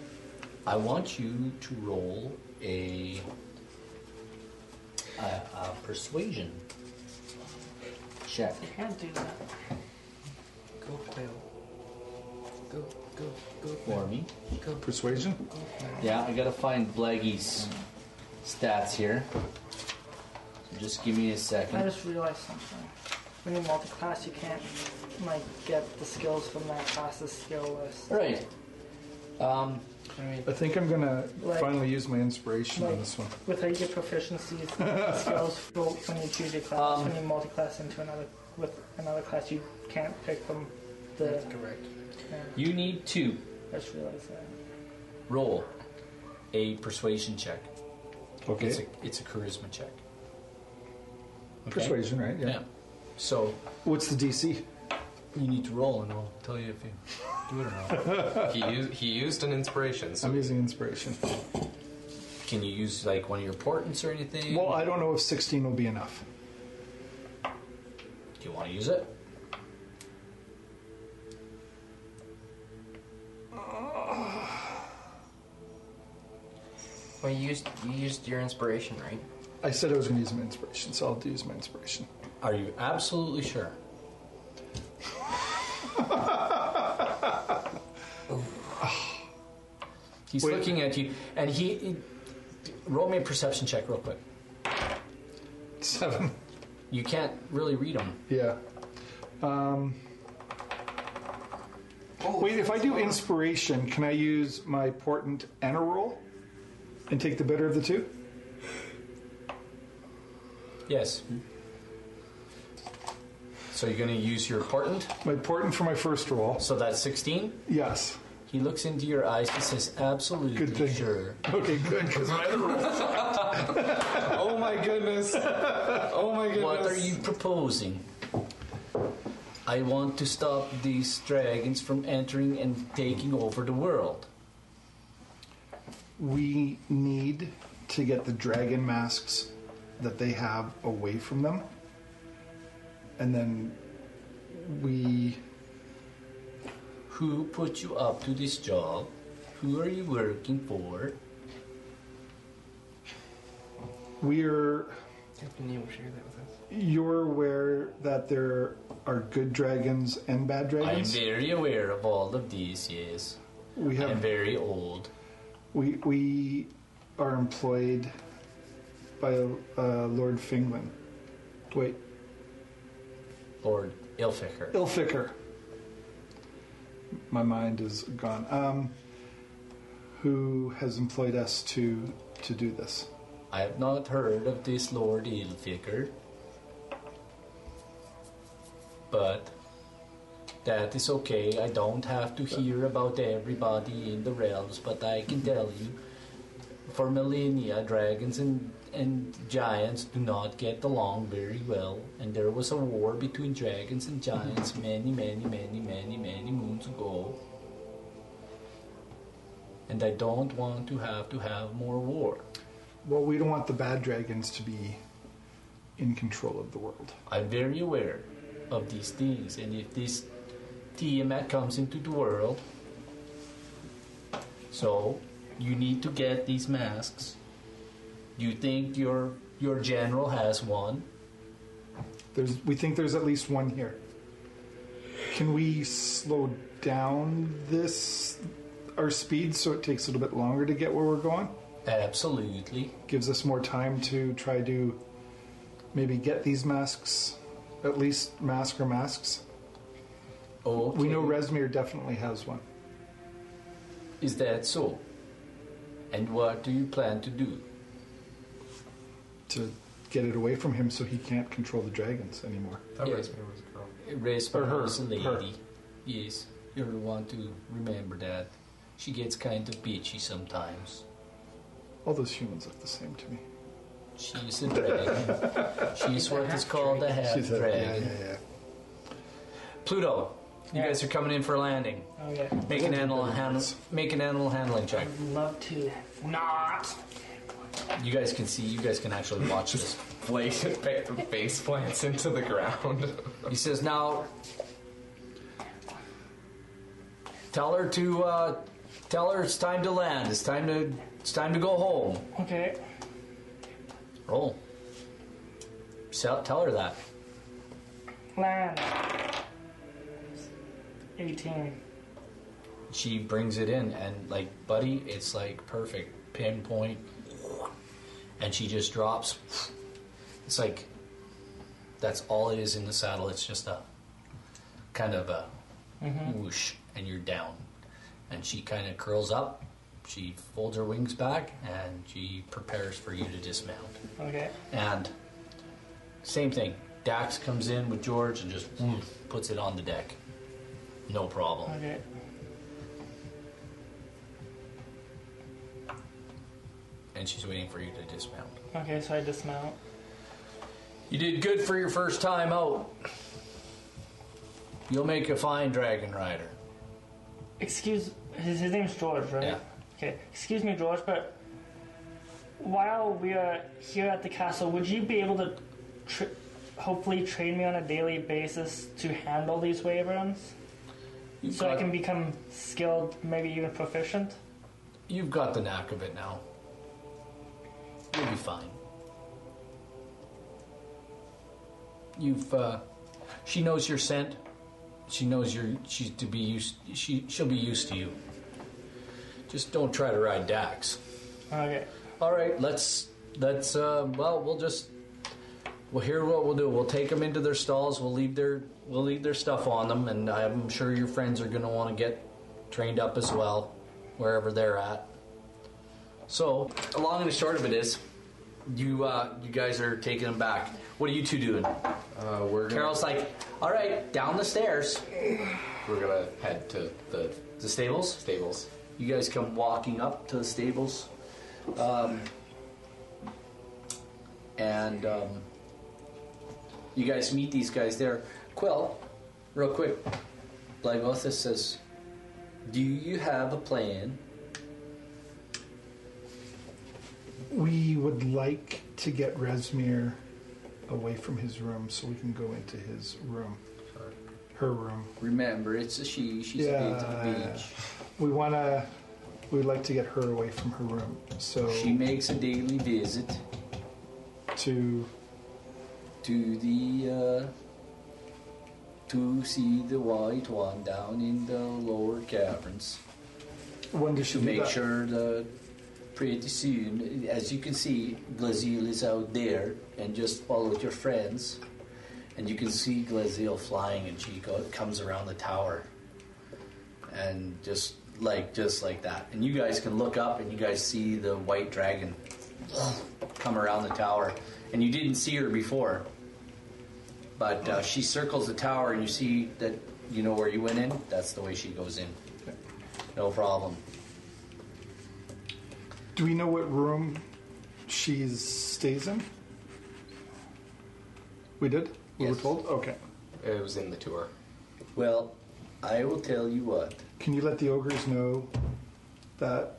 [SPEAKER 2] I want you to roll a, a, a persuasion check.
[SPEAKER 6] Can't do that.
[SPEAKER 4] Go, Cleo. Go, go, go,
[SPEAKER 2] For me.
[SPEAKER 4] go, go.
[SPEAKER 3] Persuasion?
[SPEAKER 7] Yeah, I gotta find Blaggy's stats here. So just give me a
[SPEAKER 6] I
[SPEAKER 7] second.
[SPEAKER 6] just realized something. When you multi-class, you can't like get the skills from that class's skill list.
[SPEAKER 7] All right. Um,
[SPEAKER 3] I think I'm gonna
[SPEAKER 6] Like-
[SPEAKER 3] finally use my inspiration on
[SPEAKER 6] like-
[SPEAKER 3] this one.
[SPEAKER 6] With how you get proficiencies, skills for when you choose your class. when you multi-class into another with another class, you can't pick from the.
[SPEAKER 4] That's correct.
[SPEAKER 6] Yeah,
[SPEAKER 2] You need to
[SPEAKER 6] I just realized that.
[SPEAKER 2] roll a persuasion check.
[SPEAKER 3] Okay.
[SPEAKER 2] It's a, it's a charisma check. Okay?
[SPEAKER 3] Persuasion, right?
[SPEAKER 2] Yeah. So
[SPEAKER 3] What's the DC?
[SPEAKER 2] you need to roll, and I'll tell you if you do it or not.
[SPEAKER 1] He, u- he used an inspiration, so
[SPEAKER 3] I'm using inspiration.
[SPEAKER 2] Can you use like one of your portents or anything?
[SPEAKER 3] Well, I don't know if 16 will be enough.
[SPEAKER 2] do you want to use it?
[SPEAKER 4] Well, you used you used your inspiration, right?
[SPEAKER 3] I said I was gonna use my inspiration, so I'll use my inspiration.
[SPEAKER 2] Are you absolutely sure? He's
[SPEAKER 3] Wait.
[SPEAKER 2] looking at you, and he, he roll me a perception check real quick.
[SPEAKER 3] Seven.
[SPEAKER 2] You can't really read him.
[SPEAKER 3] Yeah. Um, wait, if I do inspiration, can I use my portent and a roll and take the better of the two?
[SPEAKER 2] Yes. So you're going to use your portent.
[SPEAKER 3] My portent for my first roll.
[SPEAKER 2] So that's 16.
[SPEAKER 3] Yes.
[SPEAKER 2] He looks into your eyes. He says, "Absolutely
[SPEAKER 3] Good thing.
[SPEAKER 2] sure."
[SPEAKER 3] Okay, good. Because my other roll.
[SPEAKER 1] Oh my goodness. Oh my goodness.
[SPEAKER 2] What are you proposing? I want to stop these dragons from entering and taking over the world.
[SPEAKER 3] We need to get the dragon masks that they have away from them, and then we.
[SPEAKER 2] Who put you up to this job? Who are you working for?
[SPEAKER 3] We're
[SPEAKER 4] Captain Neil will share that with us.
[SPEAKER 3] you're aware that there are good dragons and bad
[SPEAKER 2] I am
[SPEAKER 3] dragons.
[SPEAKER 2] very aware of all of these, yes.
[SPEAKER 3] we
[SPEAKER 2] I
[SPEAKER 3] have
[SPEAKER 2] am very old.
[SPEAKER 3] we we are employed by uh, Lord Finglin. Wait,
[SPEAKER 2] Lord Ilfiker.
[SPEAKER 3] Ilfiker. My mind is gone. Um, who has employed us to to do this?
[SPEAKER 2] I have not heard of this Lord Ilfiker. But that is okay. I don't have to hear about everybody in the realms, but I can tell you for millennia, dragons and, and giants do not get along very well. And there was a war between dragons and giants many, many, many, many, many moons ago. And I don't want to have to have more war.
[SPEAKER 3] Well, we don't want the bad dragons to be in control of the world.
[SPEAKER 2] I'm very aware of these things, and if this Tiamat comes into the world, so you need to get these masks. You think your your general has one?
[SPEAKER 3] There's, we think there's at least one here. Can we slow down this our speed so it takes a little bit longer to get where we're going?
[SPEAKER 2] Absolutely.
[SPEAKER 3] Gives us more time to try to maybe get these masks, at least mask or masks.
[SPEAKER 2] Oh,
[SPEAKER 3] We know Resmir definitely has one.
[SPEAKER 2] Is that so? And what do you plan to do?
[SPEAKER 3] to get it away from him so he can't control the dragons anymore.
[SPEAKER 4] That
[SPEAKER 2] Yeah.
[SPEAKER 4] raised me was a girl.
[SPEAKER 2] Race
[SPEAKER 3] Or her,
[SPEAKER 2] as a lady.
[SPEAKER 3] her.
[SPEAKER 2] Yes, you'll want to remember that. She gets kind of bitchy sometimes.
[SPEAKER 3] All those humans look the same to me.
[SPEAKER 2] She's a dragon. She's what is called a half
[SPEAKER 3] She's a- yeah,
[SPEAKER 2] dragon.
[SPEAKER 3] yeah, yeah.
[SPEAKER 2] Pluto, you
[SPEAKER 6] Yeah.
[SPEAKER 2] guys are coming in for a landing.
[SPEAKER 6] Oh yeah.
[SPEAKER 2] Make an animal handle. Make an animal handling check.
[SPEAKER 6] I'd love to. Not.
[SPEAKER 2] You guys can see. You guys can actually watch this.
[SPEAKER 1] Blade fa- face plants into the ground.
[SPEAKER 2] He says, "Now, tell her to uh, tell her it's time to land. It's time to it's time to go home.
[SPEAKER 6] Okay.
[SPEAKER 2] Roll. So, tell her that.
[SPEAKER 6] Land. 18.
[SPEAKER 2] she brings it in and like buddy it's like perfect pinpoint and she just drops it's like that's all it is in the saddle it's just a kind of a whoosh and you're down and she kind of curls up she folds her wings back and she prepares for you to dismount
[SPEAKER 6] Okay.
[SPEAKER 2] and same thing dax comes in with george and just puts it on the deck no problem
[SPEAKER 6] Okay.
[SPEAKER 2] and she's waiting for you to dismount.
[SPEAKER 6] Okay, so I dismount.
[SPEAKER 2] You did good for your first time out. You'll make a fine dragon rider.
[SPEAKER 6] Excuse. His, his name's George, right?
[SPEAKER 2] Yeah.
[SPEAKER 6] Okay. Excuse me, George, but while we are here at the castle, would you be able to tr hopefully train me on a daily basis to handle these wyverns?
[SPEAKER 2] You've
[SPEAKER 6] So I
[SPEAKER 2] got,
[SPEAKER 6] can become skilled, maybe even proficient?
[SPEAKER 2] you've got the knack of it now. You'll be fine. You've uh, she knows your scent. She knows your she's to be used she she'll be used to you. Just don't try to ride Dax.
[SPEAKER 6] Okay.
[SPEAKER 2] All right, let's let's uh, well, we'll just well here what we'll do. We'll take them into their stalls. We'll leave their we'll leave their stuff on them, and I'm sure your friends are going to want to get trained up as well, wherever they're at. So, the long and the short of it is, you uh, you guys are taking them back. What are you two doing?
[SPEAKER 1] Uh, we're gonna,
[SPEAKER 2] Carol's like, all right, down the stairs.
[SPEAKER 1] we're gonna head to the
[SPEAKER 2] The stables.
[SPEAKER 1] stables.
[SPEAKER 2] You guys come walking up to the stables. Um, and um, you guys meet these guys there. Quill, real quick, Blagothis says, Do you have a plan?
[SPEAKER 3] We would like to get Resmir away from his room so we can go into his room. Her room.
[SPEAKER 2] Remember, it's a she. She's yeah. to the
[SPEAKER 3] Yeah.
[SPEAKER 2] beach.
[SPEAKER 3] We want to. We'd like to get her away from her room. So
[SPEAKER 2] She makes a daily visit
[SPEAKER 3] to
[SPEAKER 2] to the. Uh, to see the white one down in the lower caverns.
[SPEAKER 3] when does she
[SPEAKER 2] to
[SPEAKER 3] do
[SPEAKER 2] make
[SPEAKER 3] that?
[SPEAKER 2] sure that pretty soon, as you can see, Glaziel is out there and just followed your friends. And you can see Glaziel flying and she go, comes around the tower. And just like just like that. And you guys can look up and you guys see the white dragon come around the tower. And you didn't see her before. But uh, she circles the tower and you see that you know where you went in? That's the way she goes in. No problem.
[SPEAKER 3] Do we know what room she is- stays in? We did. We were
[SPEAKER 1] Yes.
[SPEAKER 3] told. Okay.
[SPEAKER 1] It was in the tour.
[SPEAKER 2] Well, I will tell you what.
[SPEAKER 3] Can you let the ogres know that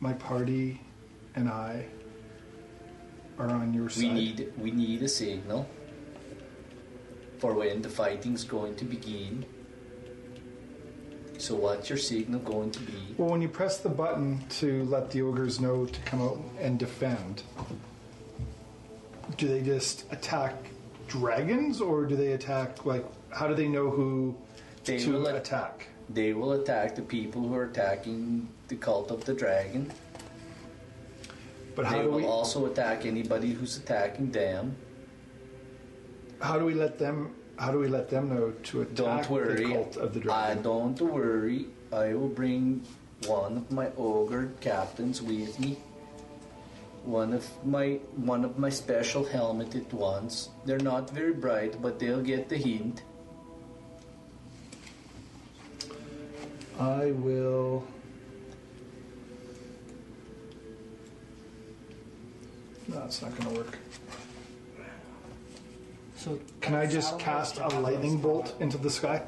[SPEAKER 3] my party and I are on your
[SPEAKER 2] We
[SPEAKER 3] side?
[SPEAKER 2] need we need a signal for when the fighting's going to begin. So what's your signal going to be?
[SPEAKER 3] Well, when you press the button to let the ogres know to come out and defend, do they just attack dragons or do they attack, like, how do they know who
[SPEAKER 2] They
[SPEAKER 3] to
[SPEAKER 2] will-
[SPEAKER 3] attack?
[SPEAKER 2] They will attack the people who are attacking the cult of the dragon.
[SPEAKER 3] But how
[SPEAKER 2] They
[SPEAKER 3] do,
[SPEAKER 2] will
[SPEAKER 3] we,
[SPEAKER 2] also attack anybody who's attacking them.
[SPEAKER 3] how do we let them? How do we let them know to attack
[SPEAKER 2] Don't worry.
[SPEAKER 3] the cult of the
[SPEAKER 2] I
[SPEAKER 3] dragon?
[SPEAKER 2] don't worry. I will bring one of my ogre captains with me. One of my one of my special helmeted ones. They're not very bright, but they'll get the hint.
[SPEAKER 3] I will. No, it's not going to work.
[SPEAKER 6] So
[SPEAKER 3] Can I just cast a lightning bolt into the sky?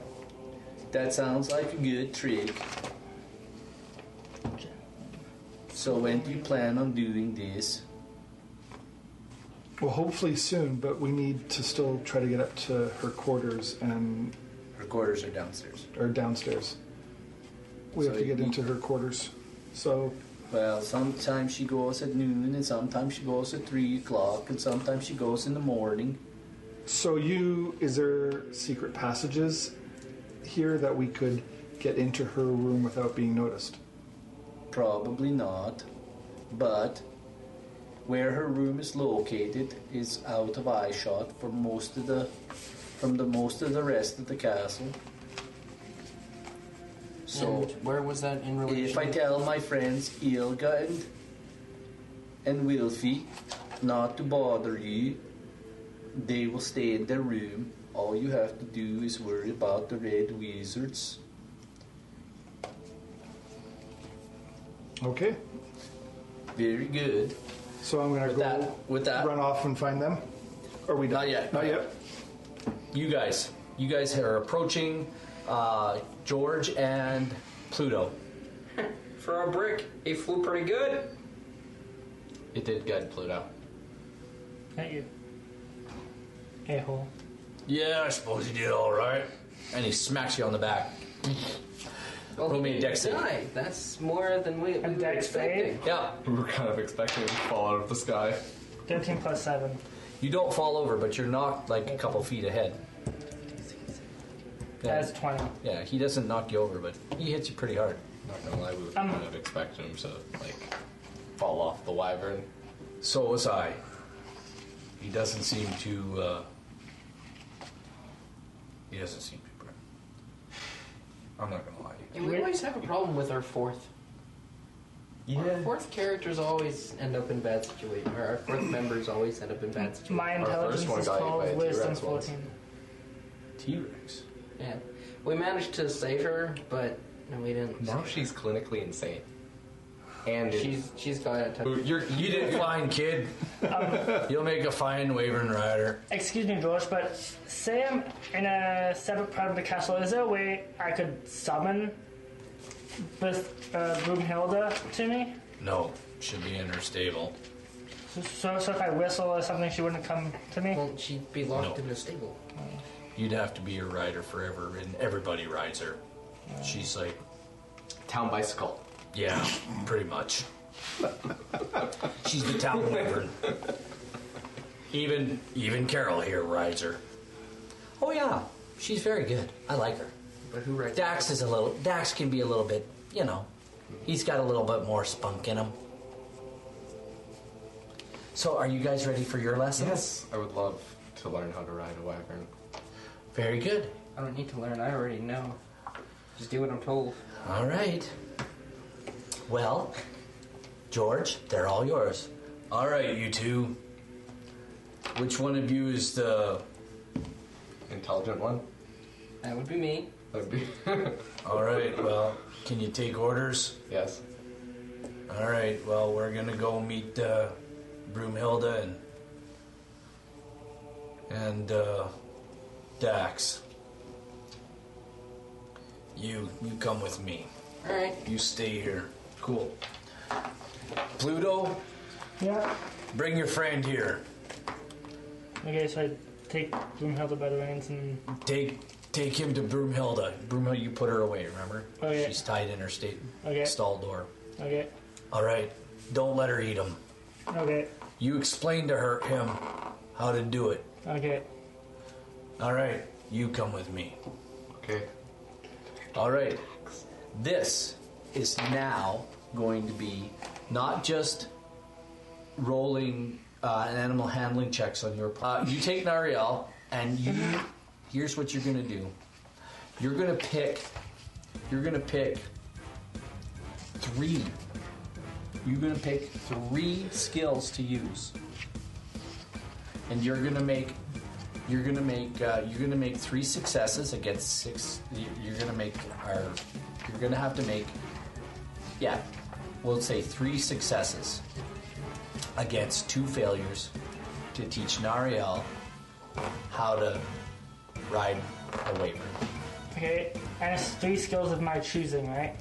[SPEAKER 2] That sounds like a good trick. So when do you plan on doing this?
[SPEAKER 3] Well, hopefully soon, but we need to still try to get up to her quarters and
[SPEAKER 2] Her quarters are downstairs.
[SPEAKER 3] or downstairs. We have
[SPEAKER 2] So
[SPEAKER 3] to get
[SPEAKER 2] you-
[SPEAKER 3] into her quarters. So
[SPEAKER 2] Well, sometimes she goes at noon, and sometimes she goes at three o'clock, and sometimes she goes in the morning.
[SPEAKER 3] So you is there secret passages here that we could get into her room without being noticed?
[SPEAKER 2] Probably not. But where her room is located is out of eyeshot for most of the from the most of the rest of the castle. So
[SPEAKER 4] And where was that in relation?
[SPEAKER 2] if I tell my friends Ilga and and Wilfie not to bother you, they will stay in their room. All you have to do is worry about the red wizards.
[SPEAKER 3] Okay.
[SPEAKER 2] Very good.
[SPEAKER 3] So I'm gonna
[SPEAKER 2] With
[SPEAKER 3] go
[SPEAKER 2] that, with that,
[SPEAKER 3] run off and find them. Are we done?
[SPEAKER 2] Not yet.
[SPEAKER 3] Not yet.
[SPEAKER 2] you guys you guys are approaching uh, george and pluto
[SPEAKER 4] For a brick, it flew pretty good.
[SPEAKER 1] It did good, Pluto.
[SPEAKER 6] Not you. A hole.
[SPEAKER 2] yeah i suppose you did all right and he smacks you on the back
[SPEAKER 4] Well,
[SPEAKER 2] Roll me
[SPEAKER 4] he
[SPEAKER 2] a dex save.
[SPEAKER 4] died. That's more than we, we
[SPEAKER 6] A
[SPEAKER 4] were
[SPEAKER 6] dex save?
[SPEAKER 4] expecting.
[SPEAKER 2] yeah
[SPEAKER 1] We were kind of expecting it to fall out of the sky.
[SPEAKER 6] 13 plus 7.
[SPEAKER 2] you don't fall over but you're knocked like a couple feet ahead yeah,
[SPEAKER 6] That's 20.
[SPEAKER 2] yeah he doesn't knock you over but he hits you pretty hard
[SPEAKER 1] Not gonna lie, we were
[SPEAKER 6] Um.
[SPEAKER 1] kind of expecting him to like fall off the wyvern.
[SPEAKER 2] So was I. He doesn't seem to. Uh, he doesn't seem to. Burn. I'm not gonna lie to you.
[SPEAKER 4] And we always have a problem with our fourth. Our
[SPEAKER 1] Yeah.
[SPEAKER 4] fourth characters always end up in bad situations. Or our fourth members always end up in bad situations.
[SPEAKER 6] My
[SPEAKER 1] Our
[SPEAKER 6] intelligence
[SPEAKER 1] first one
[SPEAKER 6] is
[SPEAKER 1] got hit by a
[SPEAKER 6] 12, wisdom
[SPEAKER 1] T-Rex once.
[SPEAKER 6] 14.
[SPEAKER 2] T-Rex.
[SPEAKER 4] Yeah. We managed to save her, but no, we didn't.
[SPEAKER 1] Now
[SPEAKER 4] save
[SPEAKER 1] she's clinically insane. And
[SPEAKER 4] her.
[SPEAKER 1] she's
[SPEAKER 4] she's she's got a touch.
[SPEAKER 1] you're
[SPEAKER 2] You did fine, kid. You'll make a fine wavering rider.
[SPEAKER 6] Excuse me, George, but say I'm in a separate part of the castle. Is there a way I could summon Beth, uh, Broomhilda to me?
[SPEAKER 2] No, should be in her stable.
[SPEAKER 6] So, so, so if I whistle or something, she wouldn't come to me?
[SPEAKER 4] Won't she be locked
[SPEAKER 2] No.
[SPEAKER 4] in a stable?
[SPEAKER 2] You'd have to be a rider forever, and everybody rides her. She's like,
[SPEAKER 1] town bicycle.
[SPEAKER 2] yeah, pretty much. She's the town wyvern. Even even Carol here rides her. Oh yeah, she's very good. I like her.
[SPEAKER 4] But who writes
[SPEAKER 2] Dax is a little. Dax can be a little bit. You know, he's got a little bit more spunk in him. So, are you guys ready for your lessons?
[SPEAKER 1] Yes, I would love to learn how to ride a wyvern.
[SPEAKER 2] Very good.
[SPEAKER 4] I don't need to learn. I already know. Just do what I'm told.
[SPEAKER 2] All right. Well, George, they're all yours. All right, you two. Which one of you is the.
[SPEAKER 1] Intelligent one.
[SPEAKER 4] That would be me.
[SPEAKER 1] That'd be
[SPEAKER 2] All right, well, can you take orders?
[SPEAKER 1] yes.
[SPEAKER 2] All right, well, we're gonna go meet uh, Broomhilda and. and uh, Dax. You, you come with me.
[SPEAKER 4] All right.
[SPEAKER 2] You stay here. Cool. Pluto,
[SPEAKER 6] Yeah.
[SPEAKER 2] bring your friend here.
[SPEAKER 6] Okay, so I take Broomhilda by the reins and.
[SPEAKER 2] Take take him to Broomhilda. Broomhilda, you put her away. Remember?
[SPEAKER 6] Oh, yeah.
[SPEAKER 2] She's tied in her state
[SPEAKER 6] Okay.
[SPEAKER 2] stall door.
[SPEAKER 6] Okay.
[SPEAKER 2] All right. Don't let her eat him.
[SPEAKER 6] Okay.
[SPEAKER 2] You explain to her him how to do it.
[SPEAKER 6] Okay.
[SPEAKER 2] All right. You come with me.
[SPEAKER 1] Okay.
[SPEAKER 2] All right. This is now going to be not just rolling uh, an animal handling checks on your part. Uh, you take Nariel, and you. Here's what you're gonna do. You're gonna pick. You're gonna pick three. You're gonna pick three skills to use, and you're gonna make. You're gonna make. Uh, you're gonna make three successes against six. you- You're gonna make. Or you're gonna have to make. Yeah, we'll say three successes against two failures to teach Nariel how to ride a waiver.
[SPEAKER 6] Okay. And it's three skills of my choosing, right?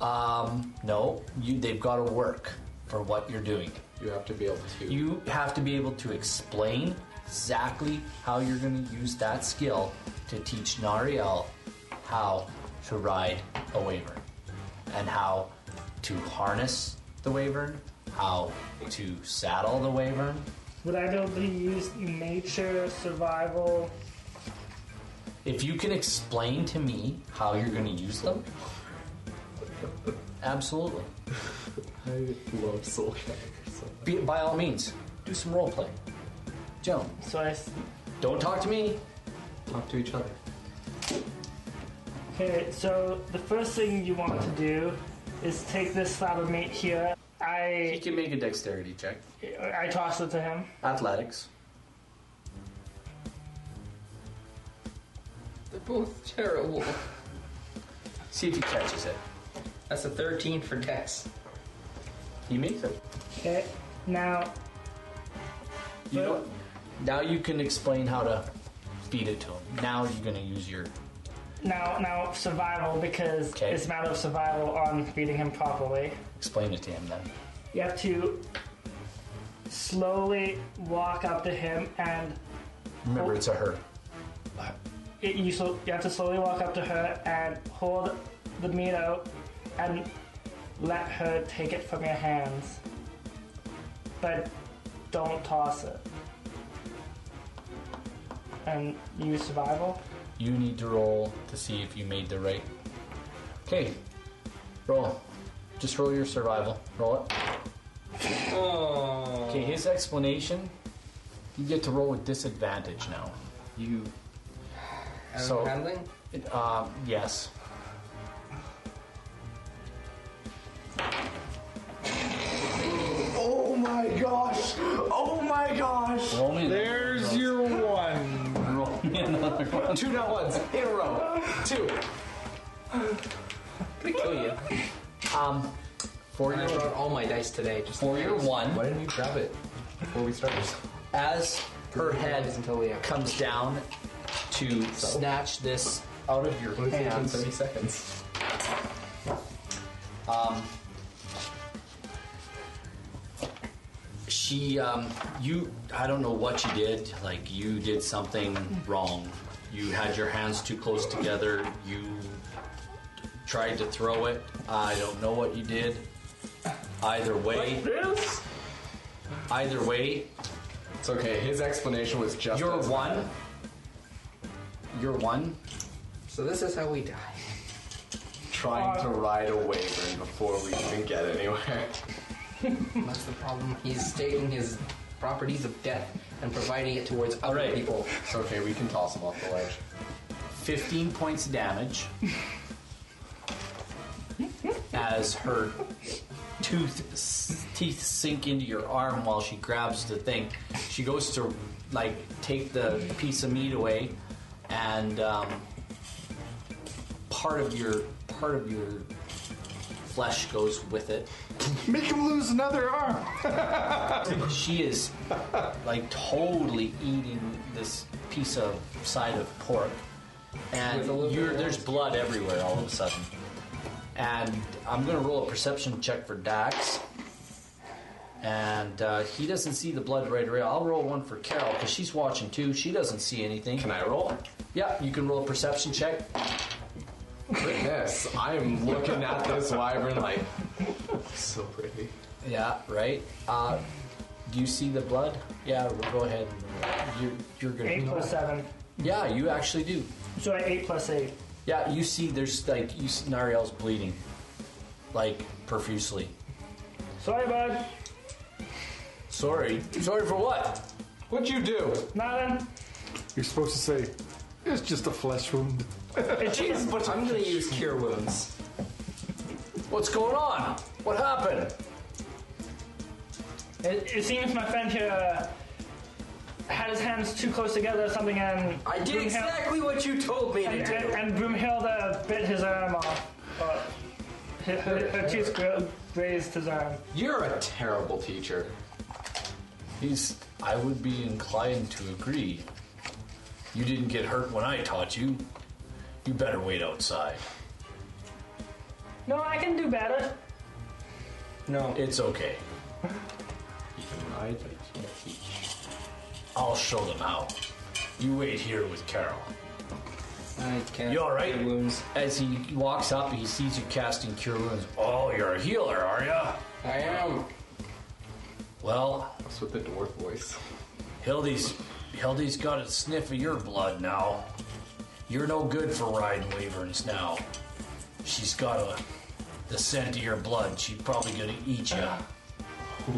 [SPEAKER 2] Um, no, you, they've got to work for what you're doing.
[SPEAKER 1] You have to be able to
[SPEAKER 2] You have to be able to explain exactly how you're going to use that skill to teach Nariel how to ride a wyvern and how to harness the wyvern, how to saddle the wyvern.
[SPEAKER 6] Would I be able to use nature, survival?
[SPEAKER 2] If you can explain to me how you're going to use them, absolutely.
[SPEAKER 1] I love soul characters.
[SPEAKER 2] Be, by all means, do some role play. Joan,
[SPEAKER 6] So I. s-
[SPEAKER 2] don't talk to me.
[SPEAKER 1] Talk to each other.
[SPEAKER 6] Okay, so the first thing you want to do is take this slab of meat here.
[SPEAKER 7] He
[SPEAKER 6] I
[SPEAKER 7] can make a dexterity check.
[SPEAKER 6] I toss it to him.
[SPEAKER 7] Athletics.
[SPEAKER 4] They're both terrible.
[SPEAKER 7] See if he catches it.
[SPEAKER 4] That's a 13 for Dex.
[SPEAKER 7] He makes it.
[SPEAKER 6] Okay. Now,
[SPEAKER 7] You know what?
[SPEAKER 2] Now you can explain how to feed it to him. Now you're going to use your.
[SPEAKER 6] now, now, survival because
[SPEAKER 2] Okay.
[SPEAKER 6] it's a matter of survival on feeding him properly.
[SPEAKER 2] Explain it to him then.
[SPEAKER 6] You have to slowly walk up to him, and
[SPEAKER 2] Remember, it's a her.
[SPEAKER 6] it, you so, you have to slowly walk up to her and hold the meat out and let her take it from your hands, but don't toss it. And use survival.
[SPEAKER 2] You need to roll to see if you made the right. Okay. Roll. Just roll your survival. Roll it.
[SPEAKER 4] Oh.
[SPEAKER 2] Okay, his explanation. You get to roll with disadvantage now. You, so-
[SPEAKER 4] handling?
[SPEAKER 2] uh, yes.
[SPEAKER 5] Oh my gosh! Oh my gosh!
[SPEAKER 2] Roll me.
[SPEAKER 8] There's your one.
[SPEAKER 2] Roll me another one. Two not ones in a row. Two.
[SPEAKER 4] I'm gonna kill you.
[SPEAKER 2] Um, for
[SPEAKER 4] I
[SPEAKER 2] your
[SPEAKER 4] brought all my dice today. Just
[SPEAKER 2] for your one,
[SPEAKER 1] Why didn't you grab it before we started?
[SPEAKER 2] as her head
[SPEAKER 4] until we
[SPEAKER 2] comes down to snatch this out of your
[SPEAKER 1] What if it's in
[SPEAKER 2] hands.
[SPEAKER 1] 30 seconds?
[SPEAKER 2] she um, you i don't know what you did like you did something wrong you had your hands too close together you tried to throw it i don't know what you did either way
[SPEAKER 6] This?
[SPEAKER 2] either way
[SPEAKER 1] It's okay. His explanation was just.
[SPEAKER 2] you're
[SPEAKER 1] as-
[SPEAKER 2] one you're one
[SPEAKER 4] So this is how we die.
[SPEAKER 1] trying to ride a wavering before we even get anywhere.
[SPEAKER 4] That's the problem. He's taking his properties of death and providing it towards other
[SPEAKER 2] Alright.
[SPEAKER 4] people.
[SPEAKER 1] It's okay. We can toss him off the ledge.
[SPEAKER 2] 15 points of damage as her tooth s- teeth sink into your arm while she grabs the thing. She goes to like take the piece of meat away, and um, part of your part of your flesh goes with it.
[SPEAKER 3] Make him lose another arm.
[SPEAKER 2] She is like totally eating this piece of side of pork, and
[SPEAKER 4] With a little
[SPEAKER 2] you're,
[SPEAKER 4] bit of
[SPEAKER 2] there's blood everywhere all of a sudden. And I'm gonna roll a perception check for Dax, and uh, he doesn't see the blood right away. I'll roll one for Carol because she's watching too. She doesn't see anything.
[SPEAKER 1] Can I roll?
[SPEAKER 2] Yeah, you can roll a perception check.
[SPEAKER 1] Goodness, I am looking at this wyvern like so pretty.
[SPEAKER 2] Yeah, right. Uh, do you see the blood? Yeah, well, go ahead. You're you're good.
[SPEAKER 6] Eight plus seven.
[SPEAKER 2] Yeah, you actually do.
[SPEAKER 6] So I eight plus eight.
[SPEAKER 2] Yeah, you see, there's like you see Nariel's bleeding, like profusely.
[SPEAKER 6] Sorry, bud.
[SPEAKER 2] Sorry, sorry for what?
[SPEAKER 1] What'd you do?
[SPEAKER 6] Nothing.
[SPEAKER 3] You're supposed to say, it's just a flesh wound.
[SPEAKER 2] Jeez, but
[SPEAKER 4] I'm gonna use cure wounds.
[SPEAKER 2] what's going on? What happened?
[SPEAKER 6] It, it seems my friend here uh, had his hands too close together or something and.
[SPEAKER 4] I did
[SPEAKER 6] Broomhild-
[SPEAKER 4] exactly what you told me to
[SPEAKER 6] And, and,
[SPEAKER 4] do.
[SPEAKER 6] and Broomhilda bit his arm off. But her, her, her teeth gra- grazed his arm.
[SPEAKER 1] You're a terrible teacher.
[SPEAKER 2] He's. I would be inclined to agree. You didn't get hurt when I taught you. You better wait outside.
[SPEAKER 6] No, I can do better.
[SPEAKER 4] No.
[SPEAKER 2] It's okay.
[SPEAKER 1] You can ride, but you can't teach.
[SPEAKER 2] I'll show them how. You wait here with Carol.
[SPEAKER 4] I can't.
[SPEAKER 2] You all right?
[SPEAKER 4] cure Wounds.
[SPEAKER 2] As he walks up, he sees you casting cure wounds. Oh, you're a healer, are ya?
[SPEAKER 4] I am.
[SPEAKER 2] Well,
[SPEAKER 1] That's with the dwarf voice.
[SPEAKER 2] Hildy's Hildy's got a sniff of your blood now. You're no good for riding wyverns now. She's got a the scent of your blood. She's probably gonna eat you.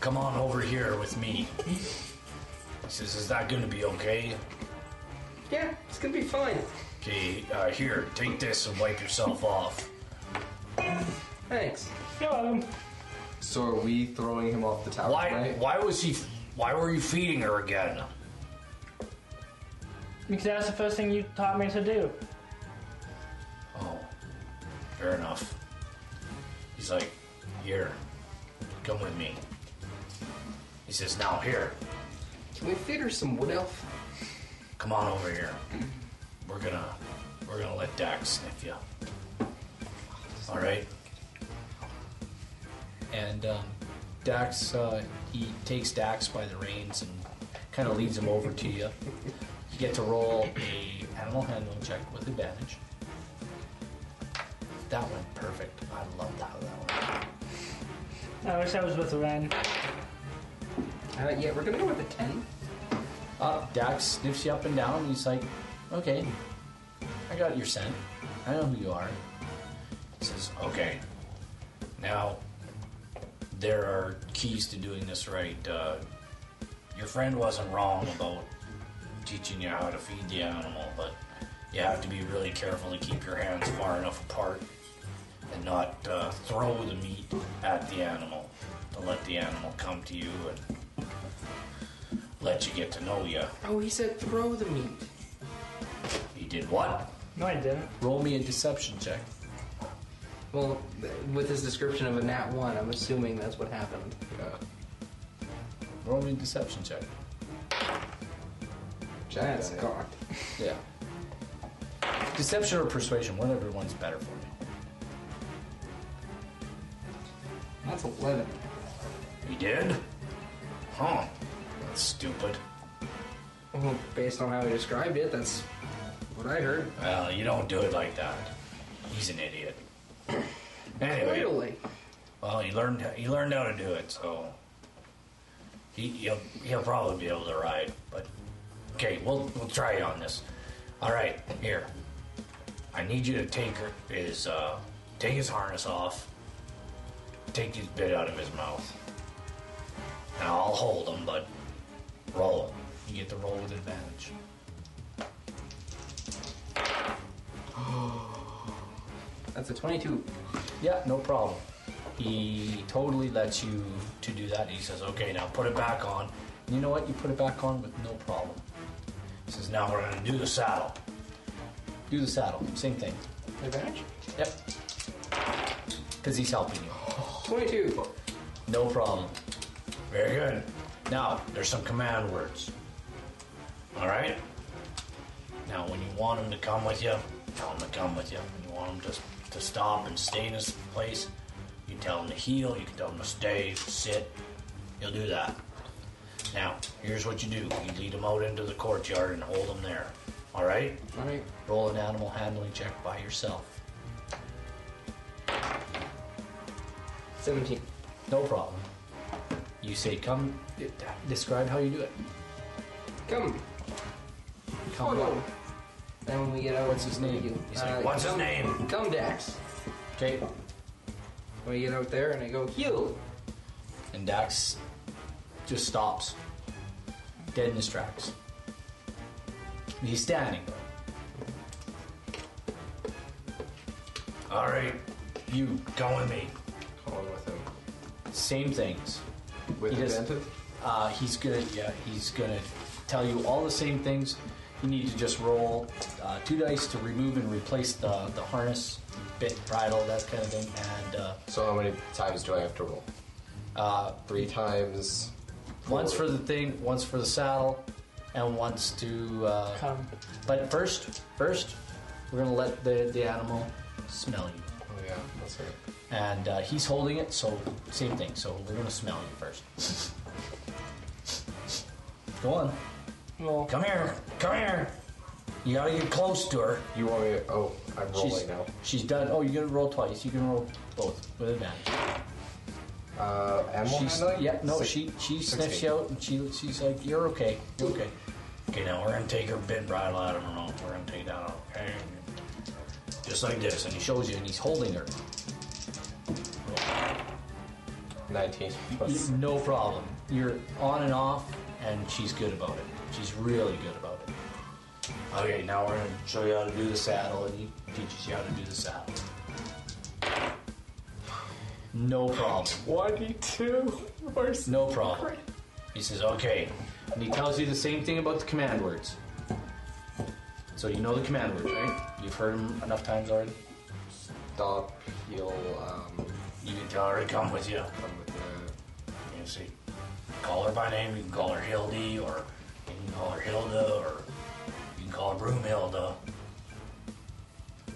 [SPEAKER 2] Come on over here with me. He says, "Is that gonna be okay?"
[SPEAKER 4] Yeah, it's gonna be fine.
[SPEAKER 2] Okay, uh, here, take this and wipe yourself off.
[SPEAKER 4] Thanks.
[SPEAKER 6] You're welcome.
[SPEAKER 1] So are we throwing him off the tower?
[SPEAKER 2] Why?
[SPEAKER 1] tonight?
[SPEAKER 2] Why was he? Why were you feeding her again?
[SPEAKER 6] Because that's the first thing you taught me to do.
[SPEAKER 2] Oh, fair enough. He's like, here, come with me. He says, now here,
[SPEAKER 4] Can we feed her some wood elf?
[SPEAKER 2] come on over here. We're gonna, we're gonna let Dax sniff you. All right. And um, Dax, uh, he takes Dax by the reins and kind of leads him over to you. You get to roll a animal handling check with advantage. That went perfect. I loved how that went.
[SPEAKER 6] I wish I was with Ren.
[SPEAKER 4] Uh, yeah, we're gonna go with a 10.
[SPEAKER 2] up. Dax sniffs you up and down. He's like, okay, I got your scent. I know who you are.
[SPEAKER 9] He says, okay, now there are keys to doing this right. Uh, your friend wasn't wrong about teaching you how to feed the animal, but you have to be really careful to keep your hands far enough apart and not uh, throw the meat at the animal. To let the animal come to you and let you get to know you.
[SPEAKER 4] Oh, he said throw the meat.
[SPEAKER 9] He did what?
[SPEAKER 6] No, I didn't.
[SPEAKER 2] Roll me a deception check.
[SPEAKER 4] Well, th- with his description of a nat one, I'm assuming that's what happened.
[SPEAKER 2] Roll me a deception check.
[SPEAKER 4] That's God.
[SPEAKER 2] Yeah. Deception or persuasion, whatever one's better for you.
[SPEAKER 4] That's eleven.
[SPEAKER 9] He did? Huh. That's stupid.
[SPEAKER 4] Well, based on how he described it, that's what I heard.
[SPEAKER 9] Well, you don't do it like that. He's an idiot. Anyway,
[SPEAKER 4] Clearly.
[SPEAKER 9] well, he learned he learned how to do it, so he he'll, he'll probably be able to ride. But okay, we'll we'll try on this. All right, here. I need you to take her- his uh, take his harness off. Take his bit out of his mouth. Now I'll hold him, but roll him. You get to roll with advantage.
[SPEAKER 4] That's a twenty-two.
[SPEAKER 9] Yeah, no problem. He totally lets you to do that. He says, okay, now put it back on. And you know what? You put it back on with no problem. He says, now we're going to do the saddle.
[SPEAKER 2] Do the saddle, same thing.
[SPEAKER 4] Advantage?
[SPEAKER 2] Yep. Because he's helping you.
[SPEAKER 4] Twenty-two.
[SPEAKER 2] No problem.
[SPEAKER 9] Very good. Now, there's some command words. All right? Now, when you want him to come with you, tell him to come with you. When you want him to, to stop and stay in his place, you tell him to heel, you can tell him to stay, sit. He'll do that. Now, here's what you do you lead him out into the courtyard and hold him there. All right?
[SPEAKER 4] All right.
[SPEAKER 2] Roll an animal handling check by yourself.
[SPEAKER 4] Seventeen.
[SPEAKER 2] No problem. You say, come, describe how you do it.
[SPEAKER 4] Come.
[SPEAKER 2] Come on.
[SPEAKER 4] Then when we get out,
[SPEAKER 2] What's his name?
[SPEAKER 4] you-
[SPEAKER 9] He's like, what's his name?
[SPEAKER 4] Uh, Come, Dax.
[SPEAKER 2] Okay.
[SPEAKER 4] When we get out there, and I go, heel.
[SPEAKER 2] And Dax just stops, dead in his tracks. He's standing.
[SPEAKER 9] All right,
[SPEAKER 2] You,
[SPEAKER 9] come with me.
[SPEAKER 1] Calling with him.
[SPEAKER 2] same things.
[SPEAKER 1] With
[SPEAKER 2] He does-
[SPEAKER 1] advantage?
[SPEAKER 2] Uh, he's gonna, yeah, he's gonna tell you all the same things. You need to just roll uh, two dice to remove and replace the, the harness, bit, bridle, that kind of thing. And uh,
[SPEAKER 1] So how many times do I have to roll?
[SPEAKER 2] uh,
[SPEAKER 1] Three times.
[SPEAKER 2] once
[SPEAKER 1] four.
[SPEAKER 2] for the thing, once for the saddle, and once to. Uh,
[SPEAKER 6] Come.
[SPEAKER 2] but first, first, we're gonna let the, the animal smell you.
[SPEAKER 1] Oh yeah, that's right.
[SPEAKER 2] and uh, he's holding it. So same thing. So we're gonna smell you first. Go on.
[SPEAKER 6] Well,
[SPEAKER 9] Come here, come here. You gotta get close to her.
[SPEAKER 1] You want me? To, oh, I'm rolling
[SPEAKER 2] She's,
[SPEAKER 1] now.
[SPEAKER 2] she's done. Oh, you gotta roll twice. You can roll both with advantage.
[SPEAKER 1] Uh, animal
[SPEAKER 2] She's,
[SPEAKER 1] handling?
[SPEAKER 2] yeah, no,
[SPEAKER 1] Six-
[SPEAKER 2] she she sniffs
[SPEAKER 1] 16.
[SPEAKER 2] you out and she she's like, you're okay, you're okay.
[SPEAKER 9] Okay, now we're gonna take her bit bridle out of her mouth. We're gonna take that out, okay? Just like this, and
[SPEAKER 2] He
[SPEAKER 9] he shows.
[SPEAKER 2] shows you and he's holding her.
[SPEAKER 1] Nineteen. Plus.
[SPEAKER 2] No problem. You're on and off, and she's good about it. She's really good about it.
[SPEAKER 9] Okay, now we're gonna
[SPEAKER 2] Show you how to do the saddle, and he teaches you how to do the saddle. No problem.
[SPEAKER 10] 22. Where's
[SPEAKER 2] No problem. He says, okay. And he tells you the same thing about the command words. So you know the command words, right? You've heard them enough times already.
[SPEAKER 1] Stop. Heal. Um.
[SPEAKER 9] You can tell her to come with you.
[SPEAKER 1] Come with the.
[SPEAKER 9] You can see, call her by name. You can call her Hildy, or you can call her Hilda, or you can call her Broomhilda.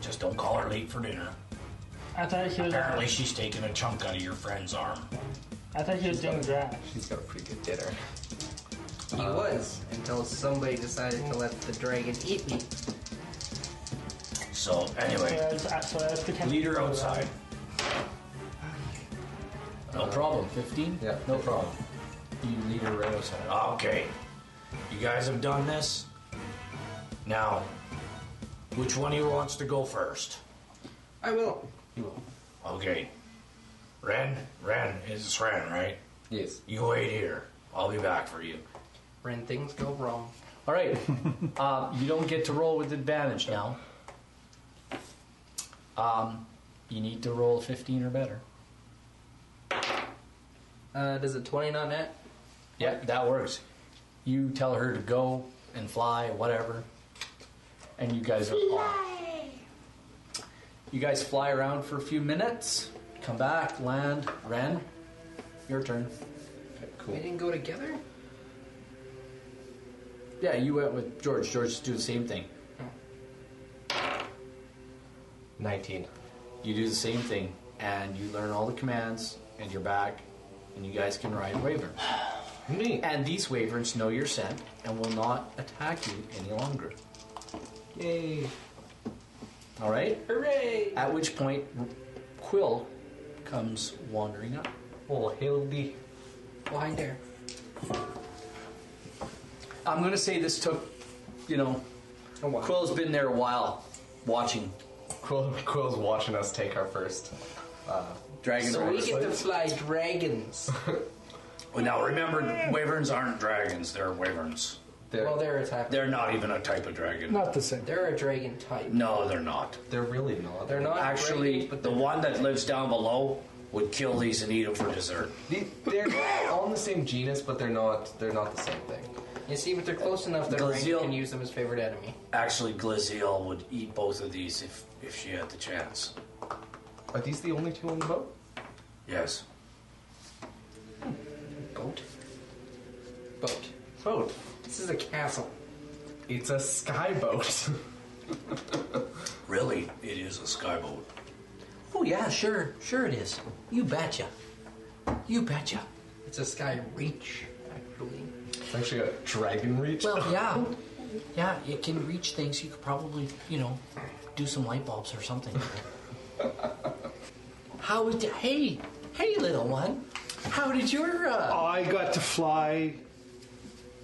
[SPEAKER 9] Just don't call her late for dinner.
[SPEAKER 6] I thought he was.
[SPEAKER 9] Apparently, she's taking a chunk out of your friend's arm.
[SPEAKER 6] I thought he was doing drag.
[SPEAKER 1] She's got a pretty good dinner.
[SPEAKER 4] He was until somebody decided to let the dragon eat me.
[SPEAKER 9] So,
[SPEAKER 6] So
[SPEAKER 9] anyway,
[SPEAKER 6] I was, so I was pretending.
[SPEAKER 9] lead her
[SPEAKER 6] to-
[SPEAKER 9] outside.
[SPEAKER 2] No problem. Fifteen.
[SPEAKER 1] yeah,
[SPEAKER 2] No problem. You lead her right outside.
[SPEAKER 9] Okay, you guys have done this. Now, Which one of you wants to go first?
[SPEAKER 4] I will.
[SPEAKER 9] Okay. Ren? Ren. It's Ren, right?
[SPEAKER 1] Yes.
[SPEAKER 9] You wait here. I'll be back for you.
[SPEAKER 4] When things go wrong.
[SPEAKER 2] All right. um, you don't get to roll with advantage now. Um, you need to roll 15 or better.
[SPEAKER 4] Uh, does a 20 not net?
[SPEAKER 2] Yeah, that works. You tell her to go and fly, whatever. And you guys are off. You guys fly around for a few minutes, come back, land, Ren. Your turn.
[SPEAKER 4] We didn't go together?
[SPEAKER 2] Yeah, you went with George. George do the same thing.
[SPEAKER 1] 19.
[SPEAKER 2] You do the same thing, and you learn all the commands, and you're back, and you guys can ride Wyvern.
[SPEAKER 1] Neat.
[SPEAKER 2] And these Wyverns know your scent and will not attack you any longer.
[SPEAKER 1] Yay.
[SPEAKER 2] All right?
[SPEAKER 4] Hooray!
[SPEAKER 2] At which point, Quill comes wandering up.
[SPEAKER 1] Oh, hail thee.
[SPEAKER 4] Behind there.
[SPEAKER 2] I'm going to say this took, you know,
[SPEAKER 4] Oh, wow.
[SPEAKER 2] Quill's been there a while watching
[SPEAKER 1] Quill, Quill's watching us take our first.
[SPEAKER 7] Dragon
[SPEAKER 4] So we
[SPEAKER 7] riders.
[SPEAKER 4] get to fly dragons.
[SPEAKER 9] Well, now remember, wyverns aren't dragons. They're wyverns.
[SPEAKER 1] They're,
[SPEAKER 4] well, they're a type. They're,
[SPEAKER 9] They're not even a type of dragon.
[SPEAKER 3] Not the same.
[SPEAKER 4] a dragon type.
[SPEAKER 9] No, they're not.
[SPEAKER 1] they're really not.
[SPEAKER 4] They're not
[SPEAKER 9] Actually,
[SPEAKER 4] dragons, but
[SPEAKER 9] the one that lives down below would kill these and eat them for dessert.
[SPEAKER 1] They- They're all in the same genus, but they're not. They're not the same thing.
[SPEAKER 4] You see, but they're close enough that
[SPEAKER 9] Glazeal.
[SPEAKER 4] Rank can use them as favorite enemy.
[SPEAKER 9] Actually, Glaziel would eat both of these if, if she had the chance.
[SPEAKER 1] Are these the only two on the boat?
[SPEAKER 9] Yes.
[SPEAKER 4] Boat. Boat. Boat. This is a castle.
[SPEAKER 1] It's a sky boat.
[SPEAKER 9] Really, it is a skyboat.
[SPEAKER 7] Oh, yeah, sure. Sure it is. You betcha. You betcha.
[SPEAKER 4] It's a sky reach, actually.
[SPEAKER 1] it's actually a dragon reach.
[SPEAKER 7] Well, yeah. Yeah, it can reach things. You could probably, you know, do some light bulbs or something. How would you, hey, hey, little one. How did your, uh,
[SPEAKER 3] I got to fly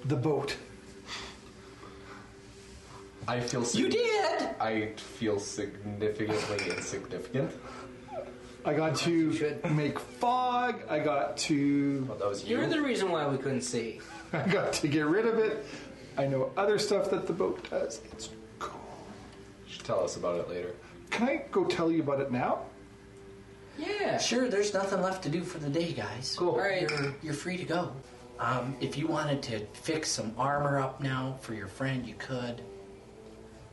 [SPEAKER 3] the boat.
[SPEAKER 1] I feel. Sig-
[SPEAKER 7] you did?
[SPEAKER 1] I feel significantly insignificant.
[SPEAKER 3] I got to
[SPEAKER 4] should.
[SPEAKER 3] make fog. I got to
[SPEAKER 1] Well, that was you.
[SPEAKER 4] You're the reason why we couldn't see.
[SPEAKER 3] I got to get rid of it. I know other stuff that the boat does. It's cool.
[SPEAKER 1] You should tell us about it later.
[SPEAKER 3] Can I go tell you about it now?
[SPEAKER 4] Yeah.
[SPEAKER 7] Sure, there's nothing left to do for the day, guys.
[SPEAKER 4] Cool. All right.
[SPEAKER 7] You're, you're free to go. Um, if you wanted to fix some armor up now for your friend, you could.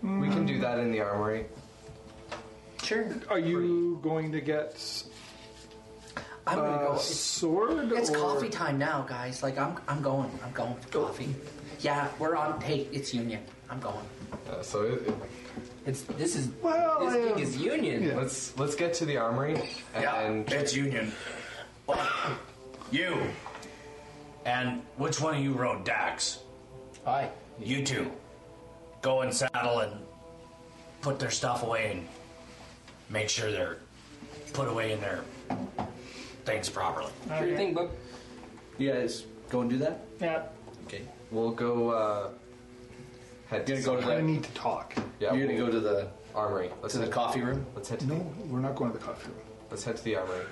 [SPEAKER 1] We can do that in the armory.
[SPEAKER 7] Sure.
[SPEAKER 3] Are you going to get
[SPEAKER 7] I'm gonna
[SPEAKER 3] a
[SPEAKER 7] go. It's,
[SPEAKER 3] sword?
[SPEAKER 7] it's
[SPEAKER 3] Uh, or-
[SPEAKER 7] coffee time now, guys. Like I'm, I'm going. I'm going for coffee. Yeah, we're on. Hey, it's Union. I'm going.
[SPEAKER 1] Uh, so it, it-
[SPEAKER 4] It's this is
[SPEAKER 3] Well,
[SPEAKER 4] this
[SPEAKER 3] I
[SPEAKER 4] gig
[SPEAKER 3] am-
[SPEAKER 4] is union.
[SPEAKER 3] Yeah.
[SPEAKER 1] let's let's get to the armory and
[SPEAKER 9] it's Union. you. And which one of you rode Dax?
[SPEAKER 4] Hi.
[SPEAKER 9] You two. Go and saddle and put their stuff away and make sure they're put away in their things properly.
[SPEAKER 4] Sure
[SPEAKER 6] Okay.
[SPEAKER 4] thing, bub.
[SPEAKER 7] You guys go and do that.
[SPEAKER 6] Yeah.
[SPEAKER 7] Okay.
[SPEAKER 1] we'll go. Uh, head
[SPEAKER 7] You're gonna go
[SPEAKER 3] I
[SPEAKER 7] to
[SPEAKER 1] somewhere.
[SPEAKER 3] need to talk.
[SPEAKER 1] yeah,
[SPEAKER 7] You're
[SPEAKER 1] we'll-
[SPEAKER 7] gonna go to the
[SPEAKER 1] armory. Let's
[SPEAKER 7] to the
[SPEAKER 1] head-
[SPEAKER 7] coffee room.
[SPEAKER 1] Let's head to
[SPEAKER 3] No, we're not going to the coffee room.
[SPEAKER 1] Let's head to the armory.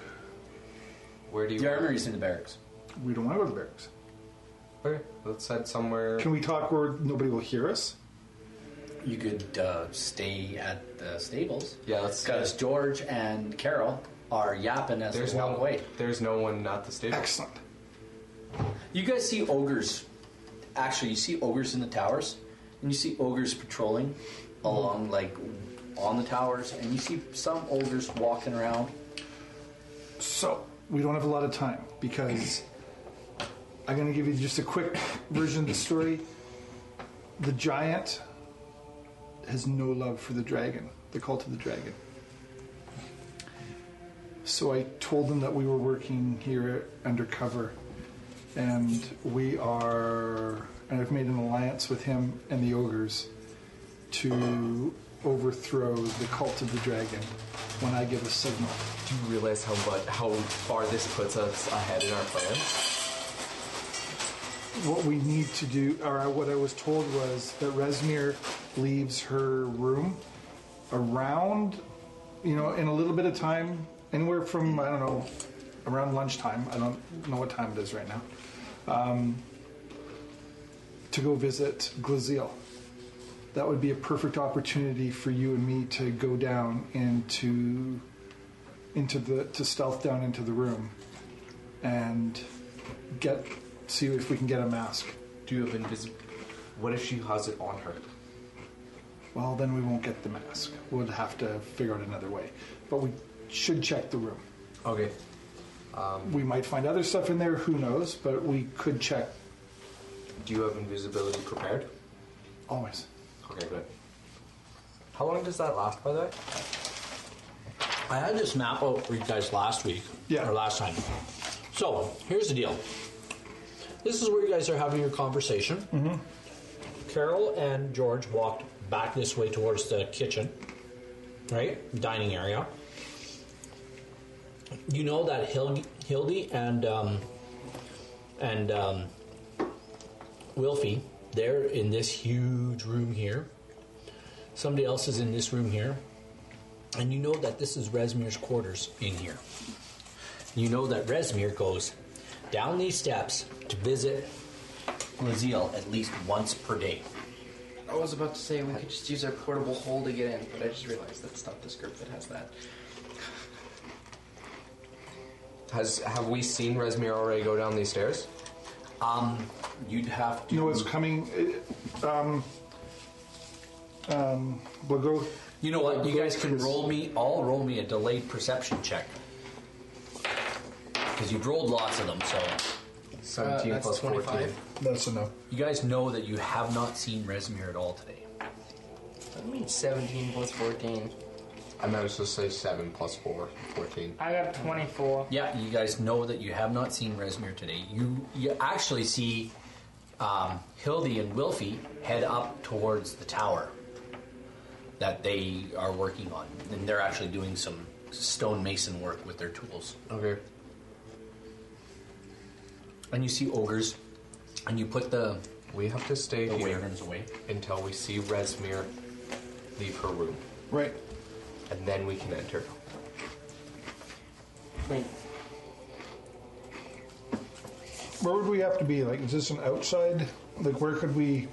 [SPEAKER 1] Where do you
[SPEAKER 7] The armory's in the barracks.
[SPEAKER 3] We don't want to go to the barracks.
[SPEAKER 1] Okay, let's head somewhere.
[SPEAKER 3] Can we talk where nobody will hear us?
[SPEAKER 7] You could uh, stay at the stables.
[SPEAKER 1] Yeah, let's.
[SPEAKER 7] Because George and Carol are yapping as
[SPEAKER 1] There's
[SPEAKER 7] they walk
[SPEAKER 1] no
[SPEAKER 7] away.
[SPEAKER 1] There's no one at the stable.
[SPEAKER 3] Excellent.
[SPEAKER 7] You guys see ogres. Actually, you see ogres in the towers, and you see ogres patrolling along, like on the towers, and you see some ogres walking around.
[SPEAKER 3] So we don't have a lot of time because I'm going to give you just a quick version of the story. The giant has no love for the dragon, the cult of the dragon. So I told them that we were working here undercover, and we are, and I've made an alliance with him and the ogres to overthrow the cult of the dragon when I give a signal.
[SPEAKER 1] Do you realize how much, how far this puts us ahead in our plans?
[SPEAKER 3] what we need to do, or what I was told was that Resmir leaves her room around, you know, in a little bit of time, anywhere from, I don't know, around lunchtime, I don't know what time it is right now, um, to go visit Glaziel. That would be a perfect opportunity for you and me to go down into into the to stealth down into the room and get see if we can get a mask.
[SPEAKER 1] Do you have invisible? What if she has it on her?
[SPEAKER 3] Well, then we won't get the mask. We'll have to figure out another way. But we should check the room.
[SPEAKER 1] Okay.
[SPEAKER 3] We might find other stuff in there, who knows, but we could check
[SPEAKER 1] Do you have invisibility prepared?
[SPEAKER 3] always.
[SPEAKER 1] Okay, good. How long does that last, by the way?
[SPEAKER 9] I had this map out for you guys last week.
[SPEAKER 3] Yeah.
[SPEAKER 9] Or last time. So, here's the deal. This is where you guys are having your conversation. Mm-hmm. Carol and George walked back this way towards the kitchen, right? Dining area. You know that Hil- Hildy and um, and um, Wilfie, they're in this huge room here. Somebody else is in this room here. And you know that this is Resmir's quarters in here. You know that Resmir goes down these steps to visit Glaziel at least once per day.
[SPEAKER 4] I was about to say we could just use our portable hole to get in, but I just realized that's not the script that has that.
[SPEAKER 1] Has have we seen Resmir already go down these stairs?
[SPEAKER 2] Um, you'd have to.
[SPEAKER 3] You know what's coming? Uh, Um, um, we'll go.
[SPEAKER 2] You know what? You guys can roll me all roll me a delayed perception check because you've rolled lots of them. So
[SPEAKER 1] Seventeen
[SPEAKER 4] that's
[SPEAKER 1] plus
[SPEAKER 4] 25.
[SPEAKER 1] fourteen.
[SPEAKER 3] That's enough.
[SPEAKER 2] you guys know that you have not seen Resmir at all today.
[SPEAKER 4] That means 17 plus 14.
[SPEAKER 1] I managed to say seven plus four, 14.
[SPEAKER 6] I got 24.
[SPEAKER 2] Yeah, you guys know that you have not seen Resmir today. You you actually see um, Hildy and Wilfie head up towards the tower that they are working on, and they're actually doing some stonemason work with their tools.
[SPEAKER 1] Okay.
[SPEAKER 2] And you see ogres, and you put the
[SPEAKER 1] We have to stay
[SPEAKER 2] the
[SPEAKER 1] here
[SPEAKER 2] wavens away.
[SPEAKER 1] until we see Resmir leave her room,
[SPEAKER 3] Right.
[SPEAKER 1] and then we can enter.
[SPEAKER 4] Wait,
[SPEAKER 3] Where would we have to be? Like, is this an outside? Like, where could we?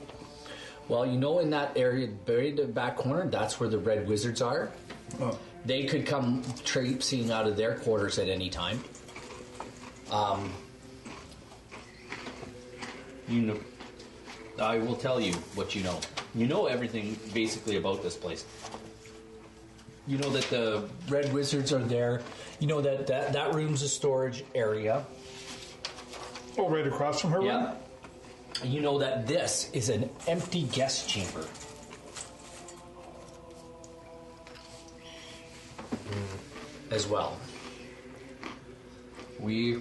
[SPEAKER 2] Well, you know, in that area, buried in the back corner, that's where the red wizards are.
[SPEAKER 3] Oh,
[SPEAKER 2] They could come traipsing out of their quarters at any time. Um, you know, I will tell you what you know. You know everything basically about this place. You know that the red wizards are there. You know that that, that room's a storage area.
[SPEAKER 3] oh right across from her
[SPEAKER 2] Yeah.
[SPEAKER 3] room?
[SPEAKER 2] You know that this is an empty guest chamber. Hmm. As well.
[SPEAKER 1] We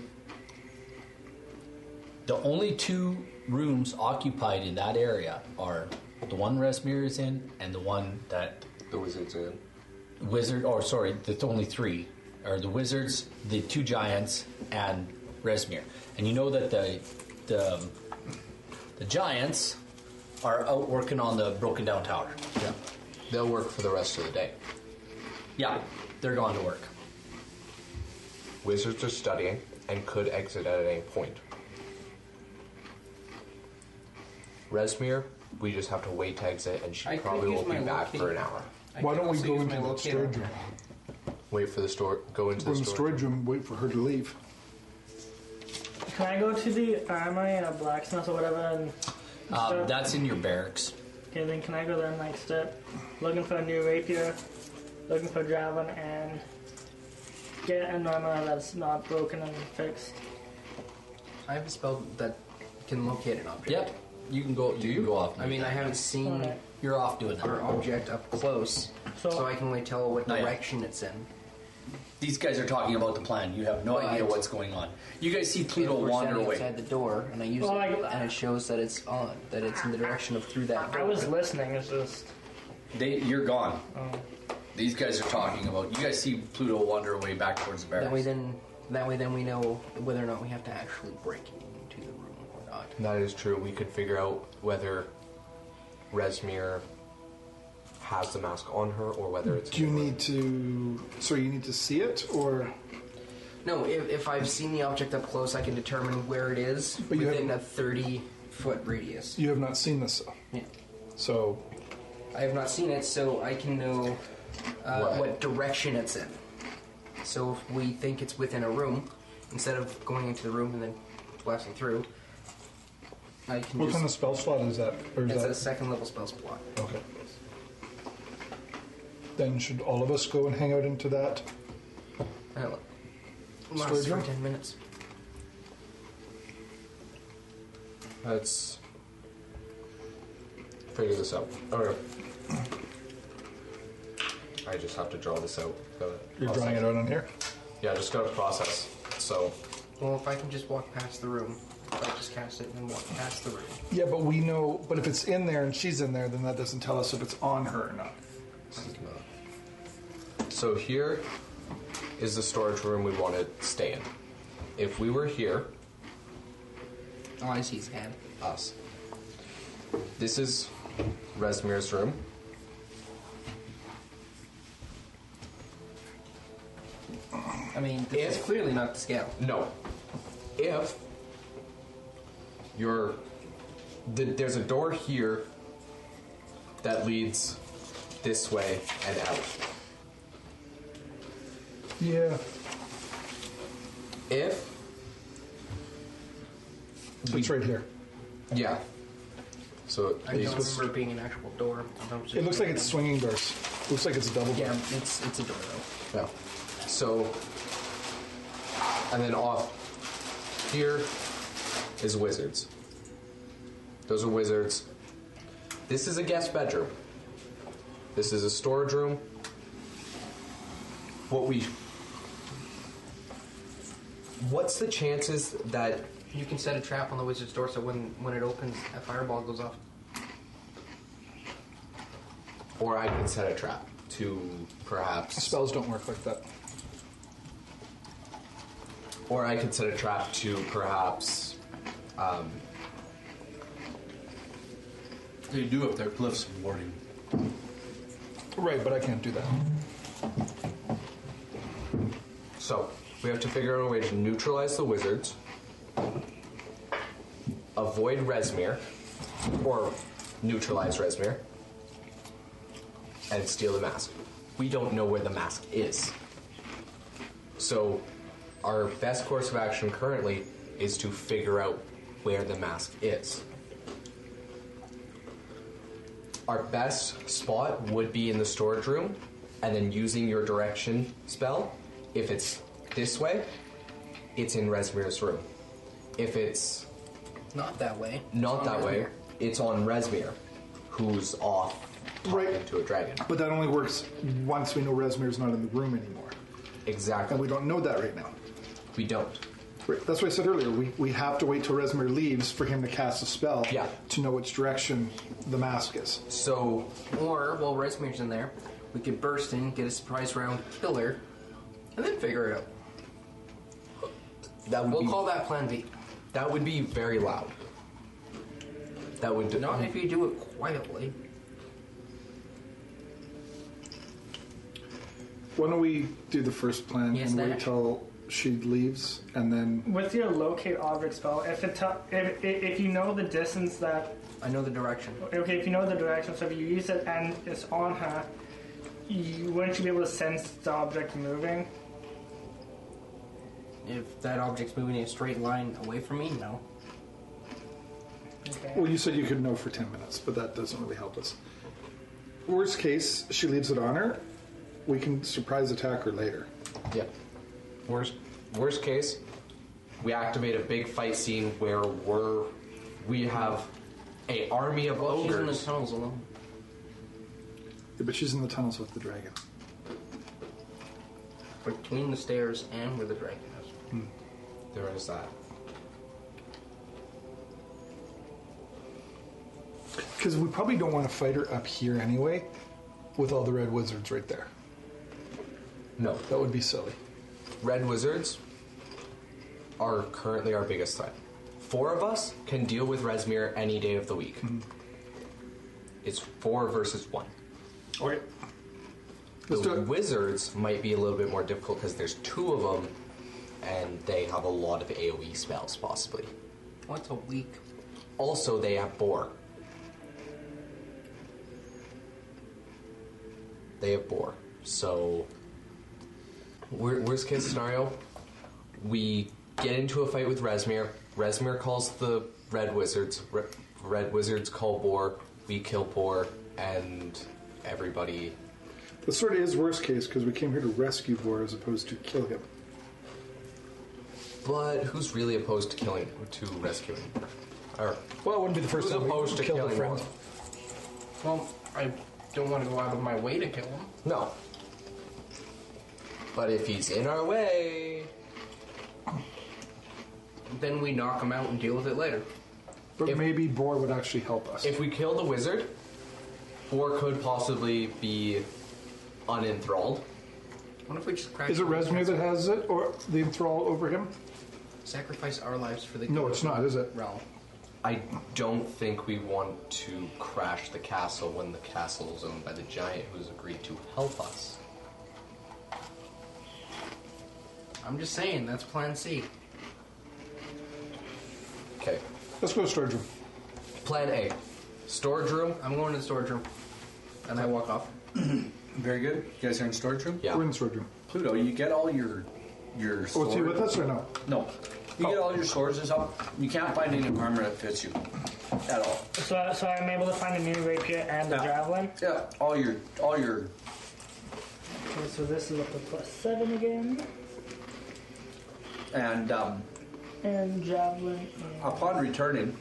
[SPEAKER 2] The only two rooms occupied in that area are the one Resmir is in and the one that
[SPEAKER 1] the wizards in.
[SPEAKER 2] Wizard, or sorry, the only three are the Wizards, the two Giants, and Resmir. And you know that the the, um, the Giants are out working on the broken down tower.
[SPEAKER 1] Yeah. They'll work for the rest of the day.
[SPEAKER 2] Yeah, they're going to work.
[SPEAKER 1] Wizards are studying and could exit at any point. Resmir, we just have to wait to exit, and she
[SPEAKER 4] I could
[SPEAKER 1] probably
[SPEAKER 4] use
[SPEAKER 1] won't be
[SPEAKER 4] my
[SPEAKER 1] back
[SPEAKER 4] locate.
[SPEAKER 1] for an hour.
[SPEAKER 4] I
[SPEAKER 3] Why
[SPEAKER 4] can
[SPEAKER 3] don't we
[SPEAKER 4] also
[SPEAKER 3] go
[SPEAKER 4] use
[SPEAKER 3] into
[SPEAKER 4] my
[SPEAKER 3] the
[SPEAKER 4] locator.
[SPEAKER 3] storage room?
[SPEAKER 1] Wait for the store. Go into
[SPEAKER 3] Go
[SPEAKER 1] the
[SPEAKER 3] in the
[SPEAKER 1] store.
[SPEAKER 3] storage room, wait for her to leave.
[SPEAKER 6] Can I go to the armory and a blacksmith or whatever? And
[SPEAKER 2] Um,
[SPEAKER 6] start-
[SPEAKER 2] that's in your barracks.
[SPEAKER 6] Okay, then can I go there and like start looking for a new rapier, looking for a javelin, and get an armor that's not broken and fixed?
[SPEAKER 4] I have a spell that can locate an object.
[SPEAKER 2] Yep, you can go. You, can go off.
[SPEAKER 4] I mean, I haven't seen
[SPEAKER 6] Alright.
[SPEAKER 2] you're off doing
[SPEAKER 4] our
[SPEAKER 2] that.
[SPEAKER 4] object up close, so,
[SPEAKER 6] So-
[SPEAKER 4] I can only tell what
[SPEAKER 2] Oh, yeah.
[SPEAKER 4] direction it's in.
[SPEAKER 2] These guys are talking about the plan. You have no
[SPEAKER 4] Right.
[SPEAKER 2] idea what's going on. You guys see Pluto
[SPEAKER 4] We're
[SPEAKER 2] wander
[SPEAKER 4] standing
[SPEAKER 2] away.
[SPEAKER 4] outside the door, and I use
[SPEAKER 6] Well,
[SPEAKER 4] it,
[SPEAKER 6] I-
[SPEAKER 4] and it shows that it's on, that it's in the direction of through that
[SPEAKER 6] I
[SPEAKER 4] door.
[SPEAKER 6] was listening. It's just
[SPEAKER 2] They, you're gone. These guys are talking about. You guys see Pluto wander away back towards the
[SPEAKER 4] that way,
[SPEAKER 2] barracks.
[SPEAKER 4] then that way, then we know whether or not we have to actually break into the room or not.
[SPEAKER 1] That is true. We could figure out whether Resmir has the mask on her or whether it's.
[SPEAKER 3] Do you need to? Sorry, you need to see it, or
[SPEAKER 4] No, if, if I've seen the object up close, I can determine where it is
[SPEAKER 3] But you
[SPEAKER 4] within a 30 foot radius.
[SPEAKER 3] you have not seen this.
[SPEAKER 4] Yeah.
[SPEAKER 3] So
[SPEAKER 4] I have not seen it, so I can know uh,
[SPEAKER 11] What?
[SPEAKER 4] what? direction it's in. So if we think it's within a room, instead of going into the room and then blasting through, I can
[SPEAKER 3] What
[SPEAKER 4] just.
[SPEAKER 3] kind of spell slot is that? Or is
[SPEAKER 4] it's
[SPEAKER 3] that
[SPEAKER 4] a second level spell slot.
[SPEAKER 3] okay? Then should all of us go and hang out into that?
[SPEAKER 4] I don't know.
[SPEAKER 3] Storage
[SPEAKER 4] Uh, Lasts for
[SPEAKER 3] room?
[SPEAKER 4] 10 minutes.
[SPEAKER 1] Let's figure this out. Okay. I just have to draw this out. Gotta
[SPEAKER 3] You're
[SPEAKER 1] process.
[SPEAKER 3] drawing it out on here.
[SPEAKER 1] Yeah, just gotta process. So
[SPEAKER 4] Well, if I can just walk past the room, if I just cast it and then walk past the room.
[SPEAKER 3] Yeah, but we know. But if it's in there and she's in there, then that doesn't tell us if it's on her or not.
[SPEAKER 1] So here is the storage room we want to stay in. If we were here,
[SPEAKER 4] All Oh, I see is hand.
[SPEAKER 1] us. This is Resmir's room.
[SPEAKER 4] I mean, this is clearly not the scale.
[SPEAKER 1] No. If you're th- there's a door here that leads this way and out.
[SPEAKER 3] Yeah.
[SPEAKER 1] If
[SPEAKER 3] So it's right here.
[SPEAKER 1] yeah. So it
[SPEAKER 4] I don't
[SPEAKER 1] leads
[SPEAKER 4] remember it being an actual door. I'm just-
[SPEAKER 3] It looks like it's swinging doors. Looks like it's a double door.
[SPEAKER 4] Yeah, it's it's a door though.
[SPEAKER 1] Yeah. So, and then off here is wizards. Those are wizards. This is a guest bedroom. This is a storage room. What we. What's the chances that.
[SPEAKER 4] You can set a trap on the wizard's door so when when it opens, a fireball goes off.
[SPEAKER 1] Or I can set a trap to perhaps.
[SPEAKER 3] Spells don't work like that.
[SPEAKER 1] Or I could set a trap to perhaps.
[SPEAKER 12] They do have their glyphs warning.
[SPEAKER 3] Right, but I can't do that.
[SPEAKER 1] So, we have to figure out a way to neutralize the wizards, avoid Resmir, or neutralize Resmir, and steal the mask. We don't know where the mask is. So, our best course of action currently is to figure out where the mask is. Our best spot would be in the storage room, and then using your direction spell. If it's this way, it's in Resmir's room. If it's
[SPEAKER 4] Not that way.
[SPEAKER 1] not
[SPEAKER 4] It's
[SPEAKER 1] that
[SPEAKER 4] on
[SPEAKER 1] way,
[SPEAKER 4] there.
[SPEAKER 1] it's on Resmir, who's off talking
[SPEAKER 3] Right.
[SPEAKER 1] to a dragon.
[SPEAKER 3] But that only works once we know Resmir's not in the room anymore.
[SPEAKER 1] Exactly.
[SPEAKER 3] And we don't know that right now.
[SPEAKER 1] We don't.
[SPEAKER 3] Right. That's what I said earlier. We, we have to wait till Resmir leaves for him to cast a spell
[SPEAKER 1] Yeah.
[SPEAKER 3] to know which direction the mask is.
[SPEAKER 1] So
[SPEAKER 4] Or while Resmir's in there, we could burst in, get a surprise round, kill her, and then figure it out.
[SPEAKER 1] that would
[SPEAKER 4] We'll
[SPEAKER 1] be
[SPEAKER 4] call that Plan B.
[SPEAKER 1] that would be very loud. That would
[SPEAKER 4] Not if you do it quietly.
[SPEAKER 3] Why don't we do the first plan
[SPEAKER 4] Yes,
[SPEAKER 3] and wait
[SPEAKER 4] that-
[SPEAKER 3] till she leaves and then.
[SPEAKER 6] With your locate object spell, if it tell if, if if you know the distance that
[SPEAKER 4] I know the direction.
[SPEAKER 6] okay, if you know the direction, so if you use it and it's on her, you wouldn't you be able to sense the object moving?
[SPEAKER 4] If that object's moving in a straight line away from me, no.
[SPEAKER 6] Okay.
[SPEAKER 3] Well, you said you could know for 10 minutes, but that doesn't really help us. Worst case, she leaves it on her. We can surprise attack her later.
[SPEAKER 1] Yeah. Worst worst case, we activate a big fight scene where we're we have a army of
[SPEAKER 4] Well, she's in the
[SPEAKER 1] ogres.
[SPEAKER 4] tunnels alone.
[SPEAKER 3] Yeah, but she's in the tunnels with the dragon.
[SPEAKER 4] Between the stairs and where the dragon is.
[SPEAKER 1] There is that.
[SPEAKER 3] Because we probably don't want to fight her up here anyway, with all the red wizards right there.
[SPEAKER 1] No.
[SPEAKER 3] That would be silly.
[SPEAKER 1] Red wizards are currently our biggest threat. Four of us can deal
[SPEAKER 4] Hmm.
[SPEAKER 1] with Resmir any day of the week. It's four versus one.
[SPEAKER 3] Okay. Let's do
[SPEAKER 1] the
[SPEAKER 3] it.
[SPEAKER 1] wizards might be a little bit more difficult because there's two of them, and they have a lot of AOE spells possibly.
[SPEAKER 4] What's a week?
[SPEAKER 1] Also, they have boar. They have boar. So, wor- worst case scenario, we get into a fight with Resmir. Resmir calls the red wizards. Re- red wizards call boar. We kill boar, and everybody
[SPEAKER 3] This sort of is worst case because we came here to rescue Vor as opposed to kill him.
[SPEAKER 1] But who's really opposed to killing, to rescuing? Or,
[SPEAKER 13] well, it wouldn't be the
[SPEAKER 1] first who's
[SPEAKER 4] time we
[SPEAKER 1] opposed to
[SPEAKER 4] killed a
[SPEAKER 1] killing
[SPEAKER 4] friend.
[SPEAKER 1] one?
[SPEAKER 4] Well, I don't want to go out of my way to kill him.
[SPEAKER 1] No. But if he's in our way,
[SPEAKER 4] then we knock him out and deal with it later.
[SPEAKER 3] But maybe Boar would actually help us.
[SPEAKER 1] If we kill the wizard, or could possibly be unenthralled.
[SPEAKER 4] What if we just crack
[SPEAKER 3] Is it Resmir that has it, or the enthrall over him?
[SPEAKER 4] Sacrifice our lives for the
[SPEAKER 3] No,
[SPEAKER 4] good
[SPEAKER 3] it's not, is it?
[SPEAKER 4] Realm.
[SPEAKER 1] I don't think we want to crash the castle when the castle is owned by the giant who's agreed to help us.
[SPEAKER 4] I'm just saying, that's plan C.
[SPEAKER 1] Okay.
[SPEAKER 3] Let's go to storage room.
[SPEAKER 1] Plan A. Storage room?
[SPEAKER 4] I'm going to the storage room. And I walk off.
[SPEAKER 2] Very good. You guys are in storage room?
[SPEAKER 1] Yeah.
[SPEAKER 3] We're in the storage room.
[SPEAKER 2] Pluto, you get all your your
[SPEAKER 3] Oh,
[SPEAKER 2] swords.
[SPEAKER 3] is he with Oh. us or no?
[SPEAKER 2] No. You get all your swords and stuff. You can't find any armor that fits you at all.
[SPEAKER 6] So, so I'm able to find a new rapier and a
[SPEAKER 2] Yeah.
[SPEAKER 6] javelin.
[SPEAKER 2] Yeah, all your all your
[SPEAKER 6] Okay, so this is up to plus seven again.
[SPEAKER 2] and um,
[SPEAKER 6] And javelin.
[SPEAKER 2] upon returning,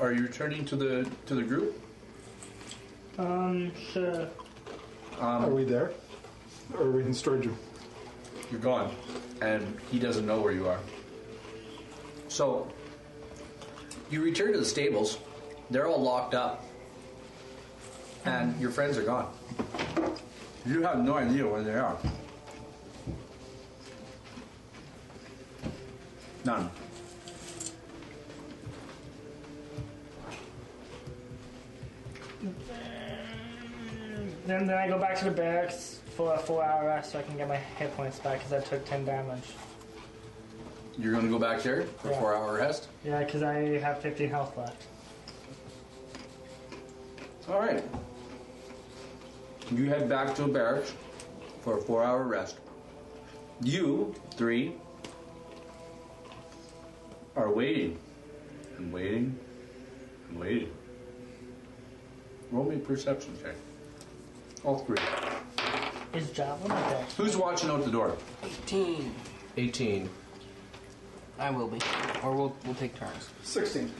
[SPEAKER 2] are you returning to the to the group?
[SPEAKER 6] Um, sure.
[SPEAKER 1] Um,
[SPEAKER 3] Are we there? Or are we in storage room?
[SPEAKER 2] You're gone, and he doesn't know where you are. So you return to the stables. They're all locked up, and your friends are gone. You have no idea where they are. None.
[SPEAKER 6] Then, then I go back to the barracks for a four hour rest so I can get my hit points back because I took 10 damage.
[SPEAKER 2] You're going to go back there for
[SPEAKER 6] Yeah.
[SPEAKER 2] a four-hour rest.
[SPEAKER 6] Yeah, because I have 15 health left.
[SPEAKER 2] All right. You head back to the barracks for a four hour rest. You three are waiting and waiting and waiting. Roll me a perception check. All three.
[SPEAKER 6] Is javelin okay?
[SPEAKER 2] Who's watching out the door?
[SPEAKER 4] 18.
[SPEAKER 1] 18.
[SPEAKER 4] I will be. Or we'll, we'll take turns.
[SPEAKER 3] 16.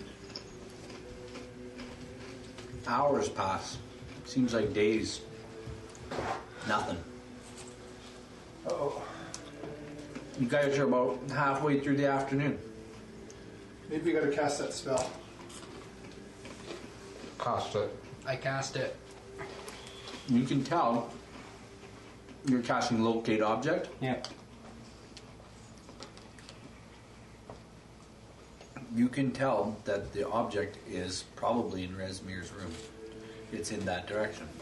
[SPEAKER 2] Hours pass. Seems like days. Nothing.
[SPEAKER 3] Uh-oh.
[SPEAKER 2] You guys are about halfway through the afternoon.
[SPEAKER 3] Maybe we gotta cast that spell.
[SPEAKER 1] Cost it.
[SPEAKER 4] I cast it.
[SPEAKER 2] You can tell you're casting locate object.
[SPEAKER 4] Yeah.
[SPEAKER 2] You can tell that the object is probably in Resmir's room. It's in that direction.